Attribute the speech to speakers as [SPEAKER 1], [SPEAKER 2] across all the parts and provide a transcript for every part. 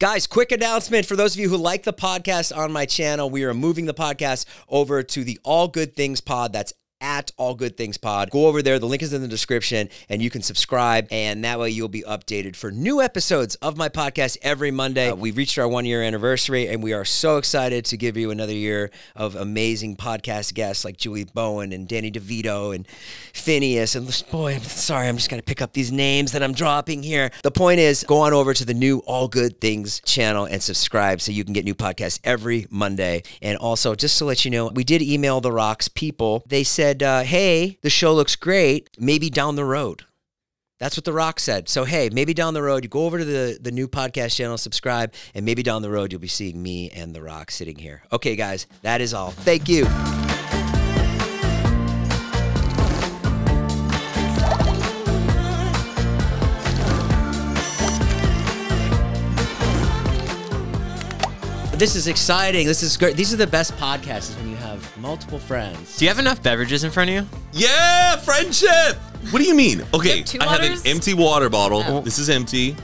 [SPEAKER 1] Guys, quick announcement for those of you who like the podcast on my channel, we are moving the podcast over to the All Good Things Pod. That's at All Good Things Pod. Go over there. The link is in the description and you can subscribe. And that way you'll be updated for new episodes of my podcast every Monday. Uh, we reached our one year anniversary and we are so excited to give you another year of amazing podcast guests like Julie Bowen and Danny DeVito and Phineas. And boy, I'm sorry, I'm just going to pick up these names that I'm dropping here. The point is go on over to the new All Good Things channel and subscribe so you can get new podcasts every Monday. And also, just to let you know, we did email The Rocks people. They said, uh, "Hey, the show looks great. Maybe down the road." That's what The Rock said. So hey, maybe down the road, you go over to the the new podcast channel, subscribe, and maybe down the road you'll be seeing me and The Rock sitting here. Okay, guys, that is all. Thank you. This is exciting. This is great. These are the best podcasts is when you have multiple friends.
[SPEAKER 2] Do you have enough beverages in front of you?
[SPEAKER 3] Yeah, friendship. What do you mean? Okay,
[SPEAKER 4] two Oh.
[SPEAKER 3] I have an
[SPEAKER 4] waters?
[SPEAKER 3] empty water bottle. This is empty.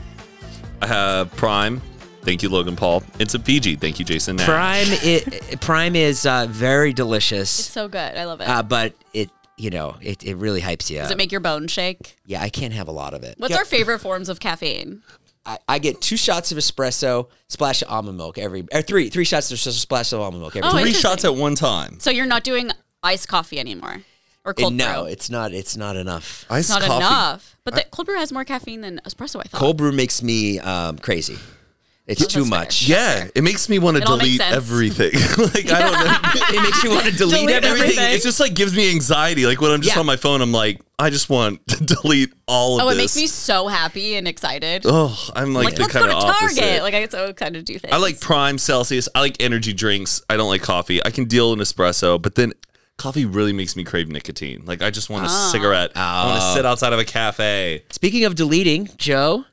[SPEAKER 3] I have Prime. Thank you, Logan Paul. It's a Fiji. Thank you, Jason. Nash.
[SPEAKER 1] Prime, i Prime is uh, very delicious.
[SPEAKER 4] It's so good. I love it.
[SPEAKER 1] uh, but it you know it, it really hypes you
[SPEAKER 4] Does
[SPEAKER 1] up.
[SPEAKER 4] it make your bone shake?
[SPEAKER 1] yeah i can't have a lot of it
[SPEAKER 4] What's our favorite forms of caffeine?
[SPEAKER 1] I, I get two shots of espresso splash of almond milk every or three three shots of espresso, splash of almond milk every
[SPEAKER 4] Oh,
[SPEAKER 3] Three
[SPEAKER 4] interesting.
[SPEAKER 3] shots at one time.
[SPEAKER 4] So you're not doing iced coffee anymore or
[SPEAKER 1] And
[SPEAKER 4] cold brew.
[SPEAKER 1] no it's not it's not enough
[SPEAKER 4] It's not enough. But the cold brew has more caffeine than espresso, I thought.
[SPEAKER 1] cold brew makes me um, crazy it's too
[SPEAKER 4] that's fair.
[SPEAKER 1] much
[SPEAKER 3] Yeah, it makes me want to
[SPEAKER 4] It all makes
[SPEAKER 3] delete
[SPEAKER 4] sense.
[SPEAKER 3] everything. like I don't know.
[SPEAKER 1] it makes you want to delete,
[SPEAKER 4] Delete
[SPEAKER 1] everything,
[SPEAKER 4] everything.
[SPEAKER 3] It just like gives me anxiety. Like when I'm just
[SPEAKER 1] Yeah.
[SPEAKER 3] on my phone, I'm like, I just want to delete all of
[SPEAKER 4] Oh, it
[SPEAKER 3] this.
[SPEAKER 4] makes me so happy and excited.
[SPEAKER 3] Oh, I'm like,
[SPEAKER 4] like,
[SPEAKER 3] the
[SPEAKER 4] let's
[SPEAKER 3] kind
[SPEAKER 4] go to
[SPEAKER 3] of
[SPEAKER 4] Target.
[SPEAKER 3] opposite.
[SPEAKER 4] Like, I get so excited to do things.
[SPEAKER 3] I like Prime Celsius. I like energy drinks. I don't like coffee. I can deal an espresso, but then coffee really makes me crave nicotine. Like I just want a
[SPEAKER 2] Ah.
[SPEAKER 3] cigarette. I want
[SPEAKER 2] Oh.
[SPEAKER 3] to sit outside of a cafe.
[SPEAKER 1] speaking of deleting joe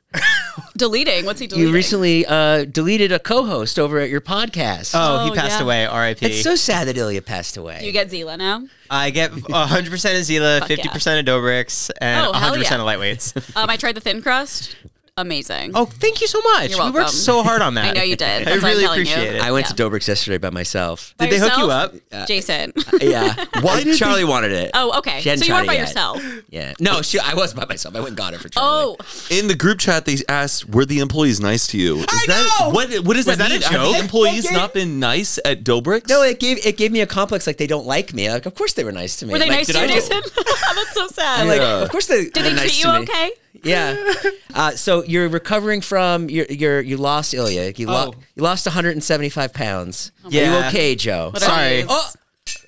[SPEAKER 4] deleting. What's he deleting?
[SPEAKER 1] you recently uh, deleted a co-host over at your podcast
[SPEAKER 2] Oh,
[SPEAKER 4] Oh,
[SPEAKER 2] he passed
[SPEAKER 4] yeah.
[SPEAKER 2] away. R.I.P.
[SPEAKER 1] it's so sad that Ilya passed away.
[SPEAKER 4] You get Zila now.
[SPEAKER 2] I get 100% of Zila,
[SPEAKER 4] Fuck
[SPEAKER 2] 50%
[SPEAKER 4] yeah.
[SPEAKER 2] of Dobrik's, and
[SPEAKER 4] Oh, hell
[SPEAKER 2] 100%
[SPEAKER 4] yeah.
[SPEAKER 2] of Lightweights.
[SPEAKER 4] Um, I tried the thin crust. Amazing.
[SPEAKER 2] Oh, thank you so much.
[SPEAKER 4] You're
[SPEAKER 2] we worked
[SPEAKER 4] welcome.
[SPEAKER 2] so hard on that.
[SPEAKER 4] Um, I know you did.
[SPEAKER 2] I
[SPEAKER 4] That's why I'm
[SPEAKER 2] really
[SPEAKER 4] telling you.
[SPEAKER 2] appreciate it.
[SPEAKER 1] I went
[SPEAKER 4] Yeah.
[SPEAKER 1] to Dobrik's yesterday by myself.
[SPEAKER 4] By
[SPEAKER 2] Did they hook you
[SPEAKER 4] yourself?
[SPEAKER 2] up?
[SPEAKER 1] Uh,
[SPEAKER 4] Jason.
[SPEAKER 1] yeah. Why did Charlie wanted it?
[SPEAKER 4] Oh, okay.
[SPEAKER 1] She hadn't
[SPEAKER 4] So you
[SPEAKER 1] tried
[SPEAKER 4] weren't by
[SPEAKER 1] it yet.
[SPEAKER 4] yourself.
[SPEAKER 1] Yeah. No, she, I was by myself. I went and got it for Charlie.
[SPEAKER 4] Oh,
[SPEAKER 3] In the group chat, they asked, "Were the employees nice to you?" Is I that,
[SPEAKER 1] know!
[SPEAKER 3] What What does
[SPEAKER 2] Was
[SPEAKER 3] that,
[SPEAKER 2] that a
[SPEAKER 3] mean? Have
[SPEAKER 2] joke?
[SPEAKER 3] the employees not been nice at Dobrik's?
[SPEAKER 1] No, it gave it gave me a complex like they don't like me. Like, of course they were nice to me.
[SPEAKER 4] were they
[SPEAKER 1] Like,
[SPEAKER 4] nice
[SPEAKER 1] did
[SPEAKER 4] to you,
[SPEAKER 1] I do-
[SPEAKER 4] Jason? That's so sad.
[SPEAKER 1] Like,
[SPEAKER 3] Yeah.
[SPEAKER 1] of course they
[SPEAKER 4] Did they treat you okay?
[SPEAKER 1] Yeah. Uh, so you're recovering from your your you lost Ilya. You, lo-
[SPEAKER 2] Oh.
[SPEAKER 1] you lost 175 pounds.
[SPEAKER 2] my
[SPEAKER 1] Are you
[SPEAKER 2] God.
[SPEAKER 1] okay, Joe?
[SPEAKER 4] Oh What are
[SPEAKER 2] Sorry.
[SPEAKER 4] these?
[SPEAKER 1] Oh,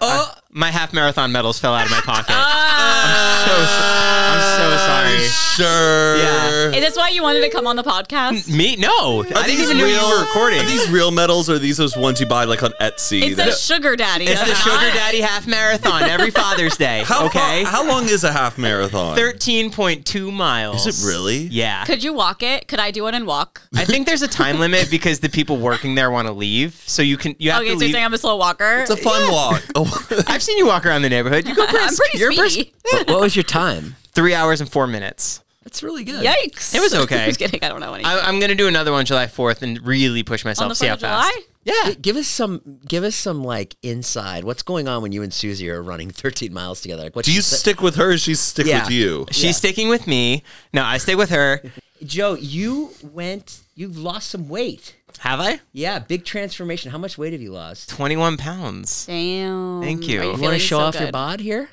[SPEAKER 1] oh,
[SPEAKER 2] My half marathon medals fell out of my pocket. I'm, so, so-
[SPEAKER 4] Oh.
[SPEAKER 2] I'm so sorry.
[SPEAKER 3] Sure.
[SPEAKER 2] Yeah.
[SPEAKER 4] Is this why you wanted to come on the podcast?
[SPEAKER 2] Me? No. I didn't
[SPEAKER 3] these
[SPEAKER 2] even know you
[SPEAKER 3] real-
[SPEAKER 2] were recording.
[SPEAKER 3] Are these real medals or are these those ones you buy like on Etsy?
[SPEAKER 4] It's a
[SPEAKER 3] that-
[SPEAKER 4] sugar daddy.
[SPEAKER 2] it's the
[SPEAKER 4] That's
[SPEAKER 2] Sugar
[SPEAKER 4] not-
[SPEAKER 2] Daddy half marathon every Father's Day.
[SPEAKER 3] how,
[SPEAKER 2] okay.
[SPEAKER 3] How, how long is a half marathon?
[SPEAKER 2] 13.2 miles.
[SPEAKER 3] Is it really?
[SPEAKER 2] Yeah.
[SPEAKER 4] Could you walk it? Could I do it and walk?
[SPEAKER 2] I think there's a time limit because the people working there want to leave. So you can, you have
[SPEAKER 4] Okay,
[SPEAKER 2] to
[SPEAKER 4] so you're
[SPEAKER 2] leave.
[SPEAKER 4] saying I'm a slow walker.
[SPEAKER 3] It's a fun walk. Oh,
[SPEAKER 2] I've seen you walk around the neighborhood. You go pretty,
[SPEAKER 4] I'm pretty
[SPEAKER 2] you're
[SPEAKER 4] speedy.
[SPEAKER 1] What- what was your time?
[SPEAKER 2] Three hours and four minutes.
[SPEAKER 1] That's really good.
[SPEAKER 4] Yikes!
[SPEAKER 2] It was okay.
[SPEAKER 4] I'm just kidding. I don't know anything.
[SPEAKER 2] I, I'm going to do another one July 4th and really push myself.
[SPEAKER 4] on the
[SPEAKER 2] see
[SPEAKER 4] Fourth
[SPEAKER 2] how
[SPEAKER 4] of July.
[SPEAKER 2] fast. Yeah.
[SPEAKER 1] Gi- Give us some. Give us some like inside. What's going on when you and Susie are running 13 miles together? Like, what
[SPEAKER 3] do you stick with her? Or she stick
[SPEAKER 1] Yeah.
[SPEAKER 3] with you?
[SPEAKER 2] She's sticking with me. No, I stay with her.
[SPEAKER 1] Joe? You went. You've lost some weight.
[SPEAKER 2] Have I?
[SPEAKER 1] Yeah, big transformation. How much weight have you lost?
[SPEAKER 2] 21 pounds.
[SPEAKER 4] Damn.
[SPEAKER 2] Thank you.
[SPEAKER 4] Are
[SPEAKER 1] You
[SPEAKER 2] You wanna
[SPEAKER 1] want
[SPEAKER 4] feeling
[SPEAKER 1] to show
[SPEAKER 4] so
[SPEAKER 1] off your
[SPEAKER 4] good?
[SPEAKER 1] bod here?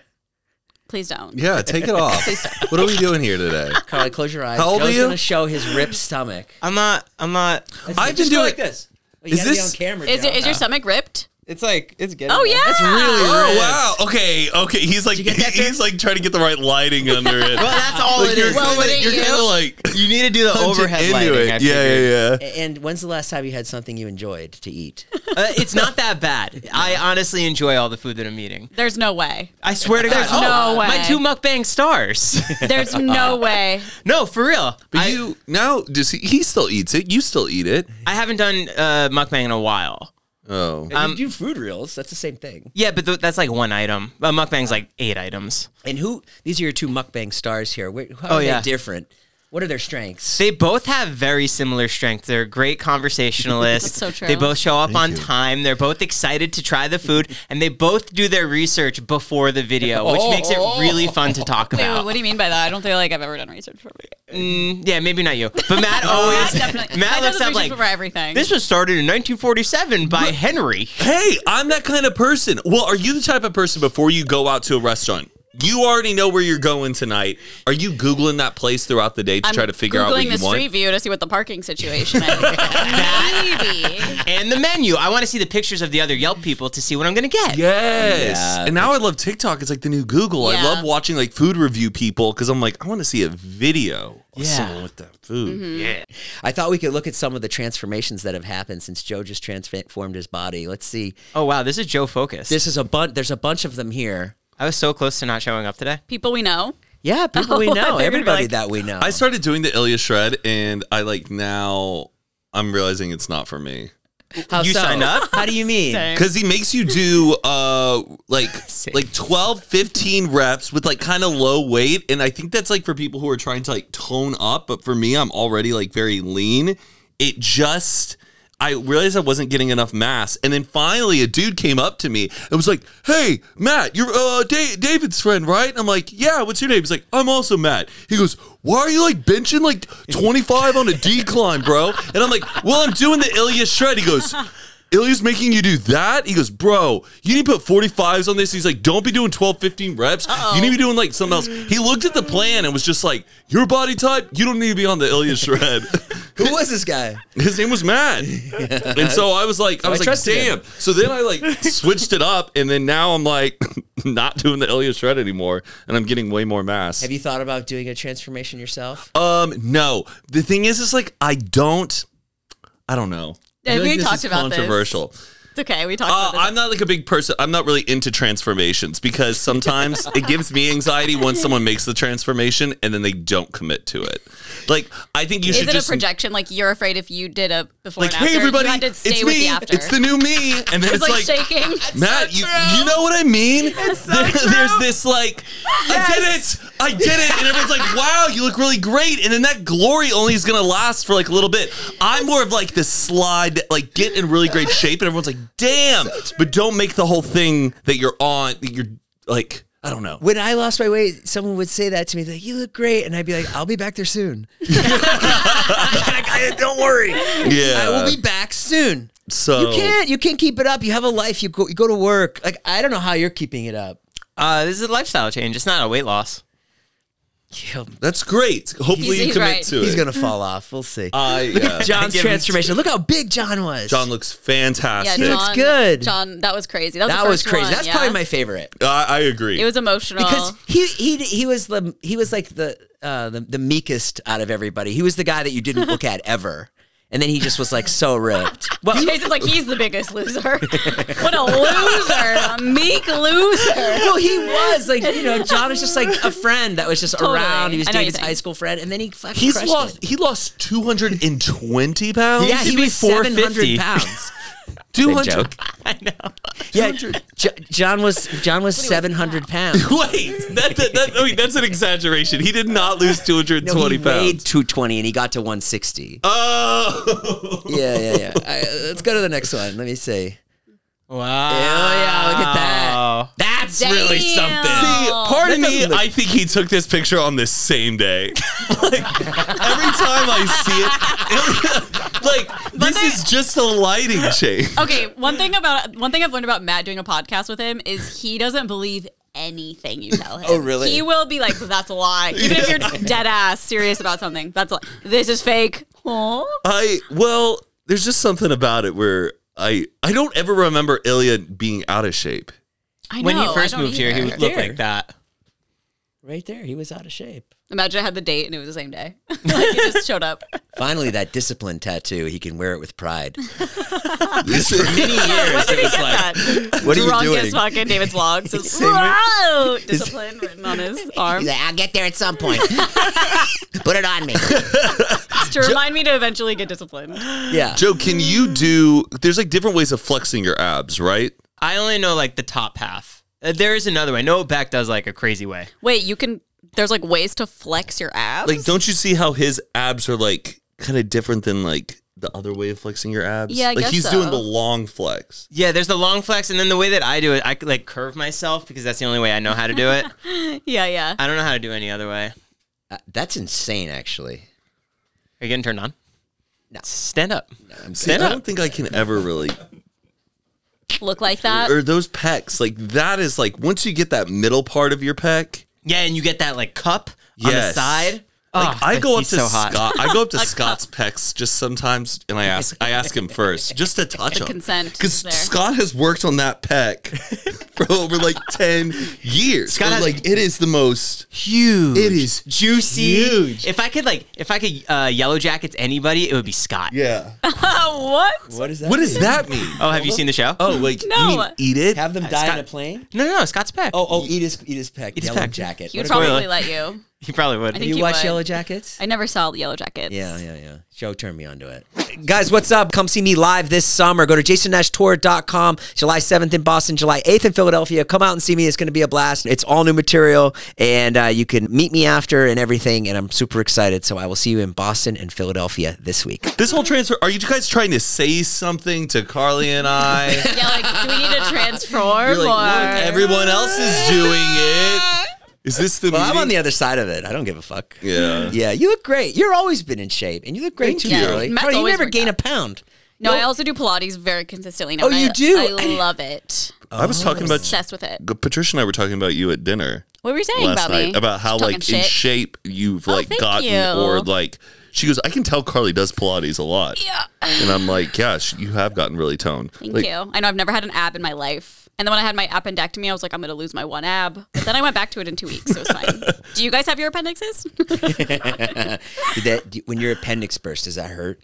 [SPEAKER 4] Please don't.
[SPEAKER 3] Yeah, take it off. what are we doing here today?
[SPEAKER 1] Carly, close your eyes.
[SPEAKER 3] How old are
[SPEAKER 1] Joe's
[SPEAKER 3] you?
[SPEAKER 1] gonna show his ripped stomach.
[SPEAKER 2] I'm not, I'm not.
[SPEAKER 1] Let's
[SPEAKER 3] I've
[SPEAKER 1] just
[SPEAKER 3] been
[SPEAKER 1] go like
[SPEAKER 3] doing-
[SPEAKER 1] this. Well, you
[SPEAKER 3] Is
[SPEAKER 1] gotta
[SPEAKER 3] this-
[SPEAKER 1] be on camera?
[SPEAKER 4] Is
[SPEAKER 1] Joe.
[SPEAKER 4] your, is your stomach ripped?
[SPEAKER 5] It's like it's getting.
[SPEAKER 4] Oh
[SPEAKER 5] there.
[SPEAKER 4] yeah.
[SPEAKER 5] It's really
[SPEAKER 3] Oh
[SPEAKER 5] ripped.
[SPEAKER 3] wow. Okay. Okay. He's like he's like trying to get the right lighting under it.
[SPEAKER 2] Well, that's all
[SPEAKER 3] like,
[SPEAKER 2] it
[SPEAKER 3] you're
[SPEAKER 2] is.
[SPEAKER 4] Well,
[SPEAKER 3] kinda-
[SPEAKER 4] wouldn't
[SPEAKER 3] you're
[SPEAKER 4] you?
[SPEAKER 3] kind of like
[SPEAKER 2] you need to do the overhead
[SPEAKER 3] into
[SPEAKER 2] lighting. I
[SPEAKER 3] it. Yeah,
[SPEAKER 2] figured.
[SPEAKER 3] yeah, yeah.
[SPEAKER 1] And when's the last time you had something you enjoyed to eat?
[SPEAKER 2] Uh, it's not that bad. I honestly enjoy all the food that I'm eating.
[SPEAKER 4] There's no way.
[SPEAKER 2] I swear to God. Oh,
[SPEAKER 4] There's no way.
[SPEAKER 2] My two mukbang stars.
[SPEAKER 4] There's no way.
[SPEAKER 2] no, for real.
[SPEAKER 3] But
[SPEAKER 2] I,
[SPEAKER 3] you now does he? He still eats it. You still eat it.
[SPEAKER 2] I haven't done uh, mukbang in a while.
[SPEAKER 3] Oh,
[SPEAKER 1] you do food reels. That's the same thing.
[SPEAKER 2] Yeah, but th- that's like one item. Uh, mukbang's like eight items.
[SPEAKER 1] And who? These are your two mukbang stars here. Wh- How
[SPEAKER 2] Oh,
[SPEAKER 1] are
[SPEAKER 2] yeah.
[SPEAKER 1] they different? What are their strengths?
[SPEAKER 2] They both have very similar strengths. They're great conversationalists.
[SPEAKER 4] That's so true.
[SPEAKER 2] They both show up on time. They're both excited to try the food, and they both do their research before the video,
[SPEAKER 1] Oh,
[SPEAKER 2] which makes it really fun to talk
[SPEAKER 4] Wait,
[SPEAKER 2] about.
[SPEAKER 4] what do you mean by that? I don't think like I've ever done research for it.
[SPEAKER 2] Mm, yeah, maybe not you, but Matt always.
[SPEAKER 4] definitely.
[SPEAKER 2] Matt
[SPEAKER 4] I
[SPEAKER 2] looks up like
[SPEAKER 4] for everything.
[SPEAKER 2] this was started in 1947 by Henry.
[SPEAKER 3] hey, I'm that kind of person. Well, are you the type of person before you go out to a restaurant? You already know where you're going tonight. Are you googling that place throughout the day to
[SPEAKER 4] I'm
[SPEAKER 3] try to figure out what
[SPEAKER 4] Googling
[SPEAKER 3] you
[SPEAKER 4] the
[SPEAKER 3] want?
[SPEAKER 4] street view to see what the parking situation is. Maybe.
[SPEAKER 2] And the menu. I want to see the pictures of the other Yelp people to see what I'm gonna get.
[SPEAKER 3] Yes.
[SPEAKER 1] Yeah.
[SPEAKER 3] and now I love TikTok. It's like the new Google. I
[SPEAKER 4] Yeah.
[SPEAKER 3] love watching like food review people because I'm like, I want to see a video of
[SPEAKER 2] Yeah.
[SPEAKER 3] someone with that food.
[SPEAKER 2] Yeah.
[SPEAKER 1] I thought we could look at some of the transformations that have happened since Joe just transformed his body. Let's see.
[SPEAKER 2] Oh wow, this is Joe Focus.
[SPEAKER 1] This is a bunch. There's a bunch of them here.
[SPEAKER 2] I was so close to not showing up today.
[SPEAKER 4] People we know.
[SPEAKER 1] Yeah, people we
[SPEAKER 4] Oh, they're
[SPEAKER 1] know.
[SPEAKER 4] gonna be
[SPEAKER 1] Everybody
[SPEAKER 4] like-
[SPEAKER 1] that we know.
[SPEAKER 3] I started doing the Ilya shred, and I like now I'm realizing it's not for me
[SPEAKER 1] How
[SPEAKER 2] You
[SPEAKER 1] so?
[SPEAKER 2] signed up?
[SPEAKER 1] How do you mean?
[SPEAKER 3] because he makes you do uh like
[SPEAKER 2] Same.
[SPEAKER 3] like 12, 15 reps with like kind of low weight, and I think that's like for people who are trying to like tone up. But for me, I'm already like very lean. It just. I realized I wasn't getting enough mass, and then finally a dude came up to me and was like, "Hey, Matt, you're uh, da- David's friend, right?" And I'm like, "Yeah, what's your name?" He's like, "I'm also Matt." He goes, "Why are you like benching like 25 on a decline, bro?" And I'm like, "Well, I'm doing the Ilya shred." He goes. Ilya's making you do that? He goes, bro, you need to put 45s on this. He's like, don't be doing 12, 15 reps. You need to be doing like something else. He looked at the plan and was just like, your body type, you don't need to be on the Ilya shred.
[SPEAKER 1] Who was this guy?
[SPEAKER 3] His name was Matt. And so I was like, I was like,
[SPEAKER 1] trusted
[SPEAKER 3] damn.
[SPEAKER 1] him.
[SPEAKER 3] So then I like switched it up, and then now I'm like not doing the Ilya shred anymore, and I'm getting way more mass.
[SPEAKER 1] Have you thought about doing a transformation yourself?
[SPEAKER 3] um, no. The thing is, is like I don't, I don't know. I
[SPEAKER 4] Yeah,
[SPEAKER 3] feel like
[SPEAKER 4] we
[SPEAKER 3] this
[SPEAKER 4] talked
[SPEAKER 3] is
[SPEAKER 4] about this.
[SPEAKER 3] controversial.
[SPEAKER 4] It's okay. We talked
[SPEAKER 3] Uh,
[SPEAKER 4] about this.
[SPEAKER 3] I'm not like a big person. I'm not really into transformations because sometimes it gives me anxiety once someone makes the transformation and then they don't commit to it. Like I think you
[SPEAKER 4] is
[SPEAKER 3] should
[SPEAKER 4] it a
[SPEAKER 3] just
[SPEAKER 4] projection? Like you're afraid if you did a before
[SPEAKER 3] like,
[SPEAKER 4] and after,
[SPEAKER 3] hey everybody,
[SPEAKER 4] you had to
[SPEAKER 3] it's
[SPEAKER 4] stay with
[SPEAKER 3] me.
[SPEAKER 4] the after.
[SPEAKER 3] It's the new me, and then
[SPEAKER 4] It's
[SPEAKER 3] it's,
[SPEAKER 4] like,
[SPEAKER 3] like.
[SPEAKER 4] shaking.
[SPEAKER 3] Matt, you, you know what I mean? There- there's this like, I did it, I did it, and everyone's like, wow, you look really great, and then that glory only is gonna last for like a little bit. I'm more of like the slide, that, like get in really great shape, and everyone's like, damn, but don't make the whole thing that you're on. That you're like, I don't know.
[SPEAKER 1] When I lost my weight, someone would say that to me, like, you look great. And I'd be like, I'll be back there soon. Like, I- don't worry.
[SPEAKER 3] Yeah,
[SPEAKER 1] I will be back soon.
[SPEAKER 3] Uh, so
[SPEAKER 1] You can't. You can't keep it up. You have a life. You go, you go to work. Like, I don't know how you're keeping it up.
[SPEAKER 2] Uh, this is a lifestyle change. It's not a weight loss.
[SPEAKER 1] He'll-
[SPEAKER 3] That's great. Hopefully
[SPEAKER 4] He's-
[SPEAKER 3] you
[SPEAKER 4] he's
[SPEAKER 3] commit
[SPEAKER 4] right.
[SPEAKER 3] to
[SPEAKER 1] He's
[SPEAKER 3] it.
[SPEAKER 1] going to fall off. We'll see.
[SPEAKER 3] Uh, yeah.
[SPEAKER 1] John's
[SPEAKER 2] give him-
[SPEAKER 1] transformation. Look how big John was.
[SPEAKER 3] John looks
[SPEAKER 4] Yeah,
[SPEAKER 3] fantastic.
[SPEAKER 4] John,
[SPEAKER 1] He looks good.
[SPEAKER 4] John, that was crazy. That was,
[SPEAKER 1] that
[SPEAKER 4] the
[SPEAKER 1] was
[SPEAKER 4] first
[SPEAKER 1] crazy.
[SPEAKER 4] one,
[SPEAKER 1] That's
[SPEAKER 4] yeah?
[SPEAKER 1] probably my favorite.
[SPEAKER 3] I, I agree.
[SPEAKER 4] It was emotional.
[SPEAKER 1] because he he he was the he was like the uh the, the meekest out of everybody. He was the guy that you didn't look at ever. And then he just was like so ripped. Well,
[SPEAKER 4] Jason's like he's the biggest loser. what a loser, a meek loser.
[SPEAKER 1] no, he was like you know John was just like a friend that was just
[SPEAKER 4] Totally.
[SPEAKER 1] around. He was
[SPEAKER 4] I know what
[SPEAKER 1] dating his
[SPEAKER 4] you think.
[SPEAKER 1] high school friend, and then he fucking
[SPEAKER 3] He's
[SPEAKER 1] crushed
[SPEAKER 3] lost.
[SPEAKER 1] it.
[SPEAKER 3] He lost 220 pounds.
[SPEAKER 1] Yeah,
[SPEAKER 2] used to
[SPEAKER 1] he
[SPEAKER 2] be
[SPEAKER 1] was seven
[SPEAKER 2] 450.
[SPEAKER 1] hundred pounds.
[SPEAKER 3] 200.
[SPEAKER 2] I know.
[SPEAKER 1] Yeah, Jo- John was John was seven hundred pounds.
[SPEAKER 3] Wait, that, that, that, wait, that's an exaggeration. He did not lose 220
[SPEAKER 1] No, he weighed
[SPEAKER 3] pounds.
[SPEAKER 1] two twenty, and he got to one sixty.
[SPEAKER 3] Oh,
[SPEAKER 1] Yeah, yeah, yeah. All right, let's go to the next one. Let me see. Oh,
[SPEAKER 2] Wow.
[SPEAKER 1] yeah, look at that. That's
[SPEAKER 4] Damn.
[SPEAKER 1] really something.
[SPEAKER 3] See,
[SPEAKER 4] Oh,
[SPEAKER 3] part of
[SPEAKER 1] that
[SPEAKER 3] me,
[SPEAKER 1] doesn't look-
[SPEAKER 3] I think he took this picture on this same day. Like, every time I see it, like this is just a lighting change.
[SPEAKER 4] Okay, one thing about one thing I've learned about Matt doing a podcast with him is he doesn't believe anything you tell him.
[SPEAKER 1] Oh, really?
[SPEAKER 4] He will be like, "That's a lie," even if you're dead ass serious about something. That's a lie. this is fake. Aw.
[SPEAKER 3] I well, there's just something about it where I I don't ever remember Ilya being out of shape.
[SPEAKER 4] I know,
[SPEAKER 2] when he
[SPEAKER 4] I
[SPEAKER 2] first
[SPEAKER 4] don't
[SPEAKER 2] moved here, he
[SPEAKER 4] either.
[SPEAKER 2] would look
[SPEAKER 1] There.
[SPEAKER 2] like that.
[SPEAKER 1] Right there, he was out of shape.
[SPEAKER 4] Imagine I had the date and it was the same day. like it just showed up.
[SPEAKER 1] Finally, that discipline tattoo, he can wear it with pride.
[SPEAKER 3] This is
[SPEAKER 2] Many years, it was like
[SPEAKER 1] What are you doing?
[SPEAKER 4] Drunkest fucking David's vlogs. It's Whoa! Discipline written on his arm.
[SPEAKER 5] He's like, I'll get there at some point. Put it on me.
[SPEAKER 4] to remind me to eventually get disciplined.
[SPEAKER 1] Yeah.
[SPEAKER 3] Joe, can you do there's like different ways of flexing your abs, right?
[SPEAKER 2] I only know like the top half. Uh, There is another way. Noah Beck does like a crazy way.
[SPEAKER 4] Wait, you can. There's like ways to flex your abs.
[SPEAKER 3] Like don't you see how his abs are like kind of different than like the other way of flexing your abs?
[SPEAKER 4] Yeah, I
[SPEAKER 3] like
[SPEAKER 4] guess
[SPEAKER 3] he's doing
[SPEAKER 4] so.
[SPEAKER 3] the long flex.
[SPEAKER 2] Yeah, there's the long flex, and then the way that I do it, I could, like curve myself because that's the only way I know how to do it.
[SPEAKER 4] yeah, yeah.
[SPEAKER 2] I don't know how to do any other way.
[SPEAKER 1] Uh, that's insane, actually.
[SPEAKER 2] Are you getting turned on?
[SPEAKER 1] No.
[SPEAKER 2] Stand up.
[SPEAKER 3] See, I
[SPEAKER 2] Stand
[SPEAKER 3] don't
[SPEAKER 2] up.
[SPEAKER 3] think I can ever really
[SPEAKER 4] Look like that.
[SPEAKER 3] or those pecs. Like that is like once you get that middle part of your pec,
[SPEAKER 2] Yeah, and you get that like cup on the
[SPEAKER 3] Yes.
[SPEAKER 2] side.
[SPEAKER 3] Like
[SPEAKER 2] Oh,
[SPEAKER 3] I go up
[SPEAKER 2] he's
[SPEAKER 3] to
[SPEAKER 2] so hot.
[SPEAKER 3] Scott. I go up to Scott's pecs just sometimes, and I ask. I ask him first, just to touch him.
[SPEAKER 4] consent
[SPEAKER 3] because
[SPEAKER 4] there.
[SPEAKER 3] Scott has worked on that pec for over like ten years.
[SPEAKER 2] Scott
[SPEAKER 3] Scott,
[SPEAKER 2] has-
[SPEAKER 3] like it is the most.
[SPEAKER 2] Huge.
[SPEAKER 3] It is
[SPEAKER 2] juicy.
[SPEAKER 3] huge.
[SPEAKER 2] If I could like, if I could uh, yellow jackets anybody, it would be Scott.
[SPEAKER 3] Yeah.
[SPEAKER 4] Oh, what?
[SPEAKER 1] What is that?
[SPEAKER 3] What does that mean?
[SPEAKER 2] Oh, have you seen the show?
[SPEAKER 3] Oh, like
[SPEAKER 4] No.
[SPEAKER 3] you mean eat it?
[SPEAKER 1] Have them die
[SPEAKER 2] Scott-
[SPEAKER 1] in a plane?
[SPEAKER 2] no, no, no, Scott's back.
[SPEAKER 1] Oh, oh, eat his, eat his peck.
[SPEAKER 2] Eat his
[SPEAKER 1] Yellow
[SPEAKER 2] peck.
[SPEAKER 1] jacket.
[SPEAKER 4] He would
[SPEAKER 1] What
[SPEAKER 4] probably
[SPEAKER 2] spoiler.
[SPEAKER 4] let you.
[SPEAKER 2] he probably would.
[SPEAKER 4] I
[SPEAKER 1] a-
[SPEAKER 4] think
[SPEAKER 1] you
[SPEAKER 4] he
[SPEAKER 1] watch
[SPEAKER 4] would.
[SPEAKER 1] Yellow Jackets?
[SPEAKER 4] I never saw Yellow Jackets.
[SPEAKER 1] Yeah, yeah, yeah. Joe turned me onto it. Guys, what's up? Come see me live this summer. Go to jasonnashtour.com, July 7th in Boston, July 8th in Philadelphia. Come out and see me. It's going to be a blast. It's all new material, and uh, you can meet me after and everything, and I'm super excited. So I will see you in Boston and Philadelphia this week.
[SPEAKER 3] This whole transfer. Are you guys trying to say something to Carly and I?
[SPEAKER 4] Yeah, like, do we need to transform
[SPEAKER 3] You're like,
[SPEAKER 4] or
[SPEAKER 3] look, everyone else is doing it. Is this the?
[SPEAKER 1] Well, I'm on the
[SPEAKER 3] meeting?
[SPEAKER 1] other side of it. I don't give a fuck.
[SPEAKER 3] Yeah.
[SPEAKER 1] Yeah, you look great. You're always been in shape, and you look great too,
[SPEAKER 4] you.
[SPEAKER 1] Carly.
[SPEAKER 4] Matt's
[SPEAKER 1] Carly, you
[SPEAKER 4] always
[SPEAKER 1] never
[SPEAKER 4] worked
[SPEAKER 1] gain
[SPEAKER 4] out.
[SPEAKER 1] a pound.
[SPEAKER 4] No, I also do Pilates very consistently now.
[SPEAKER 1] Oh,
[SPEAKER 4] and I-
[SPEAKER 1] you do?
[SPEAKER 4] I love it.
[SPEAKER 3] I was talking about
[SPEAKER 4] Obsessed with it.
[SPEAKER 3] Patricia and I were talking about you at dinner.
[SPEAKER 4] What were you saying
[SPEAKER 3] last
[SPEAKER 4] about
[SPEAKER 3] night
[SPEAKER 4] me?
[SPEAKER 3] about how
[SPEAKER 4] Just
[SPEAKER 3] like
[SPEAKER 4] talking
[SPEAKER 3] in
[SPEAKER 4] shit. Oh,
[SPEAKER 3] shape you've like
[SPEAKER 4] thank
[SPEAKER 3] gotten
[SPEAKER 4] you.
[SPEAKER 3] or like she goes I can tell Carly does Pilates a lot
[SPEAKER 4] Yeah.
[SPEAKER 3] and I'm like gosh you have gotten really toned
[SPEAKER 4] Thank
[SPEAKER 3] Like,
[SPEAKER 4] you. I know I've never had an ab in my life. And then when I had my appendectomy, I was like, I'm going to lose my one ab. But then I went back to it in two weeks, so it's fine. do you guys have your appendixes?
[SPEAKER 1] Did that do- when your appendix burst? Does that hurt?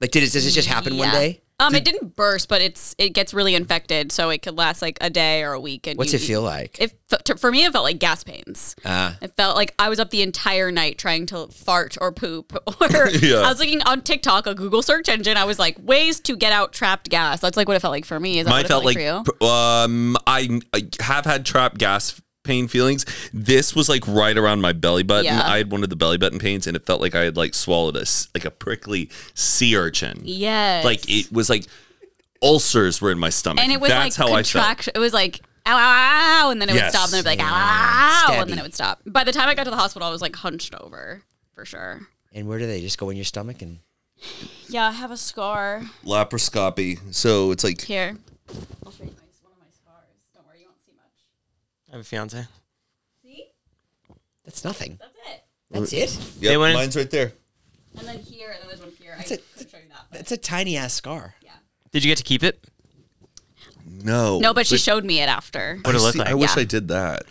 [SPEAKER 1] Like, did it, does it just happen one
[SPEAKER 4] Yeah.
[SPEAKER 1] day?
[SPEAKER 4] Um, it didn't burst, but it's it gets really infected, so it could last like a day or a week. And
[SPEAKER 1] What's
[SPEAKER 4] you-
[SPEAKER 1] it feel like?
[SPEAKER 4] It, f- to- for me, it felt like gas pains. It felt like I was up the entire night trying to fart or poop. Or
[SPEAKER 3] Yeah.
[SPEAKER 4] I was looking on TikTok, a Google search engine. I was like, ways to get out trapped gas. That's like what it felt like for me. Is that
[SPEAKER 3] mine
[SPEAKER 4] what it felt like, for you?
[SPEAKER 3] p- um I, I have had trap gas pain feelings this was like right around my belly button
[SPEAKER 4] Yeah.
[SPEAKER 3] I had one of the belly button pains and it felt like I had like swallowed a s- like a prickly sea urchin
[SPEAKER 4] Yes.
[SPEAKER 3] like it was like ulcers were in my stomach
[SPEAKER 4] and it was
[SPEAKER 3] that's
[SPEAKER 4] like
[SPEAKER 3] how I felt
[SPEAKER 4] contraction. It was like ow, ow, ow, and then it
[SPEAKER 3] Yes.
[SPEAKER 4] would stop, and it'd be like ow, ow, and then
[SPEAKER 1] Stabby.
[SPEAKER 4] it would stop. By the time I got to the hospital, I was like hunched over for sure.
[SPEAKER 1] and where do they just go in your stomach? And
[SPEAKER 4] Yeah, I have a scar
[SPEAKER 3] laparoscopy so it's like
[SPEAKER 4] here.
[SPEAKER 2] I have a fiance.
[SPEAKER 1] that's nothing. That's it. That's it.
[SPEAKER 3] yep,
[SPEAKER 2] They went in-
[SPEAKER 3] mine's right there
[SPEAKER 4] And then here, and then there's one here. I,
[SPEAKER 1] it.
[SPEAKER 4] I'm showing that.
[SPEAKER 1] That's a tiny ass scar.
[SPEAKER 2] Did you get to keep it?
[SPEAKER 3] no
[SPEAKER 4] No, but she showed me it after.
[SPEAKER 2] What it looked
[SPEAKER 3] See,
[SPEAKER 2] like?
[SPEAKER 3] I wish
[SPEAKER 4] Yeah.
[SPEAKER 3] I did that.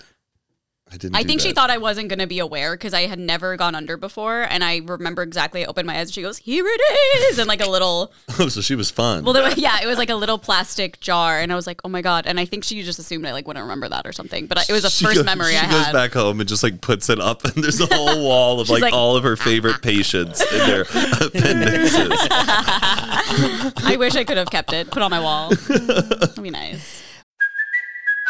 [SPEAKER 3] I didn't.
[SPEAKER 4] I
[SPEAKER 3] do
[SPEAKER 4] think she
[SPEAKER 3] that.
[SPEAKER 4] thought I wasn't going to be aware because I had never gone under before. And I remember exactly, I opened my eyes and she goes, Here it is. And like a little,
[SPEAKER 3] Oh, so she was fun.
[SPEAKER 4] well, there was, yeah, it was like a little plastic jar. And I was like, Oh my God. And I think she just assumed I like wouldn't remember that or something. But I- it was the
[SPEAKER 3] She
[SPEAKER 4] first
[SPEAKER 3] goes-
[SPEAKER 4] memory
[SPEAKER 3] She
[SPEAKER 4] I
[SPEAKER 3] goes
[SPEAKER 4] had.
[SPEAKER 3] back home and just like puts it up, and there's a whole wall of like,
[SPEAKER 4] like- "Ah,
[SPEAKER 3] all of her favorite patients in their appendixes.
[SPEAKER 4] I wish I could have kept it, put on my wall. That'd be nice.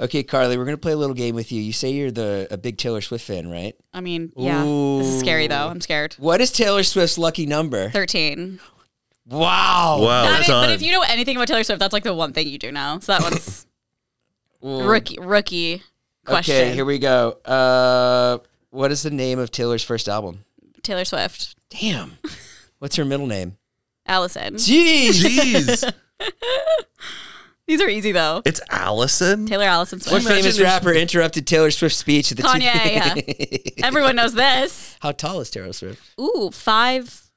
[SPEAKER 1] Okay, Carly, we're gonna play a little game with you. You say you're the a big Taylor Swift fan, right?
[SPEAKER 4] I mean, yeah. This is scary though. I'm scared.
[SPEAKER 1] What is Taylor Swift's lucky number?
[SPEAKER 4] 13.
[SPEAKER 1] Wow.
[SPEAKER 3] Wow.
[SPEAKER 4] I mean,
[SPEAKER 3] son.
[SPEAKER 4] but if you know anything about Taylor Swift, that's like the one thing you do know. So that one's rookie rookie question.
[SPEAKER 1] Okay, here we go. Uh, what is the name of Taylor's first album?
[SPEAKER 4] Taylor Swift,
[SPEAKER 1] Damn. What's her middle name?
[SPEAKER 4] Allison.
[SPEAKER 1] Jeez.
[SPEAKER 3] Jeez.
[SPEAKER 4] These are easy though.
[SPEAKER 3] It's Allison.
[SPEAKER 4] Taylor Allison
[SPEAKER 1] What
[SPEAKER 4] Swift.
[SPEAKER 1] famous rapper interrupted Taylor Swift's speech at the
[SPEAKER 4] Kanye. yeah. Everyone knows this.
[SPEAKER 1] How tall is Taylor Swift?
[SPEAKER 4] Ooh, five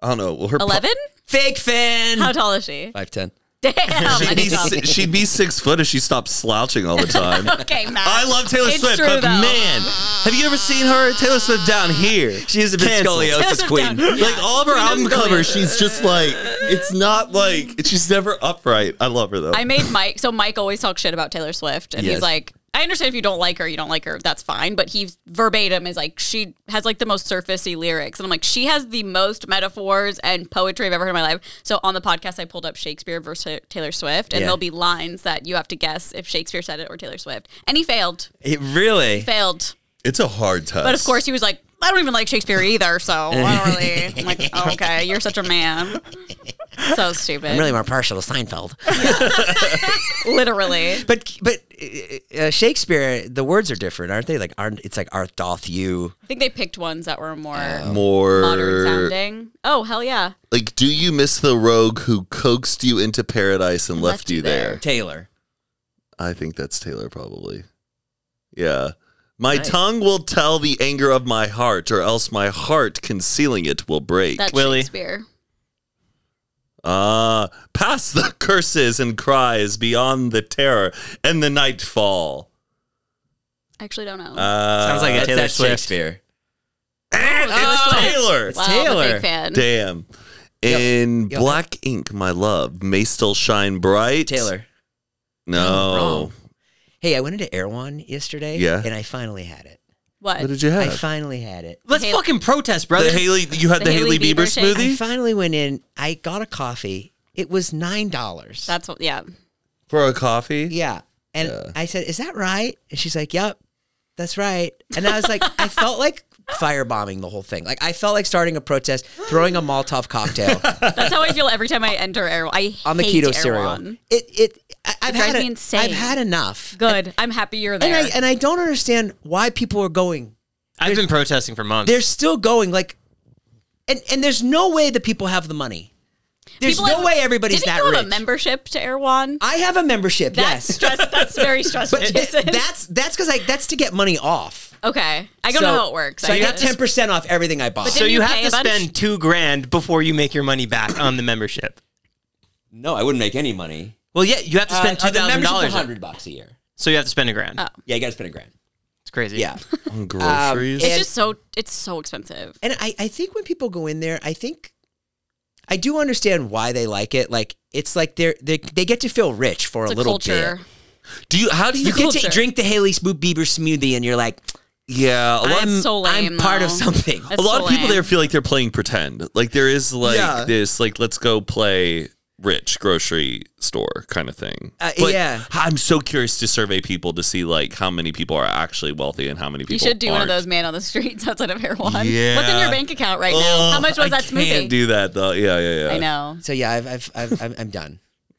[SPEAKER 3] I don't know. Well, her pu-
[SPEAKER 4] eleven.
[SPEAKER 1] Fake fan.
[SPEAKER 4] How tall is she?
[SPEAKER 1] Five ten.
[SPEAKER 4] Damn. I
[SPEAKER 3] she'd, be
[SPEAKER 4] need help.
[SPEAKER 3] si- she'd be six foot if she stopped slouching all the time.
[SPEAKER 4] Okay, Matt.
[SPEAKER 3] I love Taylor
[SPEAKER 4] It's
[SPEAKER 3] Swift,
[SPEAKER 4] true,
[SPEAKER 3] but
[SPEAKER 4] though.
[SPEAKER 3] man, have you ever seen her? Taylor Swift down here.
[SPEAKER 1] She is a bit
[SPEAKER 3] Cancel.
[SPEAKER 1] scoliosis
[SPEAKER 4] Taylor
[SPEAKER 1] queen.
[SPEAKER 4] Swift down.
[SPEAKER 3] Like all of her album
[SPEAKER 4] knows
[SPEAKER 3] covers,
[SPEAKER 4] scoliosis?
[SPEAKER 3] she's just like it's not like she's never upright. I love her though.
[SPEAKER 4] I made Mike. So Mike always talks shit about Taylor Swift, and
[SPEAKER 1] Yes.
[SPEAKER 4] he's like, I understand if you don't like her, you don't like her. That's fine. But he verbatim is like, she has like the most surfacey lyrics, and I'm like, she has the most metaphors and poetry I've ever heard in my life. So on the podcast, I pulled up Shakespeare versus Ta- Taylor Swift, and
[SPEAKER 1] Yeah.
[SPEAKER 4] there'll be lines that you have to guess if Shakespeare said it or Taylor Swift, and he failed,
[SPEAKER 1] It really?
[SPEAKER 4] failed.
[SPEAKER 3] it's a hard test.
[SPEAKER 4] But of course, he was like. I don't even like Shakespeare either, so I don't really. I'm like, "Oh, okay, you're such a man. So stupid.
[SPEAKER 5] I'm really more partial to Seinfeld.
[SPEAKER 4] Literally.
[SPEAKER 1] But but uh, uh, Shakespeare, the words are different, aren't they? Like aren't it's like art doth you.
[SPEAKER 4] I think they picked ones that were more.
[SPEAKER 3] Oh. more
[SPEAKER 4] modern sounding. Oh hell yeah!
[SPEAKER 3] Like, do you miss the rogue who coaxed you into paradise and left, you there?
[SPEAKER 1] Taylor.
[SPEAKER 3] I think that's Taylor, probably. Yeah. My tongue will tell the anger of my heart, or else my heart concealing it will break.
[SPEAKER 4] That's
[SPEAKER 2] Willie.
[SPEAKER 4] Shakespeare.
[SPEAKER 3] Ah, past the curses and cries, beyond the terror and the nightfall.
[SPEAKER 4] I actually don't know.
[SPEAKER 3] Uh,
[SPEAKER 2] Sounds like a
[SPEAKER 1] That's,
[SPEAKER 2] Taylor
[SPEAKER 1] that's
[SPEAKER 2] Swift.
[SPEAKER 1] Shakespeare.
[SPEAKER 3] and it's Taylor.
[SPEAKER 4] wow, I'm a
[SPEAKER 1] Taylor.
[SPEAKER 4] big fan.
[SPEAKER 3] Damn. In
[SPEAKER 1] Yep.
[SPEAKER 3] black ink, my love may still shine bright.
[SPEAKER 1] Taylor.
[SPEAKER 3] No.
[SPEAKER 1] Wrong. Hey, I went into Erewhon yesterday
[SPEAKER 3] Yeah.
[SPEAKER 1] and I finally had it.
[SPEAKER 4] what?
[SPEAKER 3] What did you
[SPEAKER 1] I
[SPEAKER 3] have?
[SPEAKER 1] finally had it.
[SPEAKER 2] Let's
[SPEAKER 4] Hey-
[SPEAKER 2] fucking protest, brother.
[SPEAKER 3] the Haley, you had the,
[SPEAKER 4] The
[SPEAKER 3] Haley,
[SPEAKER 4] Hailey
[SPEAKER 3] Bieber,
[SPEAKER 4] Bieber shake.
[SPEAKER 3] smoothie
[SPEAKER 1] I finally went in. I got a coffee. It was nine dollars.
[SPEAKER 4] That's what. Yeah.
[SPEAKER 3] for a coffee.
[SPEAKER 1] Yeah. And I said, Is that right? And she's like, Yep, that's right. And I was like, I felt like firebombing the whole thing. Like I felt like starting a protest, throwing a Molotov cocktail
[SPEAKER 4] That's how I feel every time I enter Erewhon. I
[SPEAKER 1] on the
[SPEAKER 4] hate
[SPEAKER 1] keto cereal.
[SPEAKER 4] Erewhon.
[SPEAKER 1] It it I, I've
[SPEAKER 4] drives
[SPEAKER 1] had
[SPEAKER 4] me
[SPEAKER 1] en-
[SPEAKER 4] insane.
[SPEAKER 1] I've had enough.
[SPEAKER 4] Good. I'm happy you're
[SPEAKER 1] And
[SPEAKER 4] there.
[SPEAKER 1] I and I don't understand why people are going.
[SPEAKER 2] I've been protesting for months.
[SPEAKER 1] They're still going like and and there's no way the people have the money. There's
[SPEAKER 4] People
[SPEAKER 1] no
[SPEAKER 4] have-
[SPEAKER 1] way everybody's
[SPEAKER 4] Didn't
[SPEAKER 1] that
[SPEAKER 4] you
[SPEAKER 1] rich.
[SPEAKER 4] have a membership to Erewhon?
[SPEAKER 1] I have a membership,
[SPEAKER 4] That's
[SPEAKER 1] yes.
[SPEAKER 4] stress. That's very stressful.
[SPEAKER 1] But
[SPEAKER 4] Jason.
[SPEAKER 1] that's that's cuz I that's to get money off.
[SPEAKER 4] okay. I don't
[SPEAKER 1] So-
[SPEAKER 4] know how it works.
[SPEAKER 1] So I got
[SPEAKER 4] just-
[SPEAKER 1] ten percent off everything I bought.
[SPEAKER 2] so
[SPEAKER 4] Didn't
[SPEAKER 2] you
[SPEAKER 4] you
[SPEAKER 2] have
[SPEAKER 4] pay
[SPEAKER 2] to
[SPEAKER 4] a bunch?
[SPEAKER 2] spend two grand before you make your money back on the membership.
[SPEAKER 1] no, I wouldn't make any money.
[SPEAKER 2] Well, yeah, you
[SPEAKER 4] Uh,
[SPEAKER 2] have to spend two thousand dollars.
[SPEAKER 1] hundred bucks a year.
[SPEAKER 2] So you have to spend a grand.
[SPEAKER 4] Oh.
[SPEAKER 1] Yeah, you got to spend a grand.
[SPEAKER 2] It's crazy.
[SPEAKER 1] Yeah,
[SPEAKER 3] On Mm, groceries.
[SPEAKER 4] Um, It's
[SPEAKER 1] and-
[SPEAKER 4] just so. It's so expensive.
[SPEAKER 1] and I I think when people go in there, I think I do understand why they like it. Like it's like they're they they get to feel rich for
[SPEAKER 4] It's
[SPEAKER 1] a
[SPEAKER 4] a
[SPEAKER 1] little
[SPEAKER 4] culture.
[SPEAKER 1] bit.
[SPEAKER 3] do you? How do
[SPEAKER 1] You
[SPEAKER 3] you?
[SPEAKER 1] get to
[SPEAKER 4] Culture.
[SPEAKER 1] drink the Haley Smoo- Bieber smoothie, and you're like,
[SPEAKER 3] Yeah, a lot.
[SPEAKER 1] I'm
[SPEAKER 4] so lame,
[SPEAKER 1] I'm part of
[SPEAKER 4] though.
[SPEAKER 1] something.
[SPEAKER 4] That's
[SPEAKER 3] a lot
[SPEAKER 4] so
[SPEAKER 3] of people
[SPEAKER 4] lame.
[SPEAKER 3] there feel like they're playing pretend. Like there is like
[SPEAKER 1] Yeah.
[SPEAKER 3] this like let's go play rich grocery store kind of thing.
[SPEAKER 1] Uh,
[SPEAKER 3] But
[SPEAKER 1] yeah.
[SPEAKER 3] I'm so curious to survey people to see like how many people are actually wealthy and how many people.
[SPEAKER 4] You should do one of
[SPEAKER 3] aren't.
[SPEAKER 4] those man on the streets outside of Erewhon.
[SPEAKER 3] Yeah.
[SPEAKER 4] What's in your bank account right now?
[SPEAKER 3] Ugh,
[SPEAKER 4] How much was
[SPEAKER 3] I
[SPEAKER 4] that smoothie?
[SPEAKER 3] Can't do that though. Yeah, yeah, yeah.
[SPEAKER 4] I know.
[SPEAKER 1] So yeah, I've, I've, I've I'm, I'm done.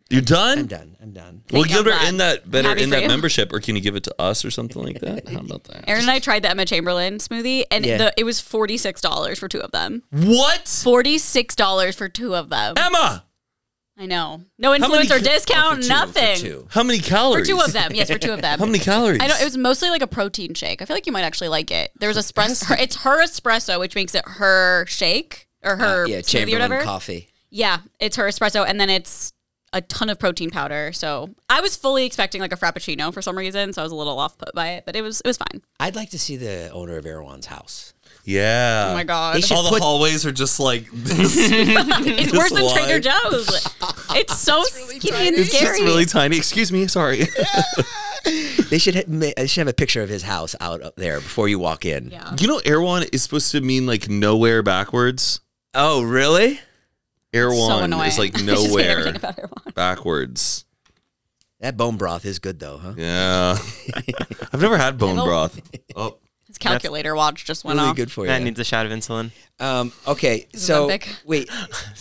[SPEAKER 3] You're done.
[SPEAKER 1] I'm done. I'm done.
[SPEAKER 3] Well,
[SPEAKER 4] Thank you,
[SPEAKER 3] give
[SPEAKER 4] I'm
[SPEAKER 3] her
[SPEAKER 4] glad.
[SPEAKER 3] in that better
[SPEAKER 4] Happy
[SPEAKER 3] in
[SPEAKER 4] for
[SPEAKER 3] that
[SPEAKER 4] you.
[SPEAKER 3] membership, or can you give it to us or something like that? How about that?
[SPEAKER 4] Aaron and I tried the Emma Chamberlain smoothie, and
[SPEAKER 1] Yeah.
[SPEAKER 4] the, it was forty six dollars for two of them.
[SPEAKER 3] What,
[SPEAKER 4] Forty six dollars for two of them.
[SPEAKER 3] Emma?
[SPEAKER 4] I know. No
[SPEAKER 3] many
[SPEAKER 4] influencer
[SPEAKER 3] ca-
[SPEAKER 4] discount.
[SPEAKER 1] oh, For two, for
[SPEAKER 4] nothing.
[SPEAKER 1] two.
[SPEAKER 3] How many calories?
[SPEAKER 4] two of them. Yes, for two of them.
[SPEAKER 3] How many calories?
[SPEAKER 4] I know it was mostly like a protein shake. I feel like you might actually like it. There was espresso. Her, it's her espresso, which makes it her shake or her
[SPEAKER 1] Uh, yeah,
[SPEAKER 4] smoothie or whatever.
[SPEAKER 1] Chamberlain coffee.
[SPEAKER 4] Yeah, it's her espresso, and then it's a ton of protein powder. So I was fully expecting like a frappuccino for some reason, so I was a little off put by it, but it was it was fine.
[SPEAKER 1] I'd like to see the owner of Erewhon's house.
[SPEAKER 3] Yeah.
[SPEAKER 4] Oh my god,
[SPEAKER 1] should
[SPEAKER 3] All the
[SPEAKER 1] put-
[SPEAKER 3] hallways are just like this.
[SPEAKER 4] it's worse than
[SPEAKER 3] lie.
[SPEAKER 4] Trader Joe's. It's so skinny and
[SPEAKER 3] It's
[SPEAKER 4] scary.
[SPEAKER 3] just really tiny. Excuse me, sorry.
[SPEAKER 1] They should ha- ma- they should have a picture of his house out up there before you walk in.
[SPEAKER 4] yeah.
[SPEAKER 3] you know, Erewhon is supposed to mean like nowhere backwards.
[SPEAKER 1] Oh, really?
[SPEAKER 4] So
[SPEAKER 3] Erewhon
[SPEAKER 4] annoying.
[SPEAKER 3] is
[SPEAKER 4] I
[SPEAKER 3] like
[SPEAKER 4] just hate everything
[SPEAKER 3] nowhere
[SPEAKER 4] about Erewhon.
[SPEAKER 3] backwards.
[SPEAKER 1] That bone broth is good though, huh?
[SPEAKER 3] Yeah, I've never had bone broth. Oh,
[SPEAKER 4] It's calculator watch just went
[SPEAKER 1] really
[SPEAKER 4] off.
[SPEAKER 1] good for you.
[SPEAKER 2] That needs a shot of insulin.
[SPEAKER 1] Um, okay,
[SPEAKER 4] is
[SPEAKER 1] so
[SPEAKER 4] epic.
[SPEAKER 1] wait,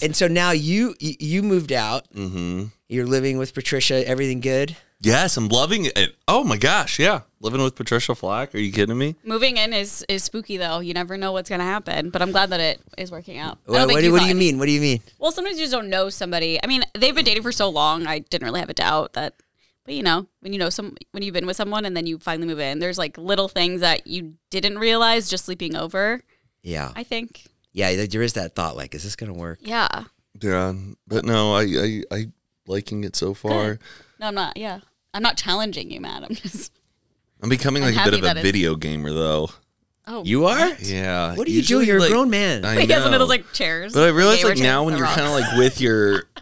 [SPEAKER 1] and so now you you- you moved out.
[SPEAKER 3] Mm-hmm.
[SPEAKER 1] You're living with Patricia. Everything good?
[SPEAKER 3] Yes, I'm loving it. Oh my gosh, yeah, living with Patricia Flack. Are you kidding me?
[SPEAKER 4] Moving in is is spooky though. You never know what's gonna happen, but I'm glad that it is working out. I
[SPEAKER 1] Wha-
[SPEAKER 4] don't
[SPEAKER 1] what
[SPEAKER 4] think
[SPEAKER 1] do, what do
[SPEAKER 4] thought-
[SPEAKER 1] you mean? What do you mean?
[SPEAKER 4] Well, sometimes you just don't know somebody. I mean, they've been dating for so long. I didn't really have a doubt that. But you know, when you know some, when you've been with someone and then you finally move in, there's like little things that you didn't realize just sleeping over.
[SPEAKER 1] Yeah,
[SPEAKER 4] I think.
[SPEAKER 1] yeah. there- There is that thought. Like, is this gonna work?
[SPEAKER 4] Yeah.
[SPEAKER 3] Yeah, but no, I I, I liking it so far.
[SPEAKER 4] No, I'm not. Yeah, I'm not challenging you, Matt. I'm just.
[SPEAKER 3] I'm becoming
[SPEAKER 4] I'm
[SPEAKER 3] like a
[SPEAKER 4] happy
[SPEAKER 3] bit of
[SPEAKER 4] that
[SPEAKER 3] a
[SPEAKER 4] it's-
[SPEAKER 3] video gamer though.
[SPEAKER 4] Oh,
[SPEAKER 1] You are.
[SPEAKER 3] Yeah.
[SPEAKER 1] What do you do? You're a grown man.
[SPEAKER 3] I
[SPEAKER 4] He has one
[SPEAKER 3] know.
[SPEAKER 4] of those like chairs.
[SPEAKER 3] But I realize
[SPEAKER 4] Gamer
[SPEAKER 3] like now
[SPEAKER 4] chairs
[SPEAKER 3] when
[SPEAKER 4] that
[SPEAKER 3] you're
[SPEAKER 4] rock.
[SPEAKER 3] kind of like with your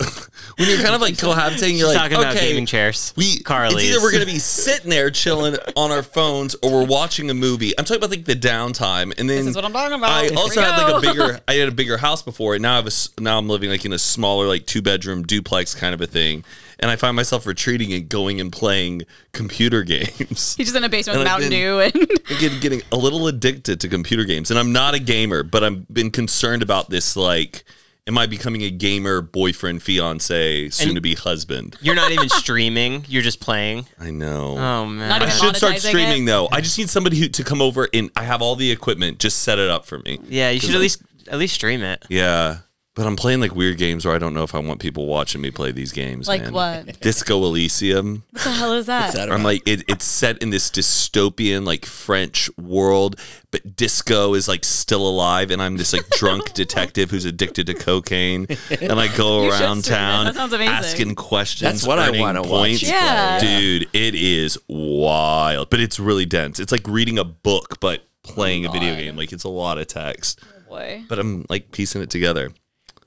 [SPEAKER 3] when you're kind of like cohabitating,
[SPEAKER 2] She's
[SPEAKER 3] you're like
[SPEAKER 2] talking about
[SPEAKER 3] okay,
[SPEAKER 2] gaming chairs.
[SPEAKER 3] we
[SPEAKER 2] Carly's.
[SPEAKER 3] it's either we're gonna be sitting there chilling on our phones or we're watching a movie. I'm talking about like the downtime, and then
[SPEAKER 4] This is what I'm talking about.
[SPEAKER 3] I
[SPEAKER 4] Here we
[SPEAKER 3] also had like a
[SPEAKER 4] go.
[SPEAKER 3] bigger I had a bigger house before, and now I have a s now I'm living like in a smaller like two bedroom duplex kind of a thing, and I find myself retreating and going and playing computer games.
[SPEAKER 4] He's just in a basement with
[SPEAKER 3] And I've
[SPEAKER 4] Mountain
[SPEAKER 3] been-
[SPEAKER 4] Dew and.
[SPEAKER 3] Again, getting a little addicted to computer games, and I'm not a gamer, but I've been concerned about this. Like, am I becoming a gamer boyfriend, fiance, soon to be husband?
[SPEAKER 2] You're not even streaming. You're just playing.
[SPEAKER 3] I know.
[SPEAKER 2] Oh man.
[SPEAKER 4] Not
[SPEAKER 3] I
[SPEAKER 4] even
[SPEAKER 3] should start
[SPEAKER 4] monetizing
[SPEAKER 3] streaming
[SPEAKER 4] it.
[SPEAKER 3] though. I just need somebody who, to come over and I have all the equipment. Just set it up for me.
[SPEAKER 2] yeah, you should at least at least stream it.
[SPEAKER 3] Yeah. But I'm playing like weird games where I don't know if I want people watching me play these games.
[SPEAKER 4] Like
[SPEAKER 3] man.
[SPEAKER 4] what?
[SPEAKER 3] Disco Elysium.
[SPEAKER 4] What the hell is that?
[SPEAKER 3] I'm like it, it's set in this dystopian like French world, but disco is like still alive, and I'm this like drunk detective who's addicted to cocaine, and I go
[SPEAKER 4] You should
[SPEAKER 3] around
[SPEAKER 4] stream this.
[SPEAKER 3] town
[SPEAKER 4] That sounds amazing.
[SPEAKER 3] asking questions.
[SPEAKER 1] That's what I
[SPEAKER 3] earning
[SPEAKER 1] wanna watch.
[SPEAKER 3] points.
[SPEAKER 4] Yeah.
[SPEAKER 3] dude, it is wild, but it's really dense. It's like reading a book but playing a video game. Like it's a lot of text,
[SPEAKER 4] Boy.
[SPEAKER 3] but I'm like piecing it together.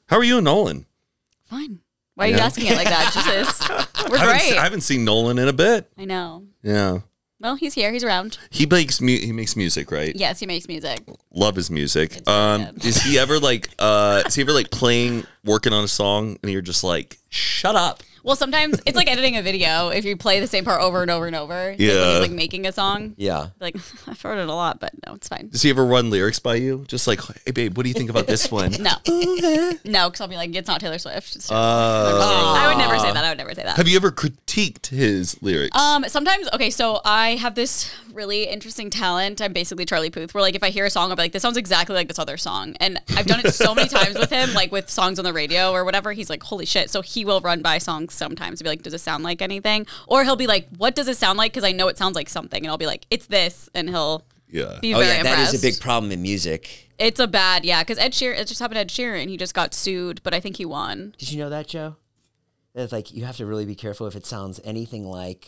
[SPEAKER 3] How are you, Nolan?
[SPEAKER 4] Fine. Why are you asking it like that? Jesus. We're
[SPEAKER 3] I haven't, se-
[SPEAKER 4] great.
[SPEAKER 3] I haven't seen Nolan in a bit.
[SPEAKER 4] I know.
[SPEAKER 3] Yeah.
[SPEAKER 4] Well, he's here. He's around.
[SPEAKER 3] He makes mu- he makes music, right?
[SPEAKER 4] Yes, he makes music.
[SPEAKER 3] love his music.
[SPEAKER 4] really
[SPEAKER 3] Um,
[SPEAKER 4] good.
[SPEAKER 3] is he ever like uh, is he ever like playing working on a song and you're just like shut up?
[SPEAKER 4] Well, sometimes it's like editing a video. If you play the same part over and over and over, it's like when
[SPEAKER 3] Yeah.
[SPEAKER 4] he's like making a song.
[SPEAKER 1] Yeah.
[SPEAKER 4] Like I've heard it a lot, but no, it's fine.
[SPEAKER 3] Does he ever run lyrics by you? Just like hey babe, what do you think about this one?
[SPEAKER 4] No, no, because I'll be like, it's not Taylor Swift. It's
[SPEAKER 3] Uh,
[SPEAKER 4] Taylor Swift. I would never say that. I would never say that.
[SPEAKER 3] Have you ever critiqued his lyrics?
[SPEAKER 4] Um, sometimes okay, so I have this really interesting talent. I'm basically Charlie Puth. Where like if I hear a song, I'll be like, this sounds exactly like this other song, and I've done it so many times with him, like with songs on the radio or whatever. He's like, holy shit! So he will run by songs sometimes and be like, does it sound like anything? Or he'll be like, what does it sound like? Because I know it sounds like something, and I'll be like, it's this, and he'll
[SPEAKER 3] yeah.
[SPEAKER 4] be
[SPEAKER 1] Oh
[SPEAKER 4] very
[SPEAKER 1] yeah, that
[SPEAKER 4] impressed.
[SPEAKER 1] is a big problem in music.
[SPEAKER 4] It's a bad yeah, because Ed Sheeran. It just happened to Ed Sheeran. He just got sued, but I think he won.
[SPEAKER 1] Did you know that, Joe? That like you have to really be careful if it sounds anything like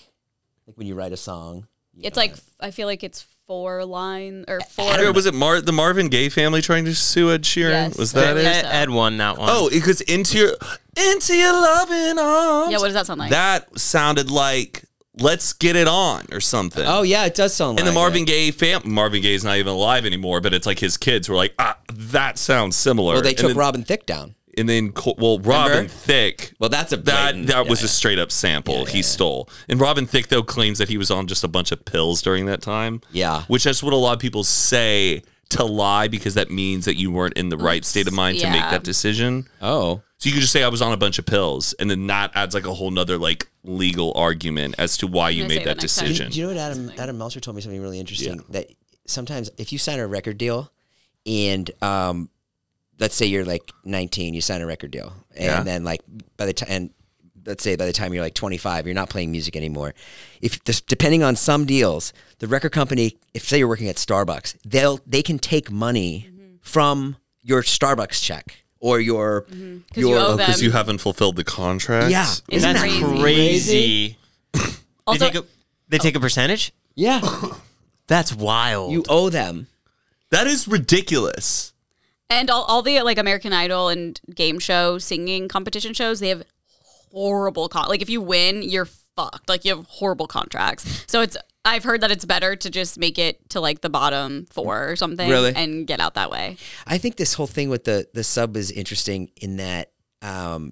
[SPEAKER 1] like when you write a song.
[SPEAKER 4] It's like I feel like it's four line or four.
[SPEAKER 3] Or was it Mar- the Marvin Gaye family trying to sue Ed Sheeran?
[SPEAKER 4] Yes.
[SPEAKER 3] Was
[SPEAKER 4] Yeah.
[SPEAKER 3] that it?
[SPEAKER 2] Ed, Ed won that one.
[SPEAKER 3] Oh, it goes into your into your loving arms.
[SPEAKER 4] Yeah, what does that sound like?
[SPEAKER 3] That sounded like let's get it on or something.
[SPEAKER 1] Oh yeah, it does sound.
[SPEAKER 3] And
[SPEAKER 1] like
[SPEAKER 3] the Marvin
[SPEAKER 1] it.
[SPEAKER 3] Gaye fam, Marvin Gaye's not even alive anymore, but it's like his kids were like, ah, that sounds similar.
[SPEAKER 1] Well, they
[SPEAKER 3] and
[SPEAKER 1] took
[SPEAKER 3] then,
[SPEAKER 1] Robin Thicke down.
[SPEAKER 3] and then Co- well, Robin
[SPEAKER 1] Remember?
[SPEAKER 3] Thicke.
[SPEAKER 1] Well, that's a
[SPEAKER 3] that
[SPEAKER 1] blatant-
[SPEAKER 3] that
[SPEAKER 1] yeah,
[SPEAKER 3] was
[SPEAKER 1] yeah.
[SPEAKER 3] a straight up sample he stole. And Robin Thicke though claims that he was on just a bunch of pills during that time.
[SPEAKER 1] Yeah.
[SPEAKER 3] which that's what a lot of people say to lie because that means that you weren't in the right state of mind to make
[SPEAKER 4] yeah.
[SPEAKER 3] that decision.
[SPEAKER 1] Oh,
[SPEAKER 3] So you could just say I was on a bunch of pills, and then that adds like a whole nother like legal argument as to why you
[SPEAKER 4] gonna
[SPEAKER 3] made
[SPEAKER 4] say it
[SPEAKER 3] that
[SPEAKER 4] the next time.
[SPEAKER 3] decision.
[SPEAKER 1] Do you know what Adam Adam Meltzer told me something really interesting that sometimes if you sign a record deal and um let's say you're like 19 you sign a record deal and
[SPEAKER 3] Yeah.
[SPEAKER 1] then like by the time and let's say by the time you're like 25 you're not playing music anymore if this, depending on some deals the record company if say you're working at Starbucks they'll they can take money
[SPEAKER 4] Mm-hmm.
[SPEAKER 1] from your Starbucks check or your
[SPEAKER 4] Mm-hmm. 'Cause you owe them.
[SPEAKER 3] because you haven't fulfilled the contract.
[SPEAKER 1] yeah
[SPEAKER 4] Isn't
[SPEAKER 2] that's
[SPEAKER 4] that
[SPEAKER 2] crazy.
[SPEAKER 4] crazy?
[SPEAKER 2] they,
[SPEAKER 4] Also,
[SPEAKER 2] take a, they take a percentage.
[SPEAKER 1] yeah
[SPEAKER 2] That's wild.
[SPEAKER 1] you owe them
[SPEAKER 3] That is ridiculous.
[SPEAKER 4] And all, all the like American Idol and game show singing competition shows, they have horrible con like if you win, you're fucked. Like you have horrible contracts. So it's I've heard that it's better to just make it to like the bottom four or something
[SPEAKER 1] Really?
[SPEAKER 4] and get out that way.
[SPEAKER 1] I think this whole thing with the the sub is interesting in that um,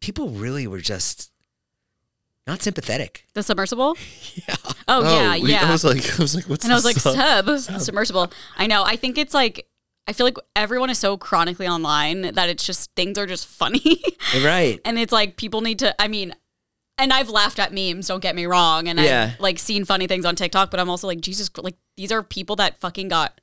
[SPEAKER 1] people really were just not sympathetic.
[SPEAKER 4] The submersible? Oh, yeah,
[SPEAKER 3] we-
[SPEAKER 4] yeah.
[SPEAKER 3] I was like, I was like, what's
[SPEAKER 4] and I was
[SPEAKER 3] the
[SPEAKER 4] like, sub, submersible. I know. I think it's like, I feel like everyone is so chronically online that it's just things are just funny.
[SPEAKER 1] Right.
[SPEAKER 4] and it's like people need to, I mean, and I've laughed at memes, don't get me wrong. And
[SPEAKER 1] Yeah.
[SPEAKER 4] I've like seen funny things on TikTok, but I'm also like, Jesus, like these are people that fucking got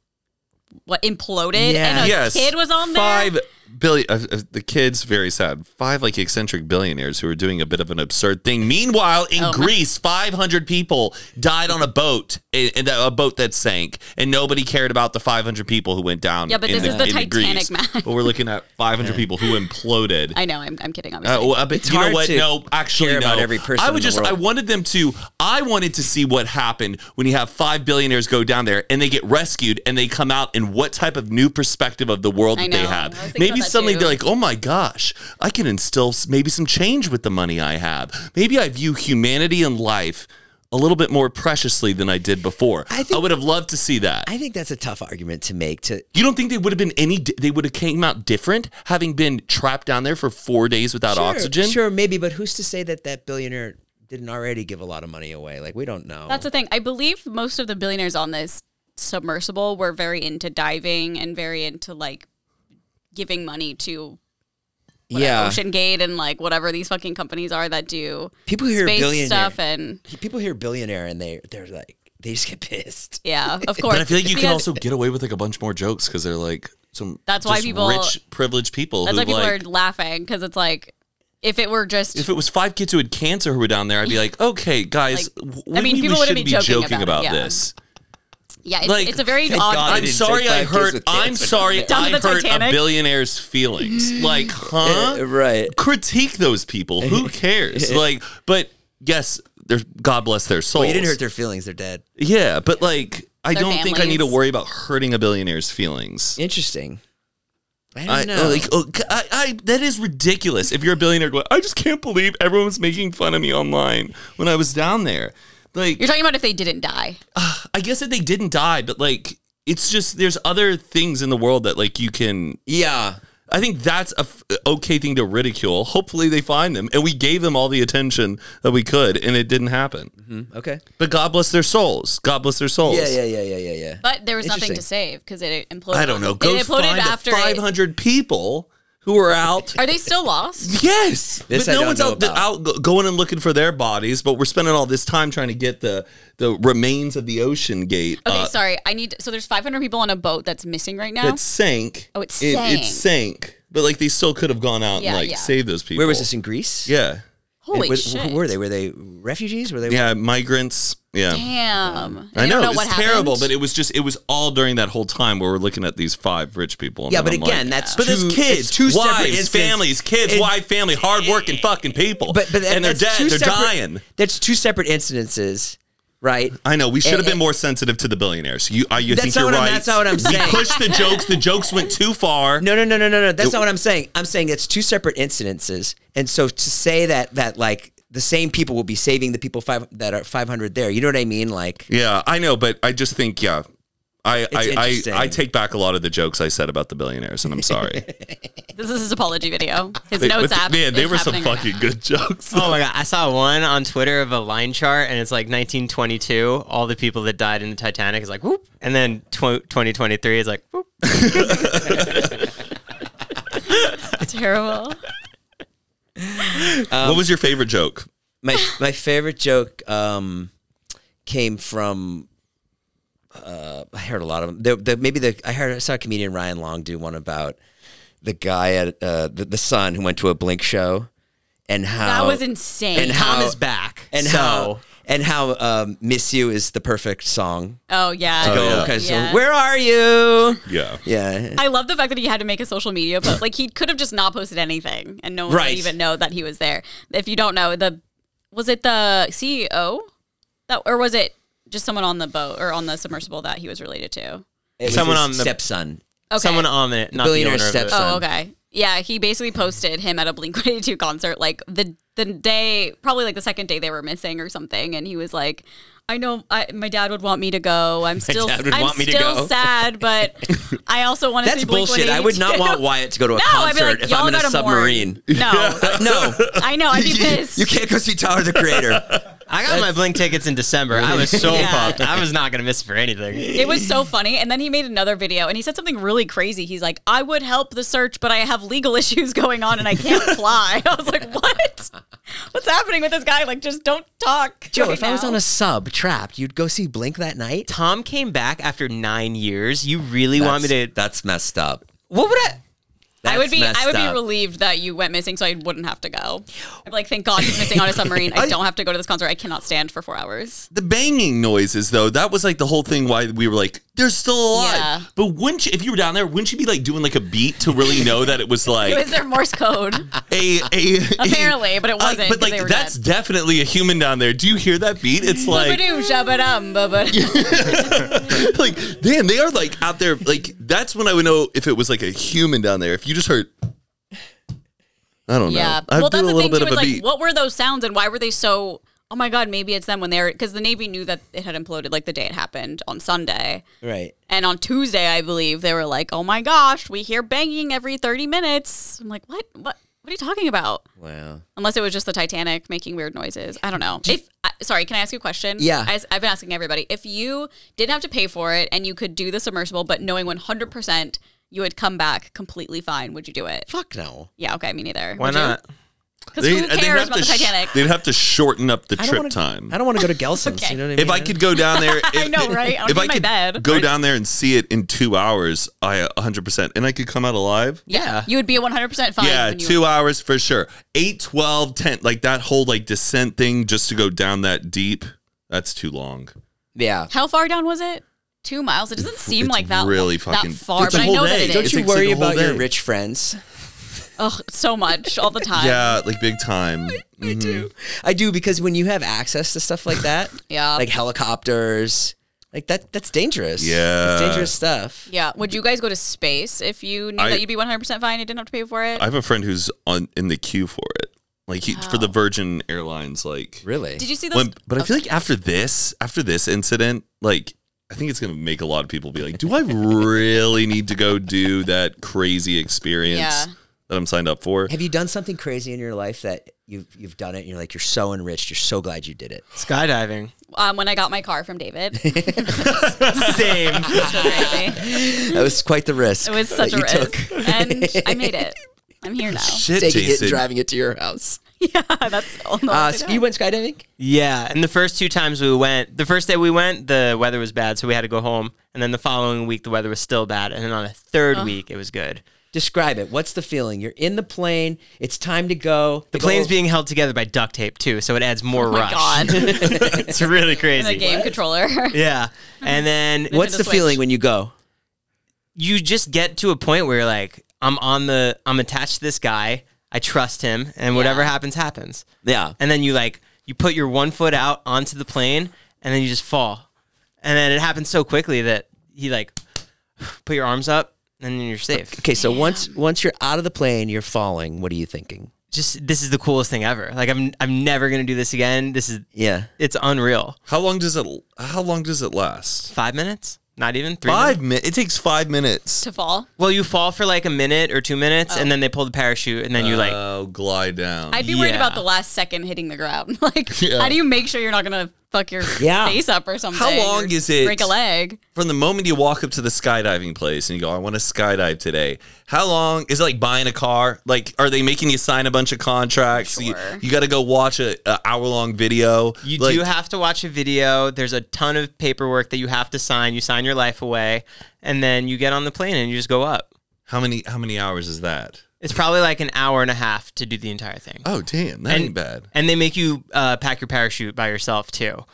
[SPEAKER 4] what imploded
[SPEAKER 1] Yeah.
[SPEAKER 4] and a
[SPEAKER 3] yes,
[SPEAKER 4] kid was on
[SPEAKER 3] five
[SPEAKER 4] there.
[SPEAKER 3] billion- uh, uh, the kids very sad. Five like eccentric billionaires who are doing a bit of an absurd thing. Meanwhile, in
[SPEAKER 4] Oh, my-
[SPEAKER 3] Greece, five hundred people died on a boat, in, in a boat that sank, and nobody cared about the five hundred people who went down.
[SPEAKER 4] Yeah, but
[SPEAKER 3] in
[SPEAKER 4] this is the
[SPEAKER 3] in
[SPEAKER 4] Titanic
[SPEAKER 3] Greece.
[SPEAKER 4] match.
[SPEAKER 3] But we're looking at five hundred people who imploded.
[SPEAKER 4] I know, I'm, I'm kidding, obviously.
[SPEAKER 3] Uh, well, I bet-
[SPEAKER 1] It's
[SPEAKER 3] you know
[SPEAKER 1] hard
[SPEAKER 3] what?
[SPEAKER 1] to
[SPEAKER 3] No, actually,
[SPEAKER 1] care
[SPEAKER 3] no.
[SPEAKER 1] about every person
[SPEAKER 3] I
[SPEAKER 1] in
[SPEAKER 3] would
[SPEAKER 1] the
[SPEAKER 3] just.
[SPEAKER 1] world.
[SPEAKER 3] I wanted them to. I wanted to see what happened when you have five billionaires go down there and they get rescued and they come out and what type of new perspective of the world
[SPEAKER 4] I
[SPEAKER 3] that they
[SPEAKER 4] know.
[SPEAKER 3] have.
[SPEAKER 4] I was thinking
[SPEAKER 3] Maybe
[SPEAKER 4] about that
[SPEAKER 3] suddenly
[SPEAKER 4] too.
[SPEAKER 3] they're like, oh my gosh, I can instill s- maybe some change with the money I have. Maybe I view humanity and life. A little bit more preciously than I did before. I,
[SPEAKER 1] I think-
[SPEAKER 3] would have loved to see that.
[SPEAKER 1] I think that's a tough argument to make. To
[SPEAKER 3] you don't think they would have been any? di- They would have came out different, having been trapped down there for four days without
[SPEAKER 1] Sure,
[SPEAKER 3] oxygen.
[SPEAKER 1] Sure, maybe, but who's to say that that billionaire didn't already give a lot of money away? Like we don't know.
[SPEAKER 4] That's the thing. I believe most of the billionaires on this submersible were very into diving and very into like giving money to whatever,
[SPEAKER 3] Uh.
[SPEAKER 1] yeah.
[SPEAKER 4] Ocean Gate and like whatever these fucking companies are that do
[SPEAKER 1] People hear
[SPEAKER 4] space
[SPEAKER 1] billionaire
[SPEAKER 4] stuff and
[SPEAKER 1] people hear billionaire and they they're like they just get pissed.
[SPEAKER 4] yeah, of course.
[SPEAKER 3] But I feel like you can
[SPEAKER 4] Because
[SPEAKER 3] also get away with like a bunch more jokes because they're like some
[SPEAKER 4] That's why
[SPEAKER 3] just
[SPEAKER 4] people-
[SPEAKER 3] rich privileged people
[SPEAKER 4] that's
[SPEAKER 3] who
[SPEAKER 4] why people
[SPEAKER 3] like
[SPEAKER 4] are laughing because it's like if it were just
[SPEAKER 3] if it was five kids who had cancer who were down there I'd be like okay guys
[SPEAKER 4] Like,
[SPEAKER 3] w-
[SPEAKER 4] I
[SPEAKER 3] we-
[SPEAKER 4] mean,
[SPEAKER 3] we
[SPEAKER 4] people wouldn't
[SPEAKER 3] shouldn't be
[SPEAKER 4] be joking
[SPEAKER 3] joking, about,
[SPEAKER 4] about it, yeah.
[SPEAKER 3] this
[SPEAKER 4] yeah, it's,
[SPEAKER 3] like,
[SPEAKER 4] it's a very
[SPEAKER 1] thank
[SPEAKER 4] odd.
[SPEAKER 1] God
[SPEAKER 3] I'm
[SPEAKER 1] didn't
[SPEAKER 3] sorry
[SPEAKER 1] say
[SPEAKER 3] I
[SPEAKER 1] five kids
[SPEAKER 3] hurt
[SPEAKER 1] with
[SPEAKER 3] I'm
[SPEAKER 1] cancer.
[SPEAKER 3] sorry
[SPEAKER 4] Down to
[SPEAKER 3] I
[SPEAKER 4] the
[SPEAKER 3] hurt a
[SPEAKER 4] Titanic.
[SPEAKER 3] billionaire's feelings like
[SPEAKER 1] Uh,
[SPEAKER 3] huh
[SPEAKER 1] right.
[SPEAKER 3] critique those people who cares like but yes there's God bless their souls
[SPEAKER 1] Well, you didn't hurt their feelings. They're dead.
[SPEAKER 3] yeah but like I
[SPEAKER 4] Their
[SPEAKER 3] don't think I need to
[SPEAKER 4] families.
[SPEAKER 3] worry about hurting a billionaire's feelings
[SPEAKER 1] Interesting. I don't
[SPEAKER 3] I,
[SPEAKER 1] know.
[SPEAKER 3] like, oh, c- I, I- that is ridiculous. If you're a billionaire, going, I just can't believe everyone's making fun of me online when I was down there. Like,
[SPEAKER 4] You're talking about if they didn't die.
[SPEAKER 3] I guess that they didn't die, but like, it's just there's other things in the world that like you can.
[SPEAKER 1] yeah.
[SPEAKER 3] I think that's a f- okay thing to ridicule. Hopefully, they find them, and we gave them all the attention that we could, and it didn't happen.
[SPEAKER 1] Okay.
[SPEAKER 3] But God bless their souls. God bless their souls.
[SPEAKER 1] Yeah, yeah, yeah, yeah, yeah, yeah.
[SPEAKER 4] But there was nothing to
[SPEAKER 1] Interesting.
[SPEAKER 4] save because it imploded.
[SPEAKER 3] I don't know. Go
[SPEAKER 4] it imploded
[SPEAKER 3] find
[SPEAKER 4] after.
[SPEAKER 3] the
[SPEAKER 4] it-
[SPEAKER 3] 500 people who were out
[SPEAKER 4] Are they still lost?
[SPEAKER 3] Yes,
[SPEAKER 1] This
[SPEAKER 3] but
[SPEAKER 1] I
[SPEAKER 3] no
[SPEAKER 1] don't
[SPEAKER 3] one's
[SPEAKER 1] know
[SPEAKER 3] out, th- out go- going and looking for their bodies. But we're spending all this time trying to get the the remains of the ocean gate
[SPEAKER 4] Okay,
[SPEAKER 3] uh,
[SPEAKER 4] sorry. I need. So there's 500 people on a boat that's missing right now.
[SPEAKER 3] that sank.
[SPEAKER 4] Oh, it
[SPEAKER 3] It,
[SPEAKER 4] sank.
[SPEAKER 3] it sank, but like they still could have gone out
[SPEAKER 4] Yeah,
[SPEAKER 3] and like
[SPEAKER 4] yeah.
[SPEAKER 3] saved those people.
[SPEAKER 1] Where was this in Greece?
[SPEAKER 3] Yeah,
[SPEAKER 4] Holy
[SPEAKER 1] Who-
[SPEAKER 4] shit!
[SPEAKER 1] Who were they? Were they refugees? Were they?
[SPEAKER 3] yeah, migrants. Yeah.
[SPEAKER 4] Damn. And
[SPEAKER 3] I
[SPEAKER 4] they
[SPEAKER 3] know,
[SPEAKER 4] don't
[SPEAKER 3] it was
[SPEAKER 4] happened?
[SPEAKER 3] terrible, but it was just it was all during that whole time where we're looking at these five rich people. and
[SPEAKER 1] Yeah,
[SPEAKER 3] then
[SPEAKER 1] but
[SPEAKER 3] I'm
[SPEAKER 1] again,
[SPEAKER 3] like,
[SPEAKER 1] that's
[SPEAKER 3] but
[SPEAKER 1] two-
[SPEAKER 3] there's kids,
[SPEAKER 1] it's two separate
[SPEAKER 3] wives,
[SPEAKER 1] instances.
[SPEAKER 3] families, kids,
[SPEAKER 1] It-
[SPEAKER 3] wife, family, hardworking fucking people,
[SPEAKER 1] But but
[SPEAKER 3] and they're
[SPEAKER 1] that's
[SPEAKER 3] dead,
[SPEAKER 1] two
[SPEAKER 3] they're
[SPEAKER 1] separate-
[SPEAKER 3] dying.
[SPEAKER 1] That's two separate incidences, right?
[SPEAKER 3] I know we should have
[SPEAKER 1] And-
[SPEAKER 3] been more sensitive to the billionaires. You, I, you
[SPEAKER 1] Eh, That's
[SPEAKER 3] think
[SPEAKER 1] not
[SPEAKER 3] you're
[SPEAKER 1] what I'm-
[SPEAKER 3] right.
[SPEAKER 1] that's not what I'm saying.
[SPEAKER 3] We pushed the jokes. The jokes went too far.
[SPEAKER 1] No, no, no, no, no, no. That's not what I'm saying. I'm saying it's two separate incidences, and so to say that that like the same people will be saving the people five that are 500 there. You know what I mean? Like,
[SPEAKER 3] Yeah, I know, but I just think yeah, I I,
[SPEAKER 1] interesting.
[SPEAKER 3] I I take back a lot of the jokes I said about the billionaires, and I'm sorry.
[SPEAKER 4] This is his apology video. His
[SPEAKER 3] They-
[SPEAKER 4] notes
[SPEAKER 3] but-
[SPEAKER 4] app.
[SPEAKER 3] man, they
[SPEAKER 4] is
[SPEAKER 3] were some
[SPEAKER 4] happening right
[SPEAKER 3] fucking
[SPEAKER 4] now.
[SPEAKER 3] good jokes.
[SPEAKER 2] Oh my god! I saw one on Twitter of a line chart, and it's like 1922, all the people that died in the Titanic is like whoop, and then tw- 2023 is like whoop.
[SPEAKER 4] terrible.
[SPEAKER 1] Um,
[SPEAKER 3] what was your favorite joke?
[SPEAKER 1] my my favorite joke um, came from. Uh, I heard a lot of them. The, the, maybe the I heard I saw comedian Ryan Long do one about the guy at uh, the, the son who went to a Blink show, and how
[SPEAKER 3] Uh,
[SPEAKER 4] That was insane.
[SPEAKER 1] And
[SPEAKER 2] Tom
[SPEAKER 1] how-
[SPEAKER 2] is back,
[SPEAKER 1] Oh. and
[SPEAKER 2] so
[SPEAKER 1] how and how um, "Miss You" is the perfect song.
[SPEAKER 4] Oh yeah.
[SPEAKER 1] Go,
[SPEAKER 3] yeah.
[SPEAKER 1] okay, so
[SPEAKER 4] Yeah.
[SPEAKER 1] where are you?
[SPEAKER 3] Yeah.
[SPEAKER 1] Yeah,
[SPEAKER 4] I love the fact that he had to make a social media post. like he could have just not posted anything, and no one
[SPEAKER 1] Right.
[SPEAKER 4] would even know that he was there. If you don't know, the was it the CEO that, or was it just someone on the boat or on the submersible that he was related to?
[SPEAKER 1] It was
[SPEAKER 2] Someone
[SPEAKER 1] his
[SPEAKER 2] on the-
[SPEAKER 1] stepson.
[SPEAKER 4] Okay.
[SPEAKER 2] someone on it, not the
[SPEAKER 1] Billionaire
[SPEAKER 2] owner of it.
[SPEAKER 1] steps
[SPEAKER 4] Oh,
[SPEAKER 1] son.
[SPEAKER 4] okay. Yeah, he basically posted him at a Blink 182 concert, like the the day, probably like the second day they were missing or something, and he was like, "I know I, my dad would want me to go. I'm still,
[SPEAKER 1] dad would
[SPEAKER 4] I'm
[SPEAKER 1] want me to
[SPEAKER 4] still
[SPEAKER 1] go."
[SPEAKER 4] sad, but I also want to
[SPEAKER 1] That's
[SPEAKER 4] see Blink
[SPEAKER 1] bullshit. I would not want Wyatt to go to a
[SPEAKER 4] No, I'd be
[SPEAKER 1] concert
[SPEAKER 4] like,
[SPEAKER 1] if
[SPEAKER 4] y'all
[SPEAKER 1] I'm in
[SPEAKER 4] got
[SPEAKER 1] a
[SPEAKER 4] a moron.
[SPEAKER 1] submarine.
[SPEAKER 4] No,
[SPEAKER 1] No,
[SPEAKER 4] I know. I'd be
[SPEAKER 1] you
[SPEAKER 4] pissed.
[SPEAKER 1] can't go see Tower of the Creator.
[SPEAKER 2] I got my Blink tickets in December. I was so pumped. I was not going to miss for anything.
[SPEAKER 4] It was so funny. And then he made another video and he said something really crazy. He's like, I would help the search, but I have legal issues going on and I can't fly. I was like, what? What's happening with this guy? Like, just don't talk.
[SPEAKER 1] Joe,
[SPEAKER 4] right
[SPEAKER 1] if I was
[SPEAKER 4] now."
[SPEAKER 1] on a sub trapped, you'd go see Blink that night?
[SPEAKER 2] Tom came back after nine years. You really want me to?
[SPEAKER 1] That's messed up.
[SPEAKER 2] What would I?
[SPEAKER 4] I would
[SPEAKER 1] That's
[SPEAKER 4] be I
[SPEAKER 1] messed
[SPEAKER 4] would be
[SPEAKER 1] up.
[SPEAKER 4] relieved that you went missing so I wouldn't have to go. I'm like, thank God he's missing on a submarine. I don't have to go to this concert. I cannot stand for four hours.
[SPEAKER 3] The banging noises, though, that was like the whole thing why we were like, they're still alive.
[SPEAKER 4] Yeah.
[SPEAKER 3] But wouldn't you, if you were down there, wouldn't you be like doing like a beat to really know that it was like
[SPEAKER 4] Is there Morse code?
[SPEAKER 3] a, a.
[SPEAKER 4] Apparently, but it
[SPEAKER 3] Uh,
[SPEAKER 4] wasn't.
[SPEAKER 3] but
[SPEAKER 4] 'cause
[SPEAKER 3] like,
[SPEAKER 4] they were
[SPEAKER 3] that's
[SPEAKER 4] dead.
[SPEAKER 3] definitely a human down there. Do you hear that beat? It's like,
[SPEAKER 4] Ba-ba-doo, shabba-dum, ba-ba-doo.
[SPEAKER 3] like, damn, they are like out there. Like, that's when I would know if it was like a human down there. If you just heard, I don't
[SPEAKER 4] yeah.
[SPEAKER 3] know. I'd
[SPEAKER 4] well,
[SPEAKER 3] do
[SPEAKER 4] that's
[SPEAKER 3] a
[SPEAKER 4] the
[SPEAKER 3] little
[SPEAKER 4] thing
[SPEAKER 3] bit
[SPEAKER 4] too.
[SPEAKER 3] of a
[SPEAKER 4] It's like,
[SPEAKER 3] beat.
[SPEAKER 4] what were those sounds and why were they so? Oh my God, maybe it's them when they're because the Navy knew that it had imploded like the day it happened on Sunday.
[SPEAKER 1] Right.
[SPEAKER 4] And on Tuesday, I believe they were like, "Oh my gosh, we hear banging every thirty minutes." I'm like, "What? What? What are you talking about?"
[SPEAKER 1] Wow.
[SPEAKER 4] Unless it was just the Titanic making weird noises. I don't know. If I, sorry, can I ask you a question?
[SPEAKER 1] Yeah.
[SPEAKER 4] I, have been asking everybody. If you didn't have to pay for it and you could do the submersible, but knowing one hundred percent you would come back completely fine, would you do it?
[SPEAKER 1] Fuck no.
[SPEAKER 4] Yeah. Okay. Me neither.
[SPEAKER 2] Why not?
[SPEAKER 4] Because who
[SPEAKER 3] they'd have
[SPEAKER 4] cares about
[SPEAKER 3] to
[SPEAKER 4] the
[SPEAKER 3] sh-
[SPEAKER 4] Titanic?
[SPEAKER 3] They'd have to shorten up
[SPEAKER 1] I
[SPEAKER 3] the
[SPEAKER 1] don't
[SPEAKER 3] trip
[SPEAKER 1] wanna,
[SPEAKER 3] time.
[SPEAKER 1] I don't want to go to Gelson's.
[SPEAKER 4] Okay.
[SPEAKER 1] You know what I mean?
[SPEAKER 3] if I could go down there, if,
[SPEAKER 4] I know, right? I don't
[SPEAKER 3] if I
[SPEAKER 4] need my
[SPEAKER 3] could
[SPEAKER 4] bed.
[SPEAKER 3] go down there and see it in two hours, I 100 percent, and I could come out alive.
[SPEAKER 2] Yeah.
[SPEAKER 4] you would be one hundred percent fine.
[SPEAKER 3] yeah,
[SPEAKER 4] when you-
[SPEAKER 3] two hours for sure. Eight, twelve, ten, like that whole like descent thing just to go down that deep. That's too long.
[SPEAKER 1] Yeah.
[SPEAKER 4] How far down was it? Two miles. It doesn't seem
[SPEAKER 3] It's
[SPEAKER 4] like that
[SPEAKER 3] really
[SPEAKER 4] that
[SPEAKER 3] fucking-
[SPEAKER 4] far,
[SPEAKER 3] it's a
[SPEAKER 4] but I
[SPEAKER 3] whole
[SPEAKER 4] know
[SPEAKER 3] day.
[SPEAKER 4] that it
[SPEAKER 3] Don't
[SPEAKER 4] is.
[SPEAKER 1] Don't you
[SPEAKER 3] takes, like, the
[SPEAKER 1] worry
[SPEAKER 3] whole
[SPEAKER 1] about your
[SPEAKER 3] day.
[SPEAKER 1] rich friends.
[SPEAKER 4] Ugh, so much all the time.
[SPEAKER 3] yeah, like big time. Mm-hmm. I do.
[SPEAKER 1] I do because when you have access to stuff like that,
[SPEAKER 4] Yeah.
[SPEAKER 1] like helicopters, like that that's dangerous.
[SPEAKER 3] Yeah.
[SPEAKER 1] It's dangerous stuff.
[SPEAKER 4] Yeah. Would you guys go to space if you knew
[SPEAKER 3] I-
[SPEAKER 4] that you'd be one hundred percent fine and didn't have to pay for it?
[SPEAKER 3] I have a friend who's on in the queue for it, like he, for the Virgin Airlines. Like,
[SPEAKER 1] Really?
[SPEAKER 4] Did you see those?
[SPEAKER 3] when, but I feel like after this, after this incident, like I think it's gonna make a lot of people be like, "Do I really need to go do that crazy experience
[SPEAKER 4] Yeah.
[SPEAKER 3] that I'm signed up for?"
[SPEAKER 1] have you done something crazy in your life that you've you've done it and you're like you're so enriched, you're so glad you did it.
[SPEAKER 2] Skydiving.
[SPEAKER 4] Um, when I got my car from David, It
[SPEAKER 2] Same.
[SPEAKER 4] was crazy.
[SPEAKER 1] That was quite the risk.
[SPEAKER 4] it was such a
[SPEAKER 1] that you
[SPEAKER 4] risk, and I made it. I'm here now.
[SPEAKER 3] Shit,
[SPEAKER 1] Taking it
[SPEAKER 3] Jason.
[SPEAKER 1] and driving it to your house.
[SPEAKER 4] Yeah, that's all. the
[SPEAKER 1] Uh,
[SPEAKER 4] way
[SPEAKER 1] so
[SPEAKER 4] down.
[SPEAKER 1] you went skydiving?
[SPEAKER 2] Yeah, and the first two times we went, the first day we went, the weather was bad, so we had to go home. And then the following week, the weather was still bad. And then on the third week, it was good.
[SPEAKER 1] Describe it. What's the feeling? You're in the plane. It's time to go.
[SPEAKER 2] The plane's being held together by duct tape too, so it adds more
[SPEAKER 4] Oh my
[SPEAKER 2] rush.
[SPEAKER 4] God.
[SPEAKER 2] it's really
[SPEAKER 4] And
[SPEAKER 2] crazy.
[SPEAKER 4] a game controller.
[SPEAKER 2] Yeah, and then
[SPEAKER 1] What's the
[SPEAKER 4] Nintendo Switch.
[SPEAKER 1] feeling when you go?
[SPEAKER 2] you just get to a point where you're like, I'm on the, I'm attached to this guy. I trust him, and whatever happens, happens.
[SPEAKER 1] Yeah.
[SPEAKER 2] And then you like, you put your one foot out onto the plane, and then you just fall. And then it happens so quickly that you like, put your arms up, and then you're safe.
[SPEAKER 1] Okay, so once once you're out of the plane, you're falling. What are you thinking?
[SPEAKER 2] Just this is the coolest thing ever. Like I'm, I'm never gonna do this again. This is,
[SPEAKER 1] Yeah.
[SPEAKER 2] it's unreal.
[SPEAKER 3] How long does it? How long does it last?
[SPEAKER 2] Five minutes? Not even three. minutes?
[SPEAKER 3] Five minutes. It takes five minutes.
[SPEAKER 4] to fall.
[SPEAKER 2] Well, you fall for like a minute or two minutes,
[SPEAKER 1] Oh.
[SPEAKER 2] and then they pull the parachute, and then you like
[SPEAKER 3] Oh, glide down.
[SPEAKER 4] I'd be worried
[SPEAKER 2] Yeah.
[SPEAKER 4] about the last second hitting the ground. Like, how do you make sure you're not gonna fuck your
[SPEAKER 1] Yeah.
[SPEAKER 4] face up or something?
[SPEAKER 3] How long
[SPEAKER 4] or
[SPEAKER 3] is it?
[SPEAKER 4] Break a leg.
[SPEAKER 3] From the moment you walk up to the skydiving place and you go, "I want to skydive today," how long is it like buying a car? Like, are they making you sign a bunch of contracts? You,
[SPEAKER 4] Sure.
[SPEAKER 3] got to go watch a, a hour long video.
[SPEAKER 2] you
[SPEAKER 3] Like,
[SPEAKER 2] do have to watch a video. There's a ton of paperwork that you have to sign. You sign your life away, and then you get on the plane and you just go up.
[SPEAKER 3] How many how many hours is that?
[SPEAKER 2] It's probably like an hour and a half to do the entire thing.
[SPEAKER 3] Oh damn, that
[SPEAKER 2] and,
[SPEAKER 3] ain't bad.
[SPEAKER 2] And they make you uh, pack your parachute by yourself too,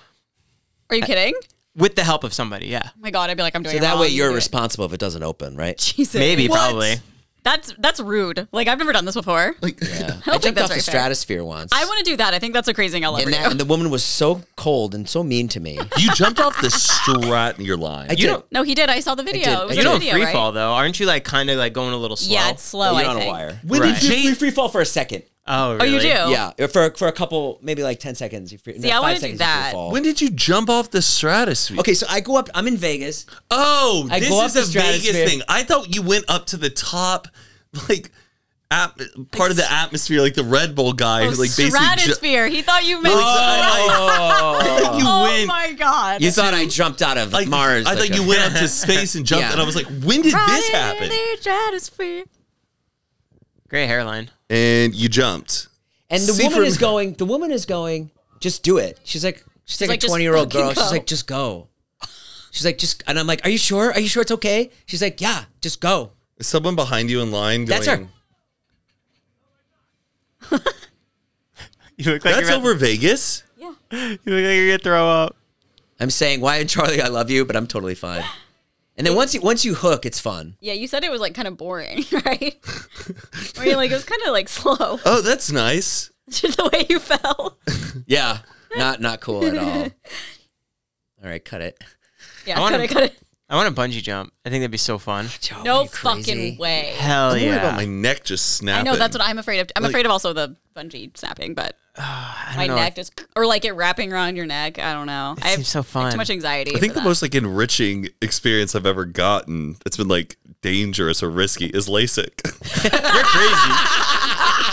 [SPEAKER 4] Are you kidding?
[SPEAKER 2] with the help of somebody. Yeah,
[SPEAKER 4] Oh my god, I'd be like, I'm doing.
[SPEAKER 1] So
[SPEAKER 4] it
[SPEAKER 1] that
[SPEAKER 4] wrong.
[SPEAKER 1] way
[SPEAKER 4] You
[SPEAKER 1] you're
[SPEAKER 4] do it.
[SPEAKER 1] responsible if it doesn't open, right?
[SPEAKER 4] Jesus.
[SPEAKER 2] maybe
[SPEAKER 4] What?
[SPEAKER 2] probably.
[SPEAKER 4] That's that's rude. Like I've never done this before.
[SPEAKER 1] Yeah. I,
[SPEAKER 4] I don't
[SPEAKER 1] jumped
[SPEAKER 4] think that's
[SPEAKER 1] off the
[SPEAKER 4] very fair.
[SPEAKER 1] stratosphere once.
[SPEAKER 4] I want to do that. I think that's a crazy thing I'll ever
[SPEAKER 1] and,
[SPEAKER 4] do.
[SPEAKER 1] that, and the woman was so cold and so mean to me.
[SPEAKER 3] You jumped off the strat in your line.
[SPEAKER 1] I
[SPEAKER 2] You
[SPEAKER 1] did.
[SPEAKER 2] don't.
[SPEAKER 4] no, he did. I saw the video.
[SPEAKER 1] did.
[SPEAKER 4] It was
[SPEAKER 2] You
[SPEAKER 4] a
[SPEAKER 2] don't
[SPEAKER 4] video,
[SPEAKER 2] free
[SPEAKER 4] right?
[SPEAKER 2] fall though, aren't you? Like kind of like going a little slow.
[SPEAKER 4] Yeah, it's slow.
[SPEAKER 1] you're
[SPEAKER 4] I
[SPEAKER 1] on
[SPEAKER 4] think.
[SPEAKER 1] a wire.
[SPEAKER 3] When did Right. you-
[SPEAKER 1] free, free fall for a second?
[SPEAKER 2] Oh,
[SPEAKER 4] Oh, you
[SPEAKER 2] really?
[SPEAKER 4] do.
[SPEAKER 1] Yeah, or for for a couple, maybe like ten seconds. You free, no,
[SPEAKER 4] See, I
[SPEAKER 1] five
[SPEAKER 4] wanna do
[SPEAKER 1] seconds you free
[SPEAKER 4] that.
[SPEAKER 1] fall.
[SPEAKER 3] when did you jump off the stratosphere?
[SPEAKER 1] okay, so I go up. I'm in Vegas.
[SPEAKER 3] Oh,
[SPEAKER 1] I
[SPEAKER 3] this
[SPEAKER 1] go up
[SPEAKER 3] is
[SPEAKER 1] the
[SPEAKER 3] a Vegas
[SPEAKER 1] stratosphere.
[SPEAKER 3] thing. I thought you went up to the top, like ap- part of the atmosphere, like the Red Bull guy,
[SPEAKER 4] Oh,
[SPEAKER 3] who, like basically. ju-
[SPEAKER 4] stratosphere. he thought you meant.
[SPEAKER 1] Oh.
[SPEAKER 3] you
[SPEAKER 4] oh
[SPEAKER 3] went.
[SPEAKER 4] my god!
[SPEAKER 5] You thought I jumped out of
[SPEAKER 3] like,
[SPEAKER 5] Mars.
[SPEAKER 3] I
[SPEAKER 5] like
[SPEAKER 3] thought
[SPEAKER 5] a-
[SPEAKER 3] you went up to space and jumped,
[SPEAKER 5] Yeah.
[SPEAKER 3] and I was like, when did
[SPEAKER 4] Right
[SPEAKER 3] this
[SPEAKER 4] in
[SPEAKER 3] happen?
[SPEAKER 4] the stratosphere.
[SPEAKER 2] Great hairline.
[SPEAKER 3] And you jumped.
[SPEAKER 1] And the
[SPEAKER 3] See
[SPEAKER 1] woman
[SPEAKER 3] for-
[SPEAKER 1] is going. The woman is going. Just do it. She's like. She's, like,
[SPEAKER 4] like,
[SPEAKER 1] a
[SPEAKER 4] "Just
[SPEAKER 1] twenty year old
[SPEAKER 4] fucking
[SPEAKER 1] girl. She's
[SPEAKER 4] go.
[SPEAKER 1] like, just go. She's like, just. And I'm like, are you sure? Are you sure it's okay? She's like, yeah, just go.
[SPEAKER 3] Is someone behind you in line?
[SPEAKER 1] That's
[SPEAKER 3] going,
[SPEAKER 1] her.
[SPEAKER 2] You look
[SPEAKER 3] That's over Vegas.
[SPEAKER 2] You look like you're gonna throw up.
[SPEAKER 1] I'm saying, why and Charlie, I love you, but I'm totally fine. And then once you once you hook, it's fun.
[SPEAKER 4] Yeah, you said it was like kind of boring, right? I mean, like it was kind of like slow
[SPEAKER 3] Oh, that's nice.
[SPEAKER 4] the way you fell.
[SPEAKER 1] Yeah, not not cool at all. All right, cut it.
[SPEAKER 4] Yeah,
[SPEAKER 2] I wanna-
[SPEAKER 4] cut it, cut it.
[SPEAKER 2] I want a bungee jump. I think that'd be so fun.
[SPEAKER 1] Joe, are
[SPEAKER 4] No
[SPEAKER 1] you crazy?
[SPEAKER 4] fucking way.
[SPEAKER 2] Hell
[SPEAKER 3] I'm worried about
[SPEAKER 2] yeah.
[SPEAKER 3] Oh, my neck just
[SPEAKER 4] I
[SPEAKER 3] snapping.
[SPEAKER 4] know that's what I'm afraid of. I'm
[SPEAKER 3] Like-
[SPEAKER 4] afraid of also the bungee snapping, but my
[SPEAKER 2] don't know.
[SPEAKER 4] neck just or like it wrapping around your neck. I don't know. I have
[SPEAKER 2] seems so
[SPEAKER 4] like,
[SPEAKER 2] fun.
[SPEAKER 4] too much anxiety.
[SPEAKER 3] I think
[SPEAKER 4] for
[SPEAKER 3] the
[SPEAKER 4] that.
[SPEAKER 3] most like enriching experience I've ever gotten that's been like dangerous or risky is LASIK. You're crazy.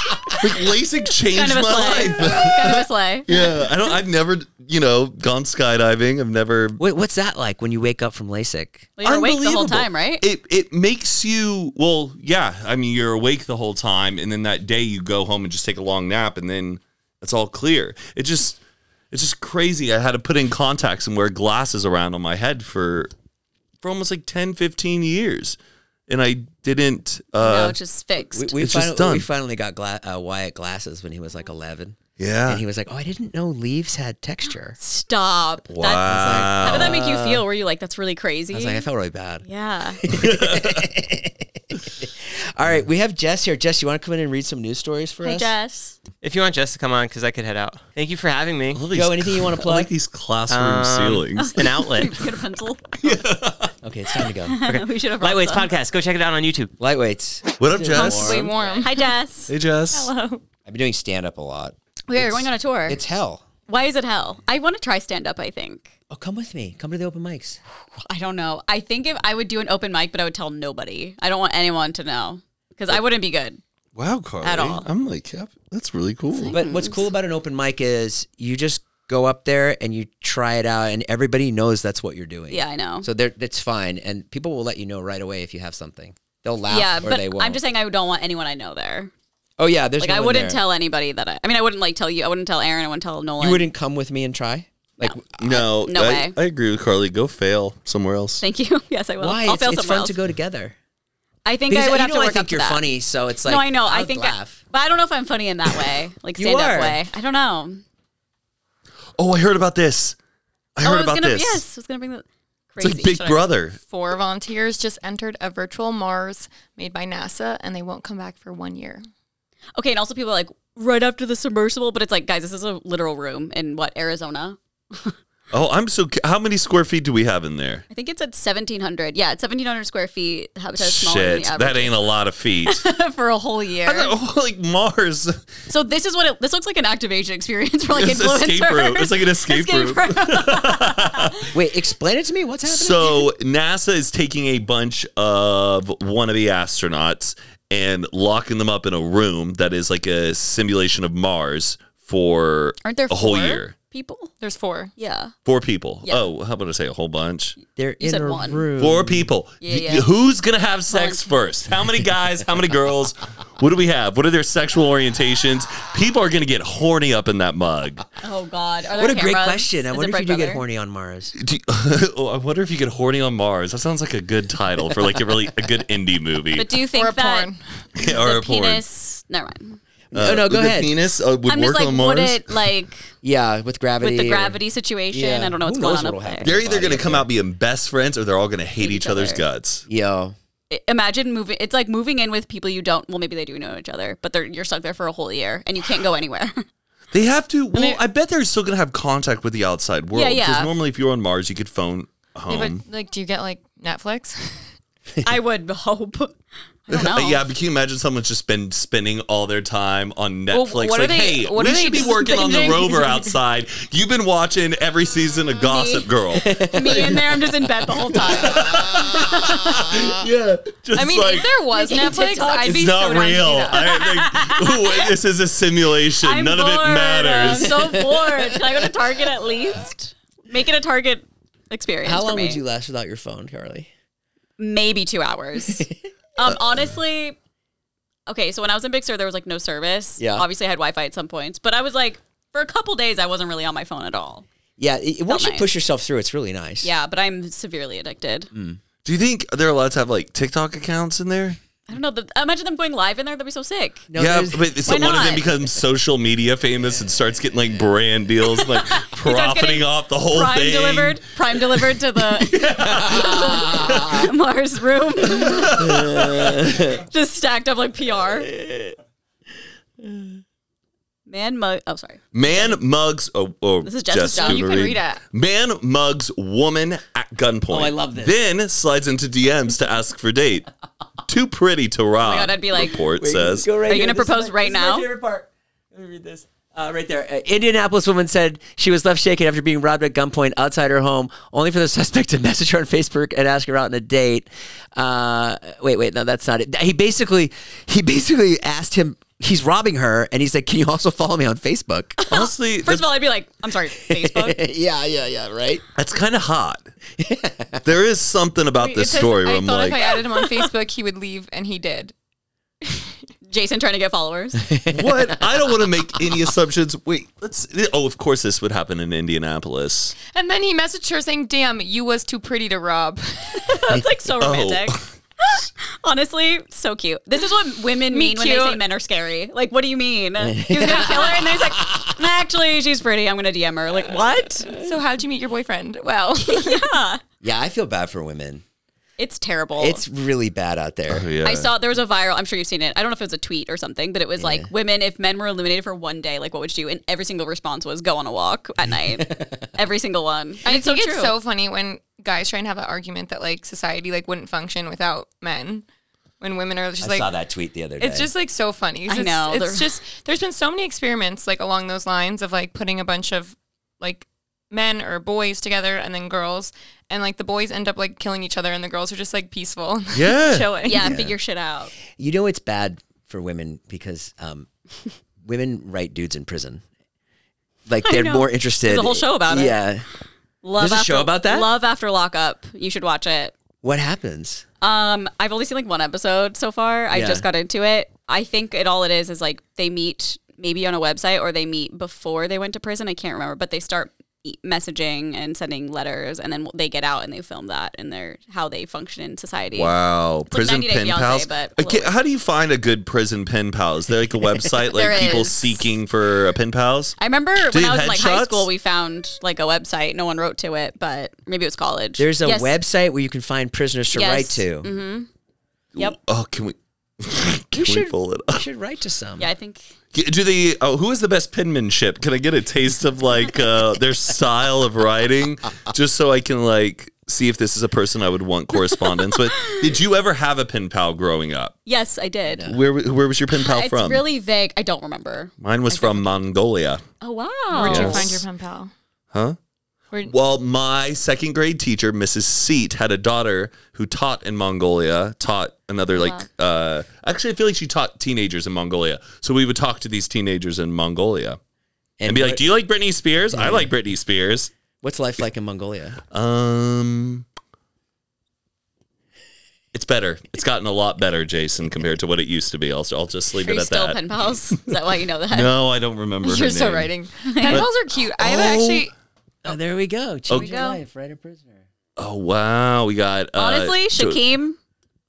[SPEAKER 3] like LASIK changed
[SPEAKER 4] kind of a
[SPEAKER 3] my
[SPEAKER 4] sleigh.
[SPEAKER 3] life.
[SPEAKER 4] kind of a sleigh.
[SPEAKER 3] yeah, I don't. I've never, you know, gone skydiving. I've never.
[SPEAKER 1] Wait, what's that like when you wake up from LASIK?
[SPEAKER 4] Well, you're awake the whole
[SPEAKER 3] Unbelievable.
[SPEAKER 4] time, right?
[SPEAKER 3] It it makes you well, yeah. I mean, you're awake the whole time, and then that day you go home and just take a long nap, and then it's all clear. It just it's just crazy. I had to put in contacts and wear glasses around on my head for for almost like 10, 15 years, and I didn't.
[SPEAKER 4] no,
[SPEAKER 3] Uh,
[SPEAKER 4] it's just fixed.
[SPEAKER 1] We, we,
[SPEAKER 3] It's just
[SPEAKER 1] finally,
[SPEAKER 3] done.
[SPEAKER 1] we finally got gla- uh, Wyatt glasses when he was like 11.
[SPEAKER 3] yeah,
[SPEAKER 1] And he was like, oh, I didn't know leaves had texture.
[SPEAKER 4] Stop. Wow. That's, how did that make you feel? Were you like, that's really crazy?
[SPEAKER 1] I was like, I felt really bad.
[SPEAKER 4] yeah.
[SPEAKER 1] All right, we have Jess here. Jess, you want to come in and read some news stories for
[SPEAKER 4] Hey,
[SPEAKER 1] us?
[SPEAKER 4] Jess.
[SPEAKER 2] If you want Jess to come on, because I could head out. Thank you for having me.
[SPEAKER 3] All these-
[SPEAKER 1] Joe, anything you wanna
[SPEAKER 3] I
[SPEAKER 1] plug?
[SPEAKER 3] like these classroom
[SPEAKER 2] Um,
[SPEAKER 3] ceilings.
[SPEAKER 2] An outlet.
[SPEAKER 4] Get a pencil.
[SPEAKER 1] Okay, it's time to go.
[SPEAKER 4] we should have brought
[SPEAKER 2] Lightweights
[SPEAKER 4] some.
[SPEAKER 2] podcast. Go check it out on YouTube.
[SPEAKER 1] Lightweights.
[SPEAKER 3] What up,
[SPEAKER 1] podcast.
[SPEAKER 3] Jess?
[SPEAKER 4] Way warm. Hi, Jess.
[SPEAKER 3] Hey, Jess.
[SPEAKER 1] I've been doing stand up a lot.
[SPEAKER 4] We are going on a tour.
[SPEAKER 1] It's hell.
[SPEAKER 4] Why is it hell? I want to try stand up, I think.
[SPEAKER 1] Oh, come with me. Come to the open mics.
[SPEAKER 4] I don't know. I think if I would do an open mic, but I would tell nobody. I don't want anyone to know because I wouldn't be good.
[SPEAKER 3] Wow, Carly.
[SPEAKER 4] At all.
[SPEAKER 3] I'm like, yeah, that's really cool.
[SPEAKER 1] But what's cool about an open mic is you just go up there and you try it out, and everybody knows that's what you're doing.
[SPEAKER 4] Yeah, I know.
[SPEAKER 1] So they're- that's fine. And people will let you know right away if you have something. They'll laugh
[SPEAKER 4] yeah,
[SPEAKER 1] or
[SPEAKER 4] but
[SPEAKER 1] they won't.
[SPEAKER 4] I'm just saying I don't want anyone I know there.
[SPEAKER 1] oh, yeah. There's
[SPEAKER 4] Like
[SPEAKER 1] no
[SPEAKER 4] I
[SPEAKER 1] one
[SPEAKER 4] wouldn't
[SPEAKER 1] there.
[SPEAKER 4] tell anybody that I. I mean, I wouldn't like tell you. I wouldn't tell Aaron. I wouldn't tell Nolan.
[SPEAKER 1] You wouldn't come with me and try? Like,
[SPEAKER 3] No,
[SPEAKER 4] No
[SPEAKER 3] I,
[SPEAKER 4] way.
[SPEAKER 3] I agree with Carly. Go fail somewhere else.
[SPEAKER 4] Thank you. yes, I will.
[SPEAKER 1] why?
[SPEAKER 4] I'll
[SPEAKER 1] it's
[SPEAKER 4] fail
[SPEAKER 1] it's
[SPEAKER 4] somewhere
[SPEAKER 1] fun
[SPEAKER 4] else.
[SPEAKER 1] to go together.
[SPEAKER 4] I think
[SPEAKER 1] Because
[SPEAKER 4] I would
[SPEAKER 1] you
[SPEAKER 4] have
[SPEAKER 1] know
[SPEAKER 4] to work
[SPEAKER 1] I think
[SPEAKER 4] up
[SPEAKER 1] you're
[SPEAKER 4] to that.
[SPEAKER 1] funny, so it's like
[SPEAKER 4] no, I know.
[SPEAKER 1] I'll
[SPEAKER 4] I think,
[SPEAKER 1] laugh.
[SPEAKER 4] I, but I don't know if I'm funny in that way, like
[SPEAKER 1] You
[SPEAKER 4] stand
[SPEAKER 1] are.
[SPEAKER 4] up way. I don't know.
[SPEAKER 3] Oh, I heard about this. I
[SPEAKER 4] oh,
[SPEAKER 3] heard
[SPEAKER 4] I was
[SPEAKER 3] about
[SPEAKER 4] gonna,
[SPEAKER 3] this.
[SPEAKER 4] Yes, I was gonna bring the
[SPEAKER 3] It's
[SPEAKER 4] crazy.
[SPEAKER 3] like Big
[SPEAKER 6] Should I-
[SPEAKER 3] Brother.
[SPEAKER 6] Four volunteers just entered a virtual Mars made by NASA, and they won't come back for one year.
[SPEAKER 4] Okay, and also people are like right after the submersible, but it's like, guys, this is a literal room in what Arizona.
[SPEAKER 3] Oh, I'm so. ca- How many square feet do we have in there?
[SPEAKER 4] I think it's at seventeen hundred. Yeah, it's seventeen hundred square feet. Habitat is smaller than
[SPEAKER 3] Shit,
[SPEAKER 4] the
[SPEAKER 3] that
[SPEAKER 4] average
[SPEAKER 3] ain't a lot of feet.
[SPEAKER 4] for a whole year.
[SPEAKER 3] I thought, oh, like Mars.
[SPEAKER 4] So this is what it, this looks like an activation experience for like
[SPEAKER 3] It's
[SPEAKER 4] influencers.
[SPEAKER 3] escape room. It's like an escape room.
[SPEAKER 1] Wait, explain it to me. What's happening?
[SPEAKER 3] So NASA is taking a bunch of wannabe astronauts and locking them up in a room that is like a simulation of Mars for
[SPEAKER 4] Aren't there
[SPEAKER 3] a whole
[SPEAKER 4] four
[SPEAKER 3] year.
[SPEAKER 4] people?
[SPEAKER 6] There's four.
[SPEAKER 4] Yeah,
[SPEAKER 3] Four people.
[SPEAKER 4] Yeah.
[SPEAKER 3] Oh, how about I say a whole bunch?
[SPEAKER 1] They're
[SPEAKER 4] You
[SPEAKER 1] in
[SPEAKER 4] said
[SPEAKER 1] a
[SPEAKER 4] one.
[SPEAKER 1] room.
[SPEAKER 3] Four people.
[SPEAKER 4] Yeah,
[SPEAKER 3] Y-
[SPEAKER 4] yeah.
[SPEAKER 3] Who's gonna have sex first? How many guys? How many girls? What do we have? What are their sexual orientations? People are gonna get horny up in that mug.
[SPEAKER 4] Oh God! Are there
[SPEAKER 1] What a great
[SPEAKER 4] cameras?
[SPEAKER 1] question. I
[SPEAKER 4] Is it
[SPEAKER 1] wonder if
[SPEAKER 4] Big
[SPEAKER 1] you do get
[SPEAKER 4] Brother?
[SPEAKER 1] horny on Mars.
[SPEAKER 3] Do you- oh, I wonder if you get horny on Mars. That sounds like a good title for like a really a good indie movie
[SPEAKER 4] But do you think
[SPEAKER 6] Or a
[SPEAKER 4] that
[SPEAKER 6] porn.
[SPEAKER 3] or
[SPEAKER 4] the
[SPEAKER 3] a porn.
[SPEAKER 4] penis? Never mind.
[SPEAKER 3] Uh,
[SPEAKER 1] oh, no, go
[SPEAKER 3] the
[SPEAKER 1] ahead.
[SPEAKER 3] Penis uh, would
[SPEAKER 4] I'm
[SPEAKER 3] work
[SPEAKER 4] just like,
[SPEAKER 3] on Mars.
[SPEAKER 4] would it like
[SPEAKER 1] Yeah, with gravity.
[SPEAKER 4] with the
[SPEAKER 1] or-
[SPEAKER 4] gravity situation?
[SPEAKER 1] Yeah.
[SPEAKER 4] I don't know
[SPEAKER 1] Who
[SPEAKER 4] what's
[SPEAKER 1] knows
[SPEAKER 4] going on
[SPEAKER 1] what'll
[SPEAKER 4] up there.
[SPEAKER 1] happen?
[SPEAKER 3] they're either gonna
[SPEAKER 1] Body
[SPEAKER 3] come out being best friends or they're all gonna hate each
[SPEAKER 4] each
[SPEAKER 3] other's
[SPEAKER 4] other.
[SPEAKER 3] guts.
[SPEAKER 1] Yo.
[SPEAKER 4] I- Imagine moving. It's like moving in with people you don't. Well, maybe they do know each other, but they're you're stuck there for a whole year and you can't go anywhere.
[SPEAKER 3] They have to. Well, I bet they're still gonna have contact with the outside world.
[SPEAKER 4] Yeah, yeah.
[SPEAKER 3] Because normally, if you're on Mars, you could phone
[SPEAKER 6] Yeah,
[SPEAKER 1] Um,
[SPEAKER 3] home.
[SPEAKER 6] but like, do you get like Netflix?
[SPEAKER 4] I would hope. I don't know.
[SPEAKER 3] yeah, but can you imagine someone's just been spending all their time on Netflix?
[SPEAKER 4] what are
[SPEAKER 3] like,
[SPEAKER 4] they-
[SPEAKER 3] hey,
[SPEAKER 4] what
[SPEAKER 3] we
[SPEAKER 4] are they
[SPEAKER 3] should be
[SPEAKER 4] just
[SPEAKER 3] working on the
[SPEAKER 4] binging?"
[SPEAKER 3] rover outside. You've been watching every season of Gossip Girl.
[SPEAKER 4] Me in there, I'm just in bed the whole time.
[SPEAKER 3] yeah, just
[SPEAKER 6] I mean,
[SPEAKER 3] like
[SPEAKER 6] if there was
[SPEAKER 4] Making
[SPEAKER 6] Netflix,
[SPEAKER 4] TikToks.
[SPEAKER 6] I'd be
[SPEAKER 3] it's not
[SPEAKER 6] so down to do
[SPEAKER 3] real.
[SPEAKER 6] that.
[SPEAKER 3] I, like, ooh, this is a simulation.
[SPEAKER 4] I'm
[SPEAKER 3] None of
[SPEAKER 4] bored.
[SPEAKER 3] it matters.
[SPEAKER 4] I'm so bored. Can I go to Target at least? Make it a Target experience.
[SPEAKER 1] How
[SPEAKER 4] for
[SPEAKER 1] long
[SPEAKER 4] me.
[SPEAKER 1] would you last without your phone, Carly?
[SPEAKER 4] maybe two hours. um, honestly, okay. So when I was in Big Sur, there was like no service.
[SPEAKER 1] Yeah.
[SPEAKER 4] Obviously, I had Wi Fi at some points, but I was like, for a couple days, I wasn't really on my phone at all.
[SPEAKER 1] Yeah, it, once you
[SPEAKER 4] nice.
[SPEAKER 1] push yourself through, it's really nice.
[SPEAKER 4] Yeah, but I'm severely addicted.
[SPEAKER 3] Mm. Do you think they're allowed to have like TikTok accounts in there?
[SPEAKER 4] I don't know. The, imagine them going live in there. That'd be so sick.
[SPEAKER 1] No,
[SPEAKER 3] yeah,
[SPEAKER 1] there's-
[SPEAKER 3] but so
[SPEAKER 4] Why
[SPEAKER 3] one of them
[SPEAKER 4] not?
[SPEAKER 3] becomes social media famous and starts getting like brand deals, like profiting
[SPEAKER 4] getting
[SPEAKER 3] off the whole
[SPEAKER 4] Prime
[SPEAKER 3] thing.
[SPEAKER 4] delivered. Prime delivered to the Mars room. Just stacked up like PR. Man, mo- oh sorry.
[SPEAKER 3] Man mugs. Oh, oh
[SPEAKER 4] This is Jess's job. You
[SPEAKER 6] can
[SPEAKER 3] Coonery.
[SPEAKER 6] read it.
[SPEAKER 3] Man mugs woman at
[SPEAKER 4] Oh,
[SPEAKER 3] gunpoint.
[SPEAKER 1] I love this.
[SPEAKER 3] Then slides into DMs to ask for date. Too pretty to rob.
[SPEAKER 4] Oh God, I'd be like-
[SPEAKER 3] report
[SPEAKER 1] Wait,
[SPEAKER 3] says.
[SPEAKER 1] go right
[SPEAKER 4] Are you
[SPEAKER 1] here.
[SPEAKER 4] gonna
[SPEAKER 1] This is
[SPEAKER 4] propose
[SPEAKER 1] my-
[SPEAKER 4] right
[SPEAKER 1] this is my
[SPEAKER 4] now?
[SPEAKER 1] favorite part. Let me read this. Uh, right there. Uh, Indianapolis woman said she was left shaken after being robbed at gunpoint outside her home, only for the suspect to message her on Facebook and ask her out on a date. Uh, wait, wait, no, that's not it. He basically, he basically asked him. He's robbing her, and he's like, "Can you also follow me on Facebook?"
[SPEAKER 3] Honestly,
[SPEAKER 4] Oh, First
[SPEAKER 3] that's,
[SPEAKER 4] of all, I'd be like, I'm sorry, Facebook.
[SPEAKER 1] yeah, yeah, yeah. Right.
[SPEAKER 3] that's kind of hot. there is something about
[SPEAKER 6] It
[SPEAKER 3] this
[SPEAKER 6] says,
[SPEAKER 3] story where
[SPEAKER 6] I
[SPEAKER 3] I'm
[SPEAKER 6] thought if I
[SPEAKER 3] like,
[SPEAKER 6] added him on Facebook, he would leave, and he did.
[SPEAKER 4] Jason trying to get followers.
[SPEAKER 3] what? I don't want to make any assumptions. Wait, let's. Oh, of course, this would happen in Indianapolis.
[SPEAKER 6] And then he messaged her saying, "Damn, you was too pretty to rob."
[SPEAKER 4] That's like so romantic.
[SPEAKER 3] Oh.
[SPEAKER 4] Honestly, so cute. This is what women mean when they
[SPEAKER 6] cute.
[SPEAKER 4] say men are scary. Like, what do you mean? He was gonna kill her, and then he's like, actually, she's pretty. I'm gonna DM her. Like, what?
[SPEAKER 6] so how'd you meet your boyfriend? Well,
[SPEAKER 1] Yeah, I feel bad for women.
[SPEAKER 4] It's terrible.
[SPEAKER 1] It's really bad out there.
[SPEAKER 3] Oh, Yeah.
[SPEAKER 4] I saw there was a viral. I'm sure you've seen it. I don't know if it was a tweet or something, but it was like women. If men were eliminated for one day, like what would you do? And every single response was go on a walk at night. every single one.
[SPEAKER 6] I
[SPEAKER 4] And
[SPEAKER 6] think it's so funny when guys try and have an argument that like society like wouldn't function without men. When women are just
[SPEAKER 1] I
[SPEAKER 6] like
[SPEAKER 1] saw that tweet the other day.
[SPEAKER 6] It's just like so funny. 'cause
[SPEAKER 4] I
[SPEAKER 6] it's-
[SPEAKER 4] know,
[SPEAKER 6] It's,
[SPEAKER 4] they're-
[SPEAKER 6] just there's been so many experiments like along those lines of like putting a bunch of like men or boys together and then girls and like the boys end up like killing each other and the girls are just like peaceful. and
[SPEAKER 3] Yeah.
[SPEAKER 6] chilling.
[SPEAKER 4] Yeah, figure shit out.
[SPEAKER 1] You know it's bad for women because um, women write dudes in prison. Like they're
[SPEAKER 4] know.
[SPEAKER 1] more interested.
[SPEAKER 4] There's a whole show about it.
[SPEAKER 1] Yeah.
[SPEAKER 4] Love
[SPEAKER 1] There's a
[SPEAKER 4] after,
[SPEAKER 1] show about that?
[SPEAKER 4] Love after lockup. You should watch it.
[SPEAKER 1] What happens?
[SPEAKER 4] Um, I've only seen like one episode so far. I
[SPEAKER 1] Yeah.
[SPEAKER 4] just got into it. I think it all it is is like they meet maybe on a website or they meet before they went to prison. I can't remember, but they start e- messaging and sending letters, and then they get out and they film that and their how they function in society.
[SPEAKER 3] Wow, prison
[SPEAKER 4] 90 Day
[SPEAKER 3] pen
[SPEAKER 4] Fiancé,
[SPEAKER 3] pals.
[SPEAKER 4] but a
[SPEAKER 3] Again,
[SPEAKER 4] little-
[SPEAKER 3] how do you find a good prison pen pal? Is there like a website like
[SPEAKER 4] There
[SPEAKER 3] people
[SPEAKER 4] is.
[SPEAKER 3] seeking for a pen pals?
[SPEAKER 4] I remember
[SPEAKER 3] Do
[SPEAKER 4] when
[SPEAKER 3] you
[SPEAKER 4] I was in like high
[SPEAKER 3] headshots?
[SPEAKER 4] school, we found like a website. No one wrote to it, but maybe it was college.
[SPEAKER 1] There's a
[SPEAKER 4] Yes.
[SPEAKER 1] website where you can find prisoners to
[SPEAKER 4] Yes. Mm-hmm.
[SPEAKER 1] write to.
[SPEAKER 4] Yep.
[SPEAKER 3] Oh, can we? can we
[SPEAKER 1] should-
[SPEAKER 3] pull it
[SPEAKER 1] You
[SPEAKER 3] up?
[SPEAKER 1] should write to some.
[SPEAKER 4] Yeah, I think
[SPEAKER 3] Do the oh, who is the best penmanship? Can I get a taste of like uh, their style of writing, just so I can like see if this is a person I would want correspondence with? Did you ever have a pen pal growing up?
[SPEAKER 4] yes, I did.
[SPEAKER 3] Where w- where was your pen pal
[SPEAKER 4] It's
[SPEAKER 3] from?
[SPEAKER 4] really vague. I don't remember.
[SPEAKER 3] Mine was from Mongolia.
[SPEAKER 4] Oh
[SPEAKER 6] Where'd
[SPEAKER 4] wow.
[SPEAKER 6] you find your pen pal?
[SPEAKER 3] Huh?
[SPEAKER 6] Where,
[SPEAKER 3] Well, my second grade teacher, Mrs. Seat, had a daughter who taught in Mongolia, taught another like
[SPEAKER 4] Uh-huh.
[SPEAKER 3] uh actually I feel like she taught teenagers in Mongolia. So we would talk to these teenagers in Mongolia and, be like,
[SPEAKER 1] what-
[SPEAKER 3] "Do you like Britney Spears?" I like Britney Spears.
[SPEAKER 1] what's life like in Mongolia?
[SPEAKER 3] Um It's better. It's gotten a lot better, Jason, compared to what it used to be. I'll, I'll just leave
[SPEAKER 4] Are
[SPEAKER 3] it
[SPEAKER 4] you
[SPEAKER 3] at
[SPEAKER 4] still
[SPEAKER 3] that.
[SPEAKER 4] pen pals? Is that why you know that?
[SPEAKER 3] no, I don't remember her
[SPEAKER 6] you're so
[SPEAKER 3] name.
[SPEAKER 6] writing. Pen pals are cute. I have actually
[SPEAKER 1] Oh, there we go. Change your
[SPEAKER 4] go.
[SPEAKER 1] life, write a prisoner.
[SPEAKER 3] Oh wow, we got uh,
[SPEAKER 4] Honestly,
[SPEAKER 3] Jo-
[SPEAKER 4] Shakim,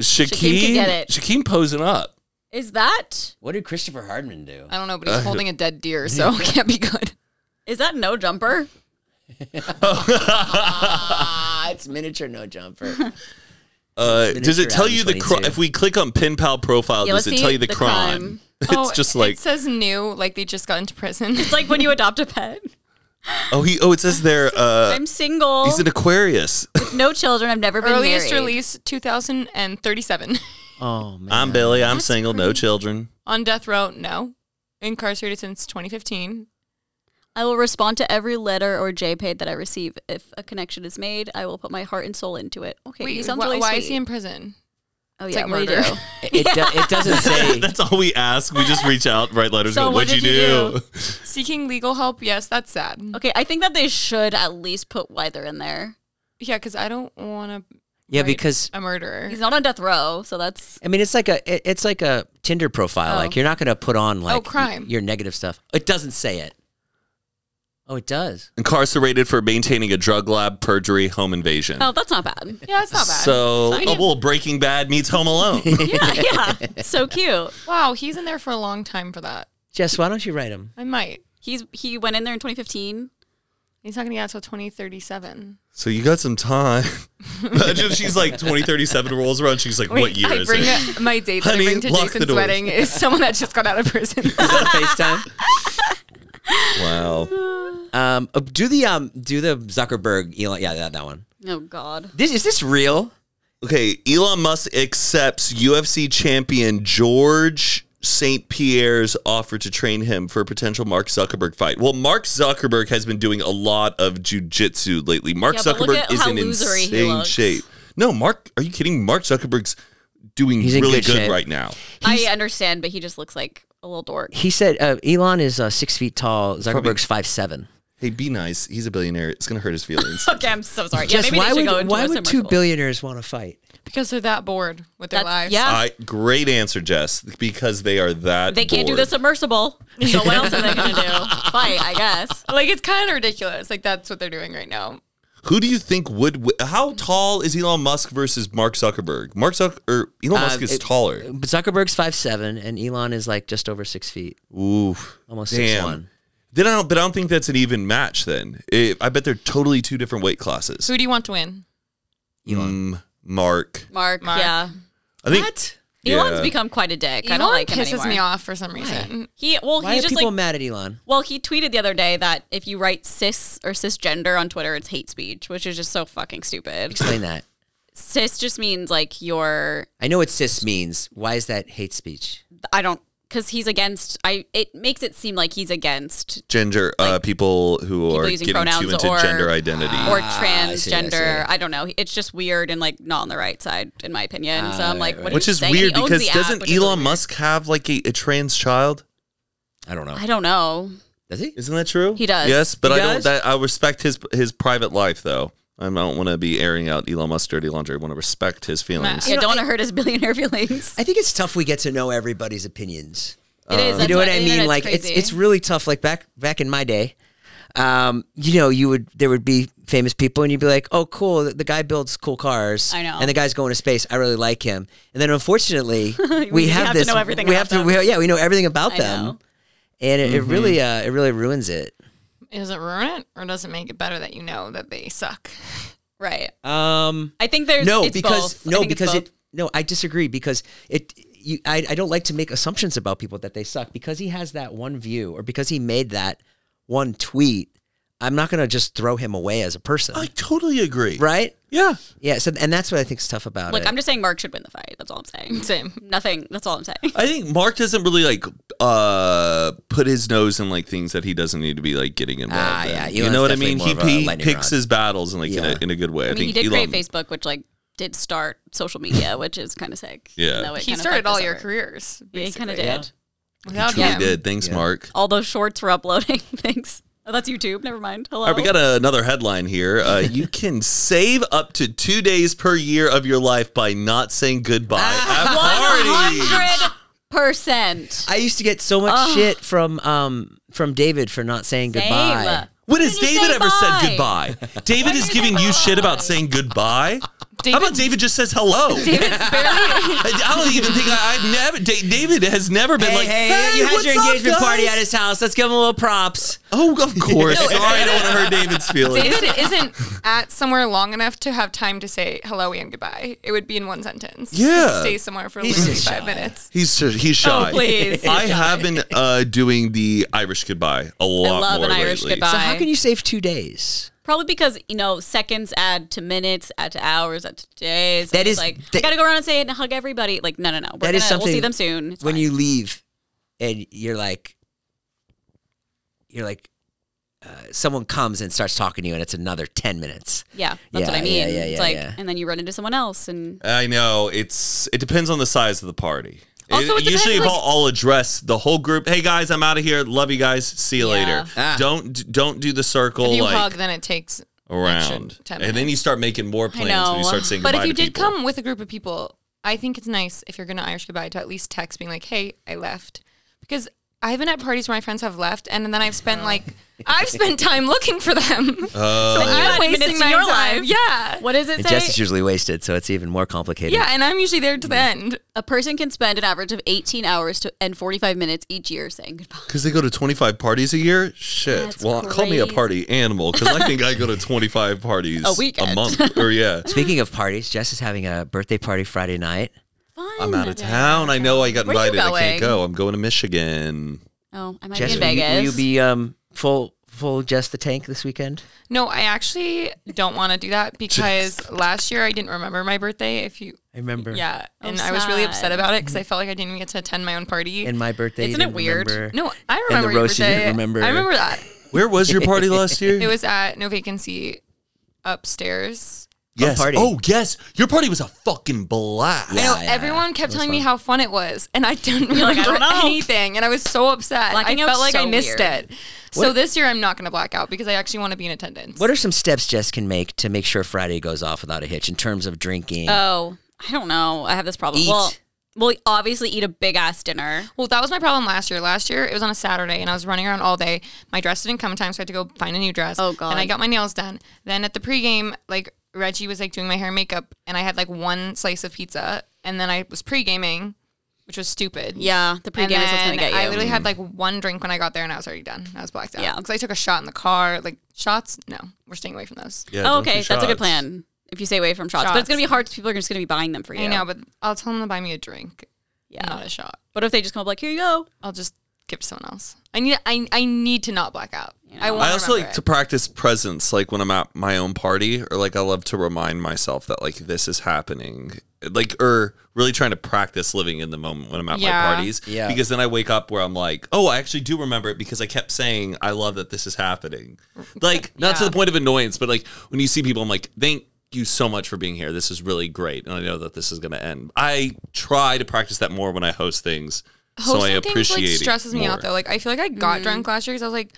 [SPEAKER 3] Shaquem,
[SPEAKER 4] Shaquem can get it.
[SPEAKER 3] Shaquem posing up.
[SPEAKER 4] is that
[SPEAKER 1] What did Christopher Hardman do?
[SPEAKER 6] I don't know, but he's holding a dead deer, so it can't be good.
[SPEAKER 4] is that no jumper?
[SPEAKER 1] Ah, it's miniature no jumper.
[SPEAKER 3] Uh, does
[SPEAKER 1] Miniature
[SPEAKER 3] it tell
[SPEAKER 1] Adam
[SPEAKER 3] you the cri-
[SPEAKER 1] 22.
[SPEAKER 3] if we click on pin pal profile?
[SPEAKER 4] Yeah,
[SPEAKER 3] does
[SPEAKER 4] let's
[SPEAKER 3] it
[SPEAKER 4] see
[SPEAKER 3] tell you the,
[SPEAKER 4] the
[SPEAKER 3] crime?
[SPEAKER 4] crime. Oh, uh,
[SPEAKER 3] It's just like
[SPEAKER 6] Oh, it says new, like they just got into prison.
[SPEAKER 4] It's like when you adopt a pet.
[SPEAKER 3] oh he oh it says there uh,
[SPEAKER 4] I'm single, Oh,
[SPEAKER 3] he's an Aquarius.
[SPEAKER 4] no children. I've never been
[SPEAKER 6] Earliest
[SPEAKER 4] married.
[SPEAKER 6] release 2037.
[SPEAKER 2] Oh man.
[SPEAKER 3] I'm Billy. I'm
[SPEAKER 6] That's
[SPEAKER 3] single, no
[SPEAKER 6] pretty-
[SPEAKER 3] children.
[SPEAKER 6] On death row, no. Incarcerated since 2015.
[SPEAKER 4] I will respond to every letter or JPEG that I receive. If a connection is made, I will put my heart and soul into it. Okay, he sounds
[SPEAKER 6] wh-
[SPEAKER 4] really
[SPEAKER 6] why
[SPEAKER 4] sweet.
[SPEAKER 6] is he in prison?
[SPEAKER 4] oh
[SPEAKER 6] it's
[SPEAKER 4] yeah,
[SPEAKER 6] like
[SPEAKER 4] what do you
[SPEAKER 6] murder.
[SPEAKER 4] do?
[SPEAKER 1] It, do- it doesn't say.
[SPEAKER 3] That's all we ask. We just reach out, write letters.
[SPEAKER 4] So
[SPEAKER 3] go,
[SPEAKER 4] what
[SPEAKER 3] What'd
[SPEAKER 4] did
[SPEAKER 3] you
[SPEAKER 4] you
[SPEAKER 3] do?
[SPEAKER 6] Seeking legal help? Yes, that's sad.
[SPEAKER 4] Okay, I think that they should at least put why they're in there.
[SPEAKER 6] Yeah, because I don't want to.
[SPEAKER 1] Yeah, because
[SPEAKER 6] a murderer.
[SPEAKER 4] He's not on death row, so that's
[SPEAKER 1] I mean, it's like a it- it's like a Tinder profile.
[SPEAKER 6] Oh.
[SPEAKER 1] Like you're not gonna put on
[SPEAKER 4] Oh,
[SPEAKER 1] like
[SPEAKER 6] crime.
[SPEAKER 1] y- your negative stuff. It doesn't say it. Oh, it does.
[SPEAKER 3] Incarcerated for maintaining a drug lab, perjury, home invasion.
[SPEAKER 4] oh, that's not bad.
[SPEAKER 6] yeah, it's not bad.
[SPEAKER 3] So,
[SPEAKER 4] Fine.
[SPEAKER 3] oh, well, Breaking Bad meets Home Alone.
[SPEAKER 4] Yeah, yeah, so cute.
[SPEAKER 6] wow, he's in there for a long time for that.
[SPEAKER 1] Jess, why don't you write them?
[SPEAKER 6] I might.
[SPEAKER 4] He's he went in there in 2015.
[SPEAKER 6] He's not gonna get out till 2037.
[SPEAKER 3] so you got some time. Imagine she's like 2037 rolls around. She's like, what year
[SPEAKER 6] I
[SPEAKER 3] is
[SPEAKER 6] bring
[SPEAKER 3] it?
[SPEAKER 6] a- my date that
[SPEAKER 3] Honey,
[SPEAKER 6] I bring to
[SPEAKER 3] lock the
[SPEAKER 6] Jason's
[SPEAKER 3] doors.
[SPEAKER 6] wedding is someone that just got out of prison.
[SPEAKER 1] FaceTime.
[SPEAKER 3] Wow.
[SPEAKER 1] Um, uh, do the um, do the Zuckerberg Elon. Yeah, that, that one.
[SPEAKER 4] Oh God.
[SPEAKER 1] This is this real?
[SPEAKER 3] Okay, Elon Musk accepts UFC champion George St. Pierre's offer to train him for a potential Mark Zuckerberg fight. Well, Mark Zuckerberg has been doing a lot of jujitsu lately. Mark
[SPEAKER 4] Yeah, but look
[SPEAKER 3] Zuckerberg
[SPEAKER 4] at
[SPEAKER 3] is
[SPEAKER 4] how
[SPEAKER 3] in
[SPEAKER 4] losery he
[SPEAKER 3] insane
[SPEAKER 4] looks.
[SPEAKER 3] shape. No, Mark, are you kidding? Mark Zuckerberg's doing
[SPEAKER 1] He's in
[SPEAKER 3] really
[SPEAKER 1] good
[SPEAKER 3] good
[SPEAKER 1] shape.
[SPEAKER 3] right now.
[SPEAKER 4] I uh, understand, but he just looks like a little dork.
[SPEAKER 1] He said uh, Elon is uh, six feet tall. Zuckerberg's five seven.
[SPEAKER 3] Hey, be nice. He's a billionaire. It's going to hurt his feelings.
[SPEAKER 4] Okay, I'm so sorry. yeah,
[SPEAKER 1] Jess,
[SPEAKER 4] maybe they
[SPEAKER 1] why
[SPEAKER 4] should
[SPEAKER 1] would
[SPEAKER 4] go into
[SPEAKER 1] why
[SPEAKER 4] a
[SPEAKER 1] would two
[SPEAKER 4] submersible.
[SPEAKER 1] billionaires want to fight?
[SPEAKER 6] because they're that bored with their
[SPEAKER 4] That's-
[SPEAKER 6] lives.
[SPEAKER 4] yeah.
[SPEAKER 3] I, great answer, Jess, because they are that
[SPEAKER 4] They can't do the
[SPEAKER 3] bored.
[SPEAKER 4] submersible. So what else are they gonna do? Fight, I guess.
[SPEAKER 6] Like it's kind of ridiculous. Like that's what they're doing right now.
[SPEAKER 3] Who do you think would? wi- How tall is Elon Musk versus Mark Zuckerberg? Mark Zuck or
[SPEAKER 4] Uh,
[SPEAKER 3] Elon Musk is
[SPEAKER 1] it-
[SPEAKER 3] taller.
[SPEAKER 1] But Zuckerberg's five seven, and Elon is like just over six feet,
[SPEAKER 3] Ooh,
[SPEAKER 1] almost six
[SPEAKER 3] damn.
[SPEAKER 1] one.
[SPEAKER 3] Then I don't, but I don't think that's an even match. Then it, I bet they're totally two different weight classes.
[SPEAKER 6] Who do you want to win?
[SPEAKER 3] Mm, Mark,
[SPEAKER 4] Mark,
[SPEAKER 6] Mark.
[SPEAKER 4] yeah.
[SPEAKER 3] I think.
[SPEAKER 1] What?
[SPEAKER 4] Elon's
[SPEAKER 3] Yeah.
[SPEAKER 4] become quite a dick. I
[SPEAKER 6] Elon
[SPEAKER 4] don't like him
[SPEAKER 6] pisses
[SPEAKER 4] anymore.
[SPEAKER 6] me off for some reason.
[SPEAKER 4] He well,
[SPEAKER 1] Why
[SPEAKER 4] he
[SPEAKER 1] are
[SPEAKER 4] just
[SPEAKER 1] people
[SPEAKER 4] like
[SPEAKER 1] mad at Elon?
[SPEAKER 4] well, he tweeted the other day that if you write cis or cisgender on Twitter, it's hate speech, which is just so fucking stupid.
[SPEAKER 1] Explain that.
[SPEAKER 4] cis just means like you're
[SPEAKER 1] I know what cis means. Why is that hate speech?
[SPEAKER 4] I don't because he's against. I it makes it seem like he's against
[SPEAKER 3] Gender uh, people who are
[SPEAKER 4] using
[SPEAKER 3] getting too
[SPEAKER 4] pronouns
[SPEAKER 3] into
[SPEAKER 4] or-
[SPEAKER 3] gender identity.
[SPEAKER 4] or
[SPEAKER 1] Ah, I see, I see.
[SPEAKER 4] transgender. I, don't know. It's just weird and like not on the right side, in my opinion. so
[SPEAKER 1] Ah,
[SPEAKER 4] I'm like, what are
[SPEAKER 3] which
[SPEAKER 4] you
[SPEAKER 3] is
[SPEAKER 4] saying?
[SPEAKER 3] weird
[SPEAKER 4] He owns
[SPEAKER 3] because
[SPEAKER 4] the app,
[SPEAKER 3] doesn't
[SPEAKER 4] which is really
[SPEAKER 3] Elon
[SPEAKER 4] weird.
[SPEAKER 3] Musk have like a, a trans child?
[SPEAKER 1] I don't know.
[SPEAKER 4] I don't know.
[SPEAKER 1] Does he?
[SPEAKER 3] Isn't that true?
[SPEAKER 4] He does.
[SPEAKER 3] Yes, but
[SPEAKER 1] He
[SPEAKER 3] I don't.
[SPEAKER 1] does?
[SPEAKER 3] That, I respect his his private life though. I don't want to be airing out Elon Musk's dirty laundry. I want to respect his feelings.
[SPEAKER 6] Nah.
[SPEAKER 4] Yeah, don't want to hurt his billionaire feelings.
[SPEAKER 1] I think it's tough. We get to know everybody's opinions.
[SPEAKER 4] it is.
[SPEAKER 1] you
[SPEAKER 4] that's
[SPEAKER 1] know what
[SPEAKER 4] the
[SPEAKER 1] I mean?
[SPEAKER 4] internet's
[SPEAKER 1] Like
[SPEAKER 4] crazy.
[SPEAKER 1] it's it's really tough. Like back back in my day, um, you know, you would there would be famous people, and you'd be like, "Oh, cool! The, the guy builds cool cars.
[SPEAKER 4] I know.
[SPEAKER 1] and the guy's going to space. I really like him." And then unfortunately, we,
[SPEAKER 4] You
[SPEAKER 1] have,
[SPEAKER 4] have to
[SPEAKER 1] this.
[SPEAKER 4] know everything
[SPEAKER 1] we
[SPEAKER 4] about
[SPEAKER 1] have to.
[SPEAKER 4] them.
[SPEAKER 1] We, yeah, we know everything about
[SPEAKER 4] I
[SPEAKER 1] them,
[SPEAKER 4] know.
[SPEAKER 1] and it, it really uh, it really ruins it.
[SPEAKER 6] Does it ruin it, or does it make it better that you know that they suck?
[SPEAKER 4] right.
[SPEAKER 1] Um,
[SPEAKER 4] I think there's
[SPEAKER 1] no,
[SPEAKER 4] it's
[SPEAKER 1] because
[SPEAKER 4] both. I
[SPEAKER 1] no,
[SPEAKER 4] think it's
[SPEAKER 1] because
[SPEAKER 4] both.
[SPEAKER 1] it no, I disagree because it. You, I, I don't like to make assumptions about people that they suck because he has that one view or because he made that one tweet. I'm not gonna just throw him away as a person,
[SPEAKER 3] I totally agree.
[SPEAKER 1] right?
[SPEAKER 3] Yeah.
[SPEAKER 1] Yeah. So and that's what I think is tough about
[SPEAKER 4] Look,
[SPEAKER 1] it.
[SPEAKER 4] I'm just saying Mark should win the fight. That's all I'm
[SPEAKER 1] Mm.
[SPEAKER 4] saying.
[SPEAKER 6] Same.
[SPEAKER 4] Nothing. That's all I'm saying.
[SPEAKER 3] I think Mark doesn't really like uh put his nose in like things that he doesn't need to be like getting involved
[SPEAKER 1] Ah,
[SPEAKER 3] in.
[SPEAKER 1] yeah,
[SPEAKER 3] you
[SPEAKER 1] Elon's
[SPEAKER 3] know what I
[SPEAKER 1] definitely
[SPEAKER 3] mean?
[SPEAKER 1] more
[SPEAKER 3] He,
[SPEAKER 1] of a
[SPEAKER 3] he
[SPEAKER 1] lightning rod.
[SPEAKER 3] picks his battles in like in,
[SPEAKER 1] Yeah.
[SPEAKER 3] a, in a good way. I,
[SPEAKER 4] I mean, he
[SPEAKER 3] think
[SPEAKER 4] did
[SPEAKER 3] Elon.
[SPEAKER 4] create Facebook, which like did start social media, which is kind of sick.
[SPEAKER 3] Yeah.
[SPEAKER 4] Even though it
[SPEAKER 6] He
[SPEAKER 4] kinda
[SPEAKER 6] started
[SPEAKER 4] fucked
[SPEAKER 6] all
[SPEAKER 4] us
[SPEAKER 6] your
[SPEAKER 4] over.
[SPEAKER 6] careers.
[SPEAKER 4] Yeah, he kind of
[SPEAKER 6] basically.
[SPEAKER 4] did.
[SPEAKER 6] Without
[SPEAKER 3] Truly
[SPEAKER 6] him.
[SPEAKER 3] did. Thanks, Mark.
[SPEAKER 4] All those shorts were uploading. Thanks. Oh, that's YouTube. Never mind. Hello.
[SPEAKER 3] All right, we got another headline here. Uh, you can save up to two days per year of your life by not saying goodbye at parties.
[SPEAKER 4] hundred percent.
[SPEAKER 1] I used to get so much shit from um from David for not saying goodbye.
[SPEAKER 3] When has
[SPEAKER 4] When you
[SPEAKER 3] David
[SPEAKER 4] say
[SPEAKER 3] ever said
[SPEAKER 4] bye.
[SPEAKER 3] goodbye? David is giving you shit about saying goodbye. How about David just says hello?
[SPEAKER 6] David's barely.
[SPEAKER 3] I, I don't even think I, I've never. Da- David has never been
[SPEAKER 1] Hey,
[SPEAKER 3] like,
[SPEAKER 1] hey,
[SPEAKER 3] hey,
[SPEAKER 1] you had your
[SPEAKER 3] what's up,
[SPEAKER 1] engagement party
[SPEAKER 3] guys?"
[SPEAKER 1] at his house. Let's give him a little props.
[SPEAKER 3] Oh, of course. Sorry, I don't want to hurt David's feelings.
[SPEAKER 6] David isn't at somewhere long enough to have time to say hello and goodbye. It would be in one sentence.
[SPEAKER 3] Yeah.
[SPEAKER 6] Stay somewhere for
[SPEAKER 1] He's
[SPEAKER 6] literally
[SPEAKER 1] just
[SPEAKER 6] five
[SPEAKER 1] shy.
[SPEAKER 6] minutes.
[SPEAKER 3] He's he's shy.
[SPEAKER 4] Oh, please.
[SPEAKER 3] I have been uh, doing the Irish goodbye a lot
[SPEAKER 4] love
[SPEAKER 3] more
[SPEAKER 4] an Irish
[SPEAKER 3] lately.
[SPEAKER 4] goodbye.
[SPEAKER 1] So how
[SPEAKER 4] Bye.
[SPEAKER 1] can you save two days?
[SPEAKER 4] Probably because you know seconds add to minutes, add to hours, add to days.
[SPEAKER 5] That
[SPEAKER 4] It's
[SPEAKER 5] is-
[SPEAKER 4] like I
[SPEAKER 5] that-
[SPEAKER 4] gotta go around and say it and hug everybody. Like no, no, no. We're
[SPEAKER 1] That is
[SPEAKER 4] gonna- We'll see
[SPEAKER 1] something
[SPEAKER 4] them soon. It's
[SPEAKER 1] when
[SPEAKER 4] fine.
[SPEAKER 1] you leave and you're like you're like uh, someone comes and starts talking to you and it's another 10 minutes
[SPEAKER 4] yeah, that's what
[SPEAKER 1] Yeah,
[SPEAKER 4] I mean.
[SPEAKER 1] yeah, yeah,
[SPEAKER 4] it's
[SPEAKER 1] yeah,
[SPEAKER 4] like,
[SPEAKER 1] yeah.
[SPEAKER 4] and then you run into someone else, and
[SPEAKER 3] I know it's it depends on the size of the party.
[SPEAKER 4] Also, it depends,
[SPEAKER 3] usually,
[SPEAKER 4] like-
[SPEAKER 3] I'll, I'll address the whole group. Hey guys, I'm out of here. Love you guys. See you
[SPEAKER 4] Yeah.
[SPEAKER 3] later.
[SPEAKER 1] Ah.
[SPEAKER 3] Don't don't do the circle
[SPEAKER 6] If you
[SPEAKER 3] like
[SPEAKER 6] hug, then it takes
[SPEAKER 3] around,
[SPEAKER 6] extra 10
[SPEAKER 3] and then you start making more plans when
[SPEAKER 4] know.
[SPEAKER 3] you start saying
[SPEAKER 6] But
[SPEAKER 3] goodbye
[SPEAKER 6] if you
[SPEAKER 3] to
[SPEAKER 6] did
[SPEAKER 3] people.
[SPEAKER 6] come with a group of people, I think it's nice if you're going to Irish goodbye to at least text being like, "Hey, I left," because I've been at parties where my friends have left, and then I've spent like I've spent time looking for them. so I'm
[SPEAKER 4] add
[SPEAKER 6] wasting
[SPEAKER 4] minutes to
[SPEAKER 6] my
[SPEAKER 4] your
[SPEAKER 6] time.
[SPEAKER 4] life.
[SPEAKER 6] Yeah,
[SPEAKER 4] what does it
[SPEAKER 1] and
[SPEAKER 4] say?
[SPEAKER 1] jess is usually wasted so it's even more complicated
[SPEAKER 6] yeah, and I'm usually there to the end.
[SPEAKER 4] a person can spend an average of 18 hours to and 45 minutes each year saying goodbye.
[SPEAKER 3] because they go to 25 parties a year. Shit.
[SPEAKER 4] That's
[SPEAKER 3] well, call me a
[SPEAKER 4] crazy.
[SPEAKER 3] party animal because I think I go to 25 parties
[SPEAKER 4] A
[SPEAKER 3] a,
[SPEAKER 4] weekend.
[SPEAKER 3] month. Or yeah,
[SPEAKER 1] speaking of parties jess is having a birthday party friday night
[SPEAKER 4] Fun.
[SPEAKER 3] I'm out of town. I know I got
[SPEAKER 4] Where are you
[SPEAKER 3] invited. I can't
[SPEAKER 4] going?
[SPEAKER 3] go. I'm going to Michigan.
[SPEAKER 4] Oh, I might
[SPEAKER 1] jess
[SPEAKER 4] be in
[SPEAKER 1] will you,
[SPEAKER 4] Vegas.
[SPEAKER 1] will you be um, full full jess the tank this weekend
[SPEAKER 6] No, I actually don't want to do that because last year I didn't remember my birthday. If you,
[SPEAKER 1] i remember
[SPEAKER 6] yeah, and
[SPEAKER 4] Oh,
[SPEAKER 6] I was really
[SPEAKER 4] sad.
[SPEAKER 6] upset about it because I felt like I didn't even get to attend my own party.
[SPEAKER 1] Mm. and my birthday you
[SPEAKER 4] Isn't it
[SPEAKER 1] didn't
[SPEAKER 4] weird?
[SPEAKER 1] remember.
[SPEAKER 6] no, I remember your
[SPEAKER 1] roast you didn't
[SPEAKER 6] birthday.
[SPEAKER 1] remember.
[SPEAKER 6] I remember that.
[SPEAKER 3] Where was your party last year?
[SPEAKER 6] It was at No Vacancy upstairs.
[SPEAKER 3] yes.
[SPEAKER 1] party.
[SPEAKER 3] Oh yes, your party was a fucking blast.
[SPEAKER 6] I know
[SPEAKER 1] yeah,
[SPEAKER 6] everyone kept telling me how fun it was, and I didn't remember
[SPEAKER 4] Oh, like, I don't know.
[SPEAKER 6] anything, and I was so upset.
[SPEAKER 4] Blacking
[SPEAKER 6] I
[SPEAKER 4] out's
[SPEAKER 6] felt like I
[SPEAKER 4] so
[SPEAKER 6] missed
[SPEAKER 4] weird.
[SPEAKER 6] it. So this year I'm not going to black out because I actually want to be in attendance.
[SPEAKER 1] what are some steps jess can make to make sure friday goes off without a hitch in terms of drinking
[SPEAKER 4] Oh, I don't know. I have this problem.
[SPEAKER 1] Eat.
[SPEAKER 4] Well, well, obviously eat a big ass dinner.
[SPEAKER 6] well, that was my problem last year. Last year it was on a Saturday, and I was running around all day. My dress didn't come in time, so I had to go find a new dress.
[SPEAKER 4] Oh, God.
[SPEAKER 6] And I got my nails done. Then at the pregame, like Reggie was like doing my hair and makeup, and I had like one slice of pizza, and then I was pregaming, which was stupid.
[SPEAKER 4] Yeah, the pregame
[SPEAKER 6] And
[SPEAKER 4] is what's gonna
[SPEAKER 6] then
[SPEAKER 4] get you.
[SPEAKER 6] I literally had like one drink when I got there, and I was already done. I was blacked out.
[SPEAKER 4] Yeah.
[SPEAKER 6] because I took a shot in the car. Like shots, no, we're staying away from those.
[SPEAKER 3] Yeah,
[SPEAKER 4] oh,
[SPEAKER 3] don't do
[SPEAKER 4] okay, that's a good
[SPEAKER 3] shots.
[SPEAKER 4] plan. If you stay away from shots, but it's
[SPEAKER 6] Shots.
[SPEAKER 4] gonna be hard. 'cause People are just gonna be buying them for you.
[SPEAKER 6] I know, but I'll tell them to buy me a drink,
[SPEAKER 4] yeah.
[SPEAKER 6] not a shot.
[SPEAKER 4] What if they just come up like, here you go?
[SPEAKER 6] I'll just give to someone else. I need, I, I need to not black out. I want.
[SPEAKER 3] I also like to practice presence, like when I'm at my own party, or like I love to remind myself that like this is happening, like or really trying to practice living in the moment when I'm at
[SPEAKER 6] Yeah.
[SPEAKER 3] my parties.
[SPEAKER 1] Yeah.
[SPEAKER 3] Because then I wake up where I'm like, oh, I actually do remember it because I kept saying I love that this is happening. Like not to the point of annoyance, but like when you see people, I'm like, thank you so much for being here. This is really great, and I know that this is going to end. I try to practice that more when I host things. so I
[SPEAKER 6] Hosting things
[SPEAKER 3] appreciate
[SPEAKER 6] like
[SPEAKER 3] it
[SPEAKER 6] stresses me
[SPEAKER 3] more.
[SPEAKER 6] out though. Like I feel like I got drunk last year because I was like,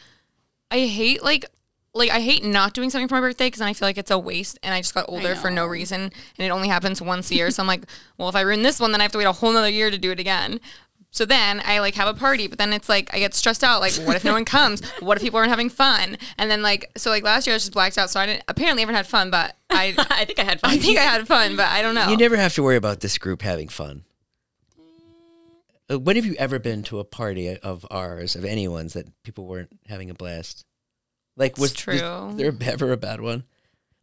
[SPEAKER 6] I hate like. Like I hate not doing something for my birthday because then I feel like it's a waste, and I just got older for no reason, and it only happens once a year. so I'm like, well, if I ruin this one, then I have to wait a whole nother year to do it again. So then I like have a party, but then it's like I get stressed out. Like, what if no one comes? What if people aren't having fun? And then like so like last year I was just blacked out, so I didn't apparently I haven't had fun, but I
[SPEAKER 4] I think I had fun.
[SPEAKER 6] I think I had fun, but I don't
[SPEAKER 4] Oh.
[SPEAKER 6] know.
[SPEAKER 1] You never have to worry about this group having fun. Uh, When have you ever been to a party of ours, of anyone's, that people weren't having a blast? Like, was,
[SPEAKER 6] It's
[SPEAKER 1] was
[SPEAKER 6] true.
[SPEAKER 1] there ever a bad one?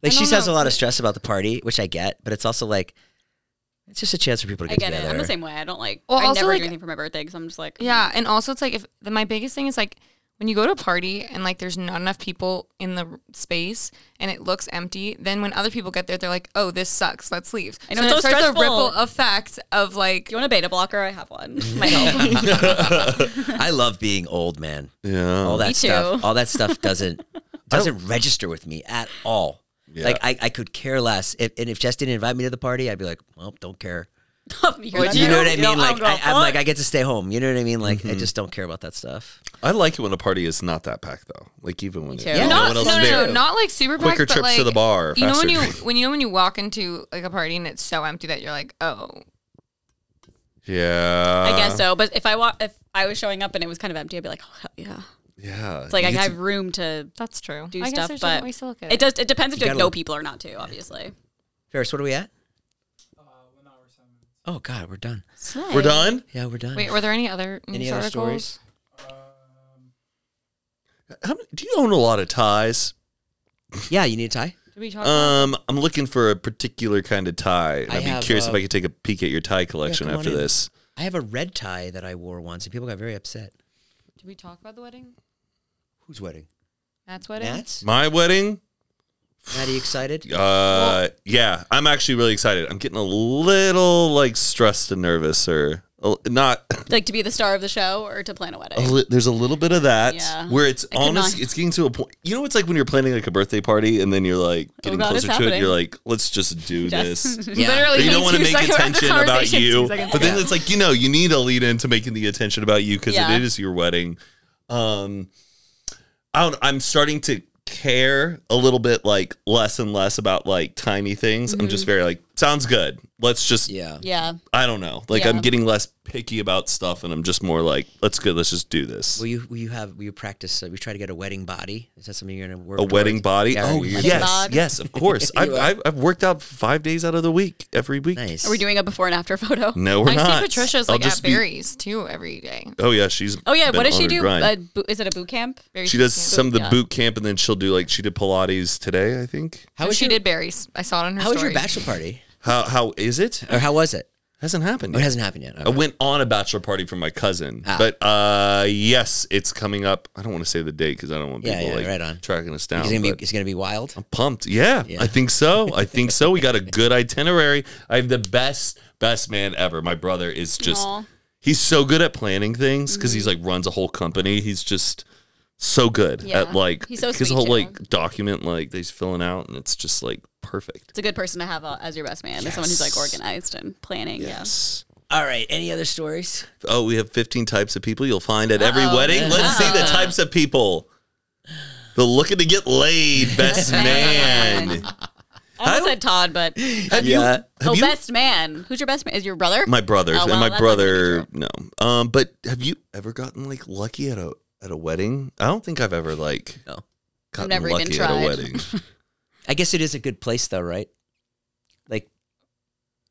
[SPEAKER 1] Like,
[SPEAKER 6] I
[SPEAKER 1] she
[SPEAKER 6] don't
[SPEAKER 1] has a
[SPEAKER 6] know.
[SPEAKER 1] lot of stress about the party, which I get, but it's also like, it's just a chance for people to
[SPEAKER 4] I
[SPEAKER 1] get,
[SPEAKER 4] get it.
[SPEAKER 1] together.
[SPEAKER 4] I'm the same way. I don't like.
[SPEAKER 6] Well,
[SPEAKER 4] I
[SPEAKER 6] also,
[SPEAKER 4] never
[SPEAKER 6] like-
[SPEAKER 4] do anything for my birthday because I'm just like,
[SPEAKER 6] Yeah, and also it's like if the, my biggest thing is like when you go to a party and like there's not enough people in the r- space and it looks empty, then when other people get there, they're like, "Oh, this sucks. Let's leave."
[SPEAKER 4] I know,
[SPEAKER 6] then
[SPEAKER 4] it's
[SPEAKER 6] it
[SPEAKER 4] so
[SPEAKER 6] starts
[SPEAKER 4] stressful.
[SPEAKER 6] a ripple effect of like,
[SPEAKER 4] Do you want a beta blocker? I have one. Might help.
[SPEAKER 1] I love being old, man.
[SPEAKER 3] Yeah.
[SPEAKER 1] All that
[SPEAKER 4] Me
[SPEAKER 1] stuff.
[SPEAKER 4] too.
[SPEAKER 1] All that stuff doesn't doesn't register with me at all. Like, I, I could care less. If, and if Jess didn't invite me to the party, I'd be like, well, don't care.
[SPEAKER 4] Would
[SPEAKER 1] you know what I mean? Like I, I'm like I get to stay home. You know what I mean? Like
[SPEAKER 3] Mm-hmm.
[SPEAKER 1] I just don't care about that stuff.
[SPEAKER 3] I like it when a party is not that packed though. Like even when
[SPEAKER 4] too.
[SPEAKER 3] it,
[SPEAKER 4] Yeah.
[SPEAKER 3] when
[SPEAKER 6] not
[SPEAKER 3] no one
[SPEAKER 6] no,
[SPEAKER 3] else
[SPEAKER 6] no,
[SPEAKER 3] is there.
[SPEAKER 6] no, not like super packed,
[SPEAKER 3] Quicker
[SPEAKER 6] but,
[SPEAKER 3] trips to the
[SPEAKER 6] like,
[SPEAKER 3] bar,
[SPEAKER 6] You know when you
[SPEAKER 3] faster
[SPEAKER 6] when you know when you walk into like a party and it's so empty that you're like, "Oh,
[SPEAKER 3] yeah.
[SPEAKER 4] I
[SPEAKER 6] uh,
[SPEAKER 4] guess so. But if I wa- if I was showing up and it was kind of empty, I'd be like, oh, hell yeah.
[SPEAKER 3] Yeah.
[SPEAKER 4] It's like I
[SPEAKER 3] You get
[SPEAKER 4] have
[SPEAKER 3] to-
[SPEAKER 4] room to
[SPEAKER 6] that's true."
[SPEAKER 4] do
[SPEAKER 6] I guess
[SPEAKER 4] stuff,
[SPEAKER 6] there's
[SPEAKER 4] but
[SPEAKER 6] different ways to look at
[SPEAKER 4] it
[SPEAKER 6] it.
[SPEAKER 4] does. It depends if
[SPEAKER 1] You
[SPEAKER 4] you
[SPEAKER 1] gotta
[SPEAKER 4] know
[SPEAKER 1] look-
[SPEAKER 4] people or not too. Obviously.
[SPEAKER 1] Ferris, what are we at?
[SPEAKER 3] Uh,
[SPEAKER 1] Oh God, we're done.
[SPEAKER 3] we're done.
[SPEAKER 1] Yeah, we're done.
[SPEAKER 6] Wait, were there any other news
[SPEAKER 1] Any other
[SPEAKER 6] articles?
[SPEAKER 1] stories?
[SPEAKER 3] How many, do you own a lot of ties?
[SPEAKER 1] Yeah, you need a tie.
[SPEAKER 6] Did we talk? about
[SPEAKER 3] Um, I'm looking for a particular kind of tie. and
[SPEAKER 1] I
[SPEAKER 3] I'd
[SPEAKER 1] have,
[SPEAKER 3] be curious
[SPEAKER 1] uh,
[SPEAKER 3] if I could take a peek at your tie collection
[SPEAKER 1] come on
[SPEAKER 3] after
[SPEAKER 1] in.
[SPEAKER 3] this.
[SPEAKER 1] I have a red tie that I wore once, and people got very upset.
[SPEAKER 6] did we talk about the wedding?
[SPEAKER 1] Whose wedding?
[SPEAKER 6] Matt's wedding.
[SPEAKER 1] Matt's.
[SPEAKER 3] My wedding.
[SPEAKER 1] Maddie, excited?
[SPEAKER 3] Uh, yeah, I'm actually really excited. I'm getting a little like stressed and nervous, or uh, not.
[SPEAKER 4] Like to be the star of the show or to plan a wedding.
[SPEAKER 3] a
[SPEAKER 6] Oh.
[SPEAKER 3] li- there's a little bit of that
[SPEAKER 4] Yeah.
[SPEAKER 3] where it's
[SPEAKER 4] could
[SPEAKER 3] honest.
[SPEAKER 4] not-
[SPEAKER 3] It's getting to a point. You know, it's like when you're planning like a birthday party, and then you're like getting
[SPEAKER 4] Oh, God, it's
[SPEAKER 3] closer to it.
[SPEAKER 4] happening.
[SPEAKER 3] You're like, let's just do this.
[SPEAKER 5] Yeah.
[SPEAKER 3] But
[SPEAKER 6] Literally,
[SPEAKER 3] you don't want to make attention about you. But then
[SPEAKER 6] yeah.
[SPEAKER 3] it's like you know you need a lead into making the attention about you because
[SPEAKER 4] Yeah.
[SPEAKER 3] it is your wedding. Um, I don't, I'm starting to care a little bit like less and less about like tiny things. I'm
[SPEAKER 4] Mm-hmm.
[SPEAKER 3] just very like sounds good. Let's just
[SPEAKER 1] Yeah.
[SPEAKER 4] yeah.
[SPEAKER 3] I don't know. Like I'm
[SPEAKER 4] Yeah.
[SPEAKER 3] getting less picky about stuff, and I'm just more like let's go. Let's just do this.
[SPEAKER 1] Will you will you have will you practice? Uh, we try to get a wedding body. Is that something you're gonna work?
[SPEAKER 3] a wedding
[SPEAKER 1] towards?
[SPEAKER 3] body.
[SPEAKER 1] Yeah,
[SPEAKER 3] oh
[SPEAKER 1] you're-
[SPEAKER 3] yes,
[SPEAKER 4] bod.
[SPEAKER 3] yes, of course. I've, I've I've worked out five days out of the week every week.
[SPEAKER 1] Nice.
[SPEAKER 4] Are we doing a before and after photo?
[SPEAKER 3] No, we're
[SPEAKER 6] I
[SPEAKER 3] not.
[SPEAKER 6] see Patricia's
[SPEAKER 3] I'll
[SPEAKER 6] like at
[SPEAKER 3] just be-
[SPEAKER 6] Berries too every day.
[SPEAKER 3] Oh yeah, she's.
[SPEAKER 4] Oh yeah,
[SPEAKER 3] been
[SPEAKER 4] what does
[SPEAKER 3] on
[SPEAKER 4] she
[SPEAKER 3] her
[SPEAKER 4] do?
[SPEAKER 3] grind.
[SPEAKER 4] A bo- is it a boot camp?
[SPEAKER 3] she does
[SPEAKER 6] Yeah.
[SPEAKER 3] some of the
[SPEAKER 4] yeah.
[SPEAKER 3] boot camp, and then she'll do like she did Pilates today, I think.
[SPEAKER 1] How
[SPEAKER 6] No,
[SPEAKER 1] was
[SPEAKER 6] she
[SPEAKER 1] your,
[SPEAKER 6] did berries. I saw it on her
[SPEAKER 1] How was
[SPEAKER 6] story.
[SPEAKER 1] your bachelor party?
[SPEAKER 3] How how is it?
[SPEAKER 1] Or how was it?
[SPEAKER 3] Hasn't happened.
[SPEAKER 1] Or Oh, it
[SPEAKER 3] Yet.
[SPEAKER 1] hasn't happened yet.
[SPEAKER 3] I
[SPEAKER 1] Okay.
[SPEAKER 3] went on a bachelor party for my cousin,
[SPEAKER 1] Ah.
[SPEAKER 3] but uh, yes, it's coming up. I don't want to say the date because I don't want
[SPEAKER 1] Yeah,
[SPEAKER 3] people
[SPEAKER 1] yeah,
[SPEAKER 3] like
[SPEAKER 1] right on.
[SPEAKER 3] tracking us down.
[SPEAKER 1] It's gonna be
[SPEAKER 3] but-
[SPEAKER 1] it's gonna be wild.
[SPEAKER 3] pumped. Yeah, I think so. I think so. We got a good itinerary. I have the best, best man ever. My brother is just,
[SPEAKER 4] Aw. Mm-hmm.
[SPEAKER 3] he's so good at planning things because he's like runs a whole company. He's just so good
[SPEAKER 4] Yeah.
[SPEAKER 3] at like,
[SPEAKER 4] He's so
[SPEAKER 3] his
[SPEAKER 4] sweet,
[SPEAKER 3] whole
[SPEAKER 4] too.
[SPEAKER 3] like document, like that he's filling out and it's just like perfect.
[SPEAKER 4] It's a good person to have uh, as your best man. Is someone who's like organized and planning. Yeah.
[SPEAKER 3] Yes.
[SPEAKER 1] All right. Any other stories?
[SPEAKER 3] Oh, we have 15 types of people you'll find at every wedding. Let's see the types of people. The looking to get laid, best man.
[SPEAKER 4] I almost said Todd, but
[SPEAKER 3] Have you?
[SPEAKER 1] Yeah.
[SPEAKER 3] have
[SPEAKER 4] oh,
[SPEAKER 3] you-
[SPEAKER 4] best man. Who's your best man? Is your brother?
[SPEAKER 3] My brother,
[SPEAKER 4] Oh,
[SPEAKER 3] and
[SPEAKER 4] wow,
[SPEAKER 3] my
[SPEAKER 4] that's not gonna be
[SPEAKER 3] brother, no. Um, but have you ever gotten like lucky at a at a wedding? I don't think I've ever like
[SPEAKER 1] No.
[SPEAKER 3] gotten
[SPEAKER 4] never even
[SPEAKER 3] lucky at
[SPEAKER 4] tried.
[SPEAKER 3] a wedding.
[SPEAKER 1] I guess it is a good place though, right? Like,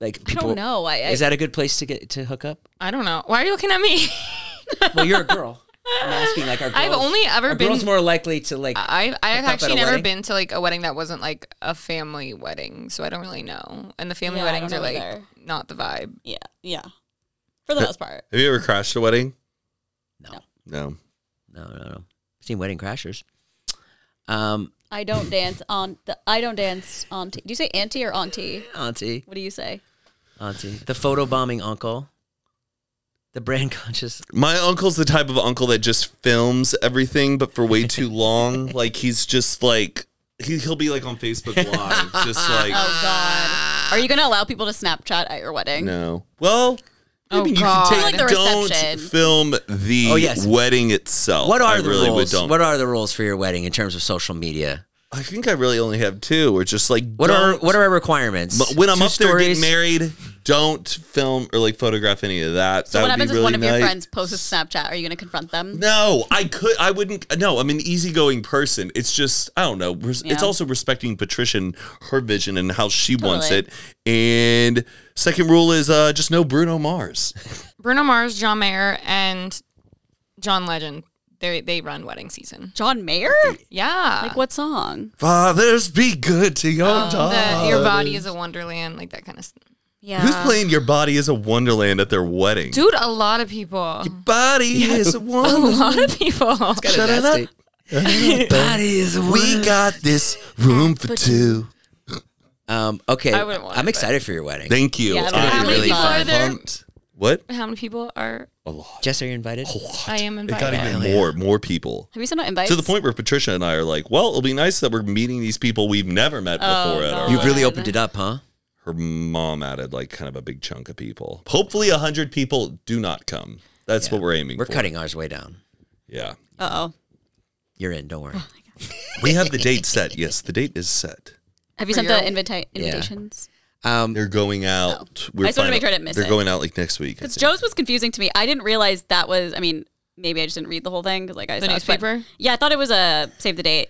[SPEAKER 1] like
[SPEAKER 4] I
[SPEAKER 1] people.
[SPEAKER 4] don't know. I, I
[SPEAKER 1] Is that a good place to get to hook up?
[SPEAKER 6] I don't know. Why are you looking at me?
[SPEAKER 1] Well, you're a girl. I'm asking. Like, our girls,
[SPEAKER 6] I've only ever
[SPEAKER 1] are
[SPEAKER 6] been-
[SPEAKER 1] girls more likely to like.
[SPEAKER 4] Uh,
[SPEAKER 6] I I've
[SPEAKER 1] up at a
[SPEAKER 6] actually never
[SPEAKER 1] wedding?
[SPEAKER 6] been to like a wedding that wasn't like a family wedding, so I don't really know. And the family
[SPEAKER 4] Yeah, I don't
[SPEAKER 6] weddings are
[SPEAKER 4] know
[SPEAKER 6] like
[SPEAKER 4] either.
[SPEAKER 6] not the vibe.
[SPEAKER 4] yeah, yeah. For the most part.
[SPEAKER 3] Have you ever crashed a wedding?
[SPEAKER 1] No.
[SPEAKER 3] No.
[SPEAKER 1] no, no, no. I've seen wedding crashers. Um,
[SPEAKER 4] I don't dance on the I don't dance auntie. Do you say auntie or auntie?
[SPEAKER 1] auntie,
[SPEAKER 4] What do you say?
[SPEAKER 1] auntie, the photo bombing uncle, the brand conscious.
[SPEAKER 3] My uncle's the type of uncle that just films everything, but for way too long. like he's just like he, he'll be like on Facebook Live, just like
[SPEAKER 4] Oh god. Are you gonna allow people to Snapchat at your wedding?
[SPEAKER 3] no. Well. I
[SPEAKER 6] Oh,
[SPEAKER 3] mean, you
[SPEAKER 6] God.
[SPEAKER 3] can take,
[SPEAKER 4] Like the
[SPEAKER 3] don't
[SPEAKER 4] reception.
[SPEAKER 3] film the
[SPEAKER 1] Oh, yes.
[SPEAKER 3] wedding itself.
[SPEAKER 1] What are
[SPEAKER 3] Oh, I
[SPEAKER 1] the
[SPEAKER 3] really would
[SPEAKER 1] rules?
[SPEAKER 3] don't.
[SPEAKER 1] What are the rules for your wedding in terms of social media?
[SPEAKER 3] I think I really only have two. Or just like
[SPEAKER 1] What are
[SPEAKER 3] don't-
[SPEAKER 1] what are our requirements?
[SPEAKER 3] But when I'm
[SPEAKER 1] Two
[SPEAKER 3] up there
[SPEAKER 1] stories?
[SPEAKER 3] getting married, don't film or like photograph any of that.
[SPEAKER 4] So
[SPEAKER 3] that
[SPEAKER 4] what
[SPEAKER 3] would
[SPEAKER 4] happens
[SPEAKER 3] be
[SPEAKER 4] if
[SPEAKER 3] really
[SPEAKER 4] one of your
[SPEAKER 3] nice.
[SPEAKER 4] friends posts a Snapchat? Are you gonna confront them?
[SPEAKER 3] No, I could. I wouldn't. No, I'm an easygoing person. It's just I don't know. res- It's
[SPEAKER 4] Yeah.
[SPEAKER 3] also respecting Patricia, and her vision, and how she wants
[SPEAKER 4] Totally.
[SPEAKER 3] it. And second rule is uh, just no Bruno Mars.
[SPEAKER 6] Bruno Mars, John Mayer, and John Legend. They they run wedding season.
[SPEAKER 4] John Mayer?
[SPEAKER 6] Yeah.
[SPEAKER 4] Like what song?
[SPEAKER 3] Fathers, be good to your
[SPEAKER 4] Oh,
[SPEAKER 6] The,
[SPEAKER 3] daughters.
[SPEAKER 6] your body is a wonderland, like that kind of stuff.
[SPEAKER 4] Yeah.
[SPEAKER 3] Who's playing Your Body is a Wonderland at their wedding?
[SPEAKER 6] Dude, a lot of people.
[SPEAKER 3] Body is a
[SPEAKER 6] A
[SPEAKER 4] Oh,
[SPEAKER 3] wonderland.
[SPEAKER 6] lot of people.
[SPEAKER 1] Shut it up. Body is a
[SPEAKER 3] We got this room for two.
[SPEAKER 1] Um, okay,
[SPEAKER 6] I wouldn't want
[SPEAKER 1] I'm
[SPEAKER 6] it,
[SPEAKER 1] excited for your wedding.
[SPEAKER 3] Thank you.
[SPEAKER 4] Yeah,
[SPEAKER 3] I
[SPEAKER 4] how
[SPEAKER 3] am
[SPEAKER 4] many
[SPEAKER 3] really
[SPEAKER 4] people are
[SPEAKER 3] fun-
[SPEAKER 6] there?
[SPEAKER 3] pumped. What?
[SPEAKER 6] How many people are
[SPEAKER 3] A lot.
[SPEAKER 1] Jess, are you invited?
[SPEAKER 6] I am
[SPEAKER 3] It got
[SPEAKER 6] invited?
[SPEAKER 3] even more, more people.
[SPEAKER 4] Have you sent out invites?
[SPEAKER 3] To the point where Patricia and I are like, well, it'll be nice that we're meeting these people we've never met
[SPEAKER 4] Oh,
[SPEAKER 3] before. At our
[SPEAKER 4] no.
[SPEAKER 1] You've
[SPEAKER 3] wedding.
[SPEAKER 1] really opened it up, huh?
[SPEAKER 3] Her mom added like kind of a big chunk of people. Hopefully, a hundred people do not come. That's what we're aiming
[SPEAKER 1] We're
[SPEAKER 3] for.
[SPEAKER 1] cutting ours way down.
[SPEAKER 3] Yeah,
[SPEAKER 4] Uh oh.
[SPEAKER 1] You're in. Don't worry.
[SPEAKER 3] we have the date set. Yes, the date is set.
[SPEAKER 4] Have you
[SPEAKER 6] For
[SPEAKER 4] sent
[SPEAKER 6] your-
[SPEAKER 4] the invita- invitations?
[SPEAKER 1] Um,
[SPEAKER 3] They're going out. We're
[SPEAKER 4] Oh, I just
[SPEAKER 3] final-
[SPEAKER 4] wanted to make sure I didn't miss
[SPEAKER 3] They're
[SPEAKER 4] it.
[SPEAKER 3] going out like next week. I
[SPEAKER 4] Because
[SPEAKER 3] think.
[SPEAKER 4] Joe's was confusing to me. I didn't realize that was. I mean, maybe I just didn't read the whole thing. 'cause, Like I
[SPEAKER 6] The
[SPEAKER 4] saw it, but-
[SPEAKER 6] newspaper?
[SPEAKER 4] yeah, I thought it was a save the date.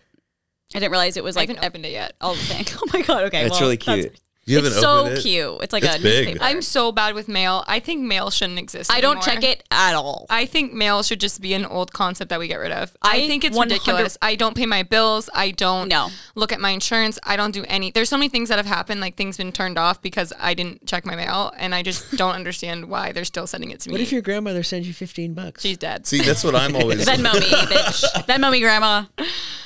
[SPEAKER 4] I didn't realize it was
[SPEAKER 6] I
[SPEAKER 4] like
[SPEAKER 6] haven't opened it yet.
[SPEAKER 4] all the thing. Oh my god. Okay,
[SPEAKER 1] It's
[SPEAKER 4] well,
[SPEAKER 1] really
[SPEAKER 4] that's-
[SPEAKER 1] cute.
[SPEAKER 3] You
[SPEAKER 4] it's
[SPEAKER 3] haven't
[SPEAKER 4] so
[SPEAKER 3] opened it?
[SPEAKER 4] cute. It's like
[SPEAKER 3] It's
[SPEAKER 4] a
[SPEAKER 3] big.
[SPEAKER 4] newspaper.
[SPEAKER 6] I'm so bad with mail. I think mail shouldn't exist.
[SPEAKER 4] I don't
[SPEAKER 6] anymore.
[SPEAKER 4] check it at all.
[SPEAKER 6] I think mail should just be an old concept that we get rid of. I,
[SPEAKER 4] I
[SPEAKER 6] think it's
[SPEAKER 4] 100
[SPEAKER 6] ridiculous. I don't pay my bills. I don't
[SPEAKER 4] No.
[SPEAKER 6] look at my insurance. I don't do any. There's so many things that have happened, like things been turned off because I didn't check my mail, and I just don't understand why they're still sending it to me.
[SPEAKER 1] what if your grandmother sends you 15 bucks?
[SPEAKER 6] She's dead.
[SPEAKER 3] See, that's what I'm always.
[SPEAKER 4] Venmo me, bitch. Venmo me, grandma.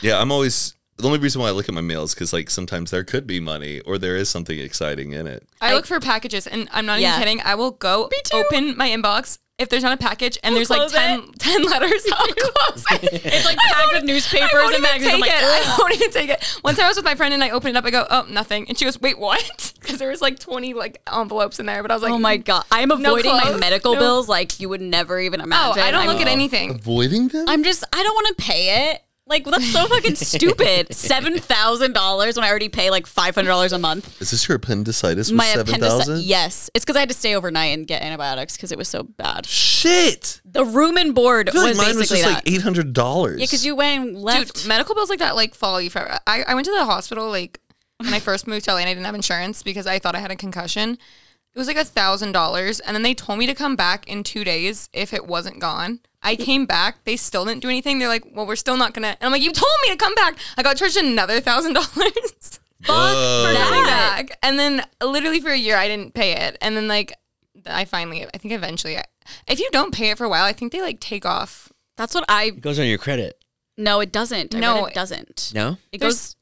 [SPEAKER 3] yeah, I'm always the only reason why I look at my mail is because like sometimes there could be money or there is something exciting in it.
[SPEAKER 6] I look for packages, and I'm not
[SPEAKER 4] Yeah.
[SPEAKER 6] even kidding. I will go
[SPEAKER 4] too.
[SPEAKER 6] open my inbox if there's not a package, and there's like
[SPEAKER 4] close
[SPEAKER 6] 10, 10 letters. I'll close it.
[SPEAKER 4] It's like packed with
[SPEAKER 6] I
[SPEAKER 4] newspapers
[SPEAKER 6] won't
[SPEAKER 4] and
[SPEAKER 6] even
[SPEAKER 4] magazines. I'm
[SPEAKER 6] take
[SPEAKER 4] like,
[SPEAKER 6] it.
[SPEAKER 4] "Ugh."
[SPEAKER 6] I won't even take it. Once I was with my friend and I opened it up, I go, "Oh, nothing," and she goes, "Wait, what?" Because there was like twenty like envelopes in there, but I was like, "Mm,
[SPEAKER 4] oh my god, I'm avoiding my
[SPEAKER 6] clothes?
[SPEAKER 4] medical
[SPEAKER 6] No.
[SPEAKER 4] bills like you would never even
[SPEAKER 6] Oh,
[SPEAKER 4] imagine.
[SPEAKER 6] I don't
[SPEAKER 4] I'm-
[SPEAKER 6] look at anything."
[SPEAKER 3] Avoiding them?
[SPEAKER 4] I'm just, I don't want to pay it. Like that's so fucking stupid. Seven thousand dollars when I already pay like five hundred dollars a month.
[SPEAKER 3] is this your appendicitis with
[SPEAKER 4] My
[SPEAKER 3] seven thousand?
[SPEAKER 4] appendicitis. Yes, it's because I had to stay overnight and get antibiotics because it was so bad.
[SPEAKER 3] Shit.
[SPEAKER 4] The room and board
[SPEAKER 3] I feel
[SPEAKER 4] was
[SPEAKER 3] like mine was
[SPEAKER 4] basically
[SPEAKER 3] just
[SPEAKER 4] that.
[SPEAKER 3] like eight hundred dollars.
[SPEAKER 4] yeah, because you went and left.
[SPEAKER 6] Dude, medical bills like that like follow you forever. I, I went to the hospital like when I first moved to LA and I didn't have insurance because I thought I had a concussion. It was like a thousand dollars, and then they told me to come back in two days if it wasn't gone. I came back. They still didn't do anything. They're like, "Well, we're still not gonna." And I'm like, "You told me to come back." I got charged another thousand dollars.
[SPEAKER 4] Fuck that.
[SPEAKER 6] back. And then literally for a year, I didn't pay it. And then like, I finally, I think eventually, I, if you don't pay it for a while, I think they like take off.
[SPEAKER 4] That's what I.
[SPEAKER 1] It goes on your credit.
[SPEAKER 4] No, it doesn't. I
[SPEAKER 6] No,
[SPEAKER 4] read it
[SPEAKER 6] it-
[SPEAKER 4] doesn't.
[SPEAKER 1] No?
[SPEAKER 4] It
[SPEAKER 6] There's-
[SPEAKER 4] goes.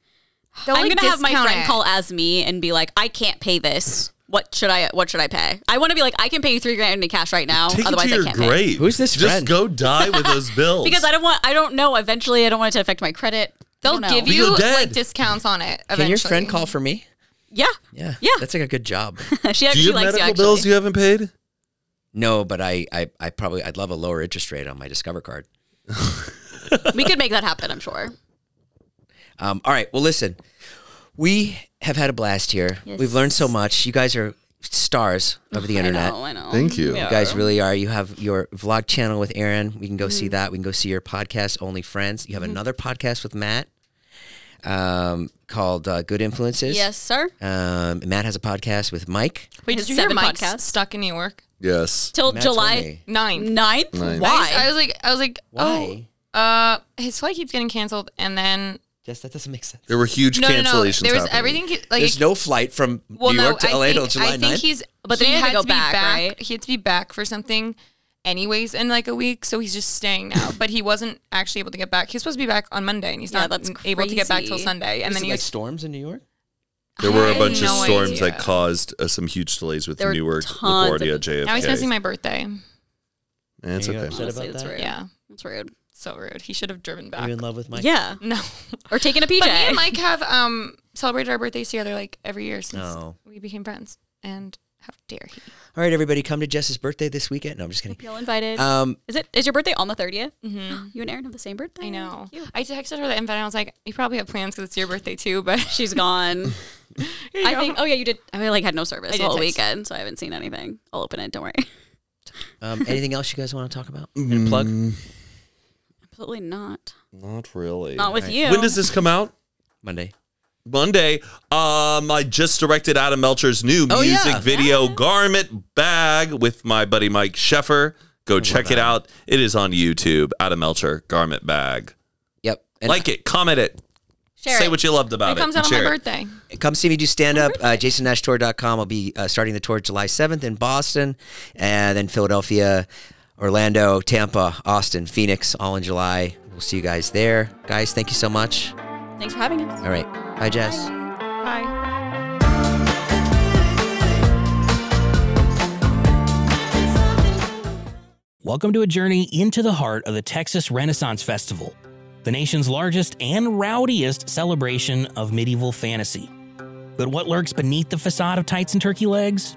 [SPEAKER 6] They'll,
[SPEAKER 4] I'm
[SPEAKER 6] like,
[SPEAKER 4] gonna have my
[SPEAKER 6] discount
[SPEAKER 4] friend
[SPEAKER 6] it.
[SPEAKER 4] call as me and be like, I can't pay this. What should I? What should I pay? I want to be like, I can pay you three grand in cash right now.
[SPEAKER 3] take it
[SPEAKER 4] otherwise,
[SPEAKER 3] to your
[SPEAKER 4] I can't pay.
[SPEAKER 3] grave.
[SPEAKER 1] Who's this
[SPEAKER 3] Just
[SPEAKER 1] friend?
[SPEAKER 3] go die with those bills.
[SPEAKER 4] Because I don't want. I don't know. Eventually, I don't want it to affect my credit. I
[SPEAKER 6] They'll
[SPEAKER 4] don't know.
[SPEAKER 6] give
[SPEAKER 3] But
[SPEAKER 6] you
[SPEAKER 3] you're dead.
[SPEAKER 6] like discounts on it. Eventually.
[SPEAKER 1] Can your friend call for me?
[SPEAKER 4] Yeah.
[SPEAKER 1] Yeah.
[SPEAKER 4] Yeah.
[SPEAKER 1] That's like a good job.
[SPEAKER 4] she
[SPEAKER 3] Do
[SPEAKER 4] actually
[SPEAKER 3] you have
[SPEAKER 4] likes
[SPEAKER 3] medical
[SPEAKER 4] you. Actually.
[SPEAKER 3] bills you haven't paid?
[SPEAKER 1] No, but I, I, I probably I'd love a lower interest rate on my Discover card.
[SPEAKER 4] we could make that happen. I'm sure.
[SPEAKER 1] Um, all right. Well, listen, we have had a blast here. We've learned so much. You guys are stars of the
[SPEAKER 3] Uh,
[SPEAKER 1] internet.
[SPEAKER 4] Oh, I know. I know. Mm.
[SPEAKER 3] Thank you.
[SPEAKER 4] Yeah.
[SPEAKER 1] You guys really are. You have your vlog channel with Aaron. We can go see that. We can go see your podcast, Only Friends.
[SPEAKER 4] Mm-hmm.
[SPEAKER 1] You have another podcast with Matt um, called uh, Good Influences.
[SPEAKER 4] Yes, sir.
[SPEAKER 1] Um, Matt has a podcast with Mike.
[SPEAKER 6] Wait,
[SPEAKER 4] It's
[SPEAKER 6] did you hear
[SPEAKER 4] seven
[SPEAKER 6] Mike's
[SPEAKER 4] podcasts.
[SPEAKER 6] stuck in New York?
[SPEAKER 3] Yes.
[SPEAKER 4] Till
[SPEAKER 1] Matt told
[SPEAKER 4] July
[SPEAKER 1] me.
[SPEAKER 6] Nine.
[SPEAKER 4] 9th?
[SPEAKER 3] Nine.
[SPEAKER 6] I, just- I
[SPEAKER 4] Why?
[SPEAKER 6] was like, I was like,
[SPEAKER 1] Why?
[SPEAKER 6] Oh, uh, his flight keeps getting canceled, and then
[SPEAKER 1] Yes, that doesn't make sense.
[SPEAKER 3] There were huge
[SPEAKER 6] no, no, no,
[SPEAKER 3] cancellations.
[SPEAKER 6] there was
[SPEAKER 3] happening.
[SPEAKER 6] everything ke- like.
[SPEAKER 1] There's no flight from
[SPEAKER 6] well,
[SPEAKER 1] New
[SPEAKER 6] no,
[SPEAKER 1] York to
[SPEAKER 6] I
[SPEAKER 1] LA
[SPEAKER 6] think,
[SPEAKER 1] till July
[SPEAKER 6] I think
[SPEAKER 1] 9th.
[SPEAKER 6] he's,
[SPEAKER 4] But
[SPEAKER 6] but
[SPEAKER 4] they
[SPEAKER 6] he
[SPEAKER 4] had to
[SPEAKER 6] had
[SPEAKER 4] go
[SPEAKER 6] be
[SPEAKER 4] back,
[SPEAKER 6] back.
[SPEAKER 4] right?
[SPEAKER 6] He had to be back for something, anyways, in like a week. So he's just staying now. but he wasn't actually able to get back. He was supposed to be back on Monday, and he's
[SPEAKER 4] Yeah,
[SPEAKER 6] not
[SPEAKER 4] that's
[SPEAKER 6] able to get back till
[SPEAKER 4] crazy.
[SPEAKER 6] Sunday. And
[SPEAKER 1] Is
[SPEAKER 6] then
[SPEAKER 1] it
[SPEAKER 6] he
[SPEAKER 1] like
[SPEAKER 6] was
[SPEAKER 1] storms in New York?
[SPEAKER 3] There were
[SPEAKER 6] I
[SPEAKER 3] a
[SPEAKER 6] had
[SPEAKER 3] bunch
[SPEAKER 6] no
[SPEAKER 3] of storms
[SPEAKER 6] idea.
[SPEAKER 3] that caused uh, some huge delays with
[SPEAKER 4] There were
[SPEAKER 3] Newark,
[SPEAKER 4] tons of-
[SPEAKER 3] LaGuardia, JFK.
[SPEAKER 6] now he's missing my birthday.
[SPEAKER 3] Eh, it's
[SPEAKER 1] Are you
[SPEAKER 3] okay.
[SPEAKER 1] upset
[SPEAKER 4] Honestly,
[SPEAKER 1] about
[SPEAKER 4] that's
[SPEAKER 1] that?
[SPEAKER 4] rude.
[SPEAKER 6] Yeah,
[SPEAKER 4] That's rude.
[SPEAKER 6] so rude. He should have driven
[SPEAKER 1] Are
[SPEAKER 6] back.
[SPEAKER 1] you in love with Mike?
[SPEAKER 4] Yeah.
[SPEAKER 6] No.
[SPEAKER 4] Or taking a PJ.
[SPEAKER 6] But me and Mike have um celebrated our birthdays together like every year since
[SPEAKER 1] Oh.
[SPEAKER 6] we became friends. And how dare he?
[SPEAKER 1] All right, everybody, come to Jess's birthday this weekend. No, I'm just kidding.
[SPEAKER 4] You're all invited.
[SPEAKER 3] Uh,
[SPEAKER 1] Um,
[SPEAKER 4] is it? Is your birthday on the 30th? Mm-hmm. You and Aaron have the same birthday.
[SPEAKER 6] I know. I texted her the invite. and I was like, "You probably have plans because it's your birthday too." But
[SPEAKER 4] She's gone. I think. Oh yeah, you did. I like had no service
[SPEAKER 6] I
[SPEAKER 4] the
[SPEAKER 6] did
[SPEAKER 4] whole
[SPEAKER 6] text.
[SPEAKER 4] weekend, so I haven't seen anything. I'll open it. Don't worry.
[SPEAKER 1] um, anything else you guys want to talk about?
[SPEAKER 7] Mm.
[SPEAKER 1] And plug?
[SPEAKER 4] Absolutely not.
[SPEAKER 3] Not really.
[SPEAKER 4] Not with you.
[SPEAKER 3] When does this come out?
[SPEAKER 1] Monday.
[SPEAKER 3] Monday. Um, I just directed Adam Melcher's new
[SPEAKER 1] Oh,
[SPEAKER 3] music
[SPEAKER 1] yeah.
[SPEAKER 3] video, Garment Bag, with my buddy Mike Sheffer. Go check it out. It is on YouTube. Adam Melcher, Garment Bag.
[SPEAKER 1] Yep. And
[SPEAKER 3] like it, comment it,
[SPEAKER 4] Share
[SPEAKER 3] say
[SPEAKER 4] it.
[SPEAKER 3] what you loved
[SPEAKER 6] it
[SPEAKER 3] about it.
[SPEAKER 6] comes out on my
[SPEAKER 3] Share it.
[SPEAKER 6] birthday.
[SPEAKER 1] come see me do stand up. Uh, JasonNashTour.com. I'll be uh, starting the tour July 7th in Boston, and then Philadelphia, Orlando, Tampa, Austin, Phoenix, all in July. We'll see you guys there. Guys, thank you so much.
[SPEAKER 4] Thanks for having us.
[SPEAKER 1] All right. Bye, Jess.
[SPEAKER 6] Bye.
[SPEAKER 7] Welcome to a journey into the heart of the Texas Renaissance Festival, the nation's largest and rowdiest celebration of medieval fantasy. But what lurks beneath the facade of tights and turkey legs?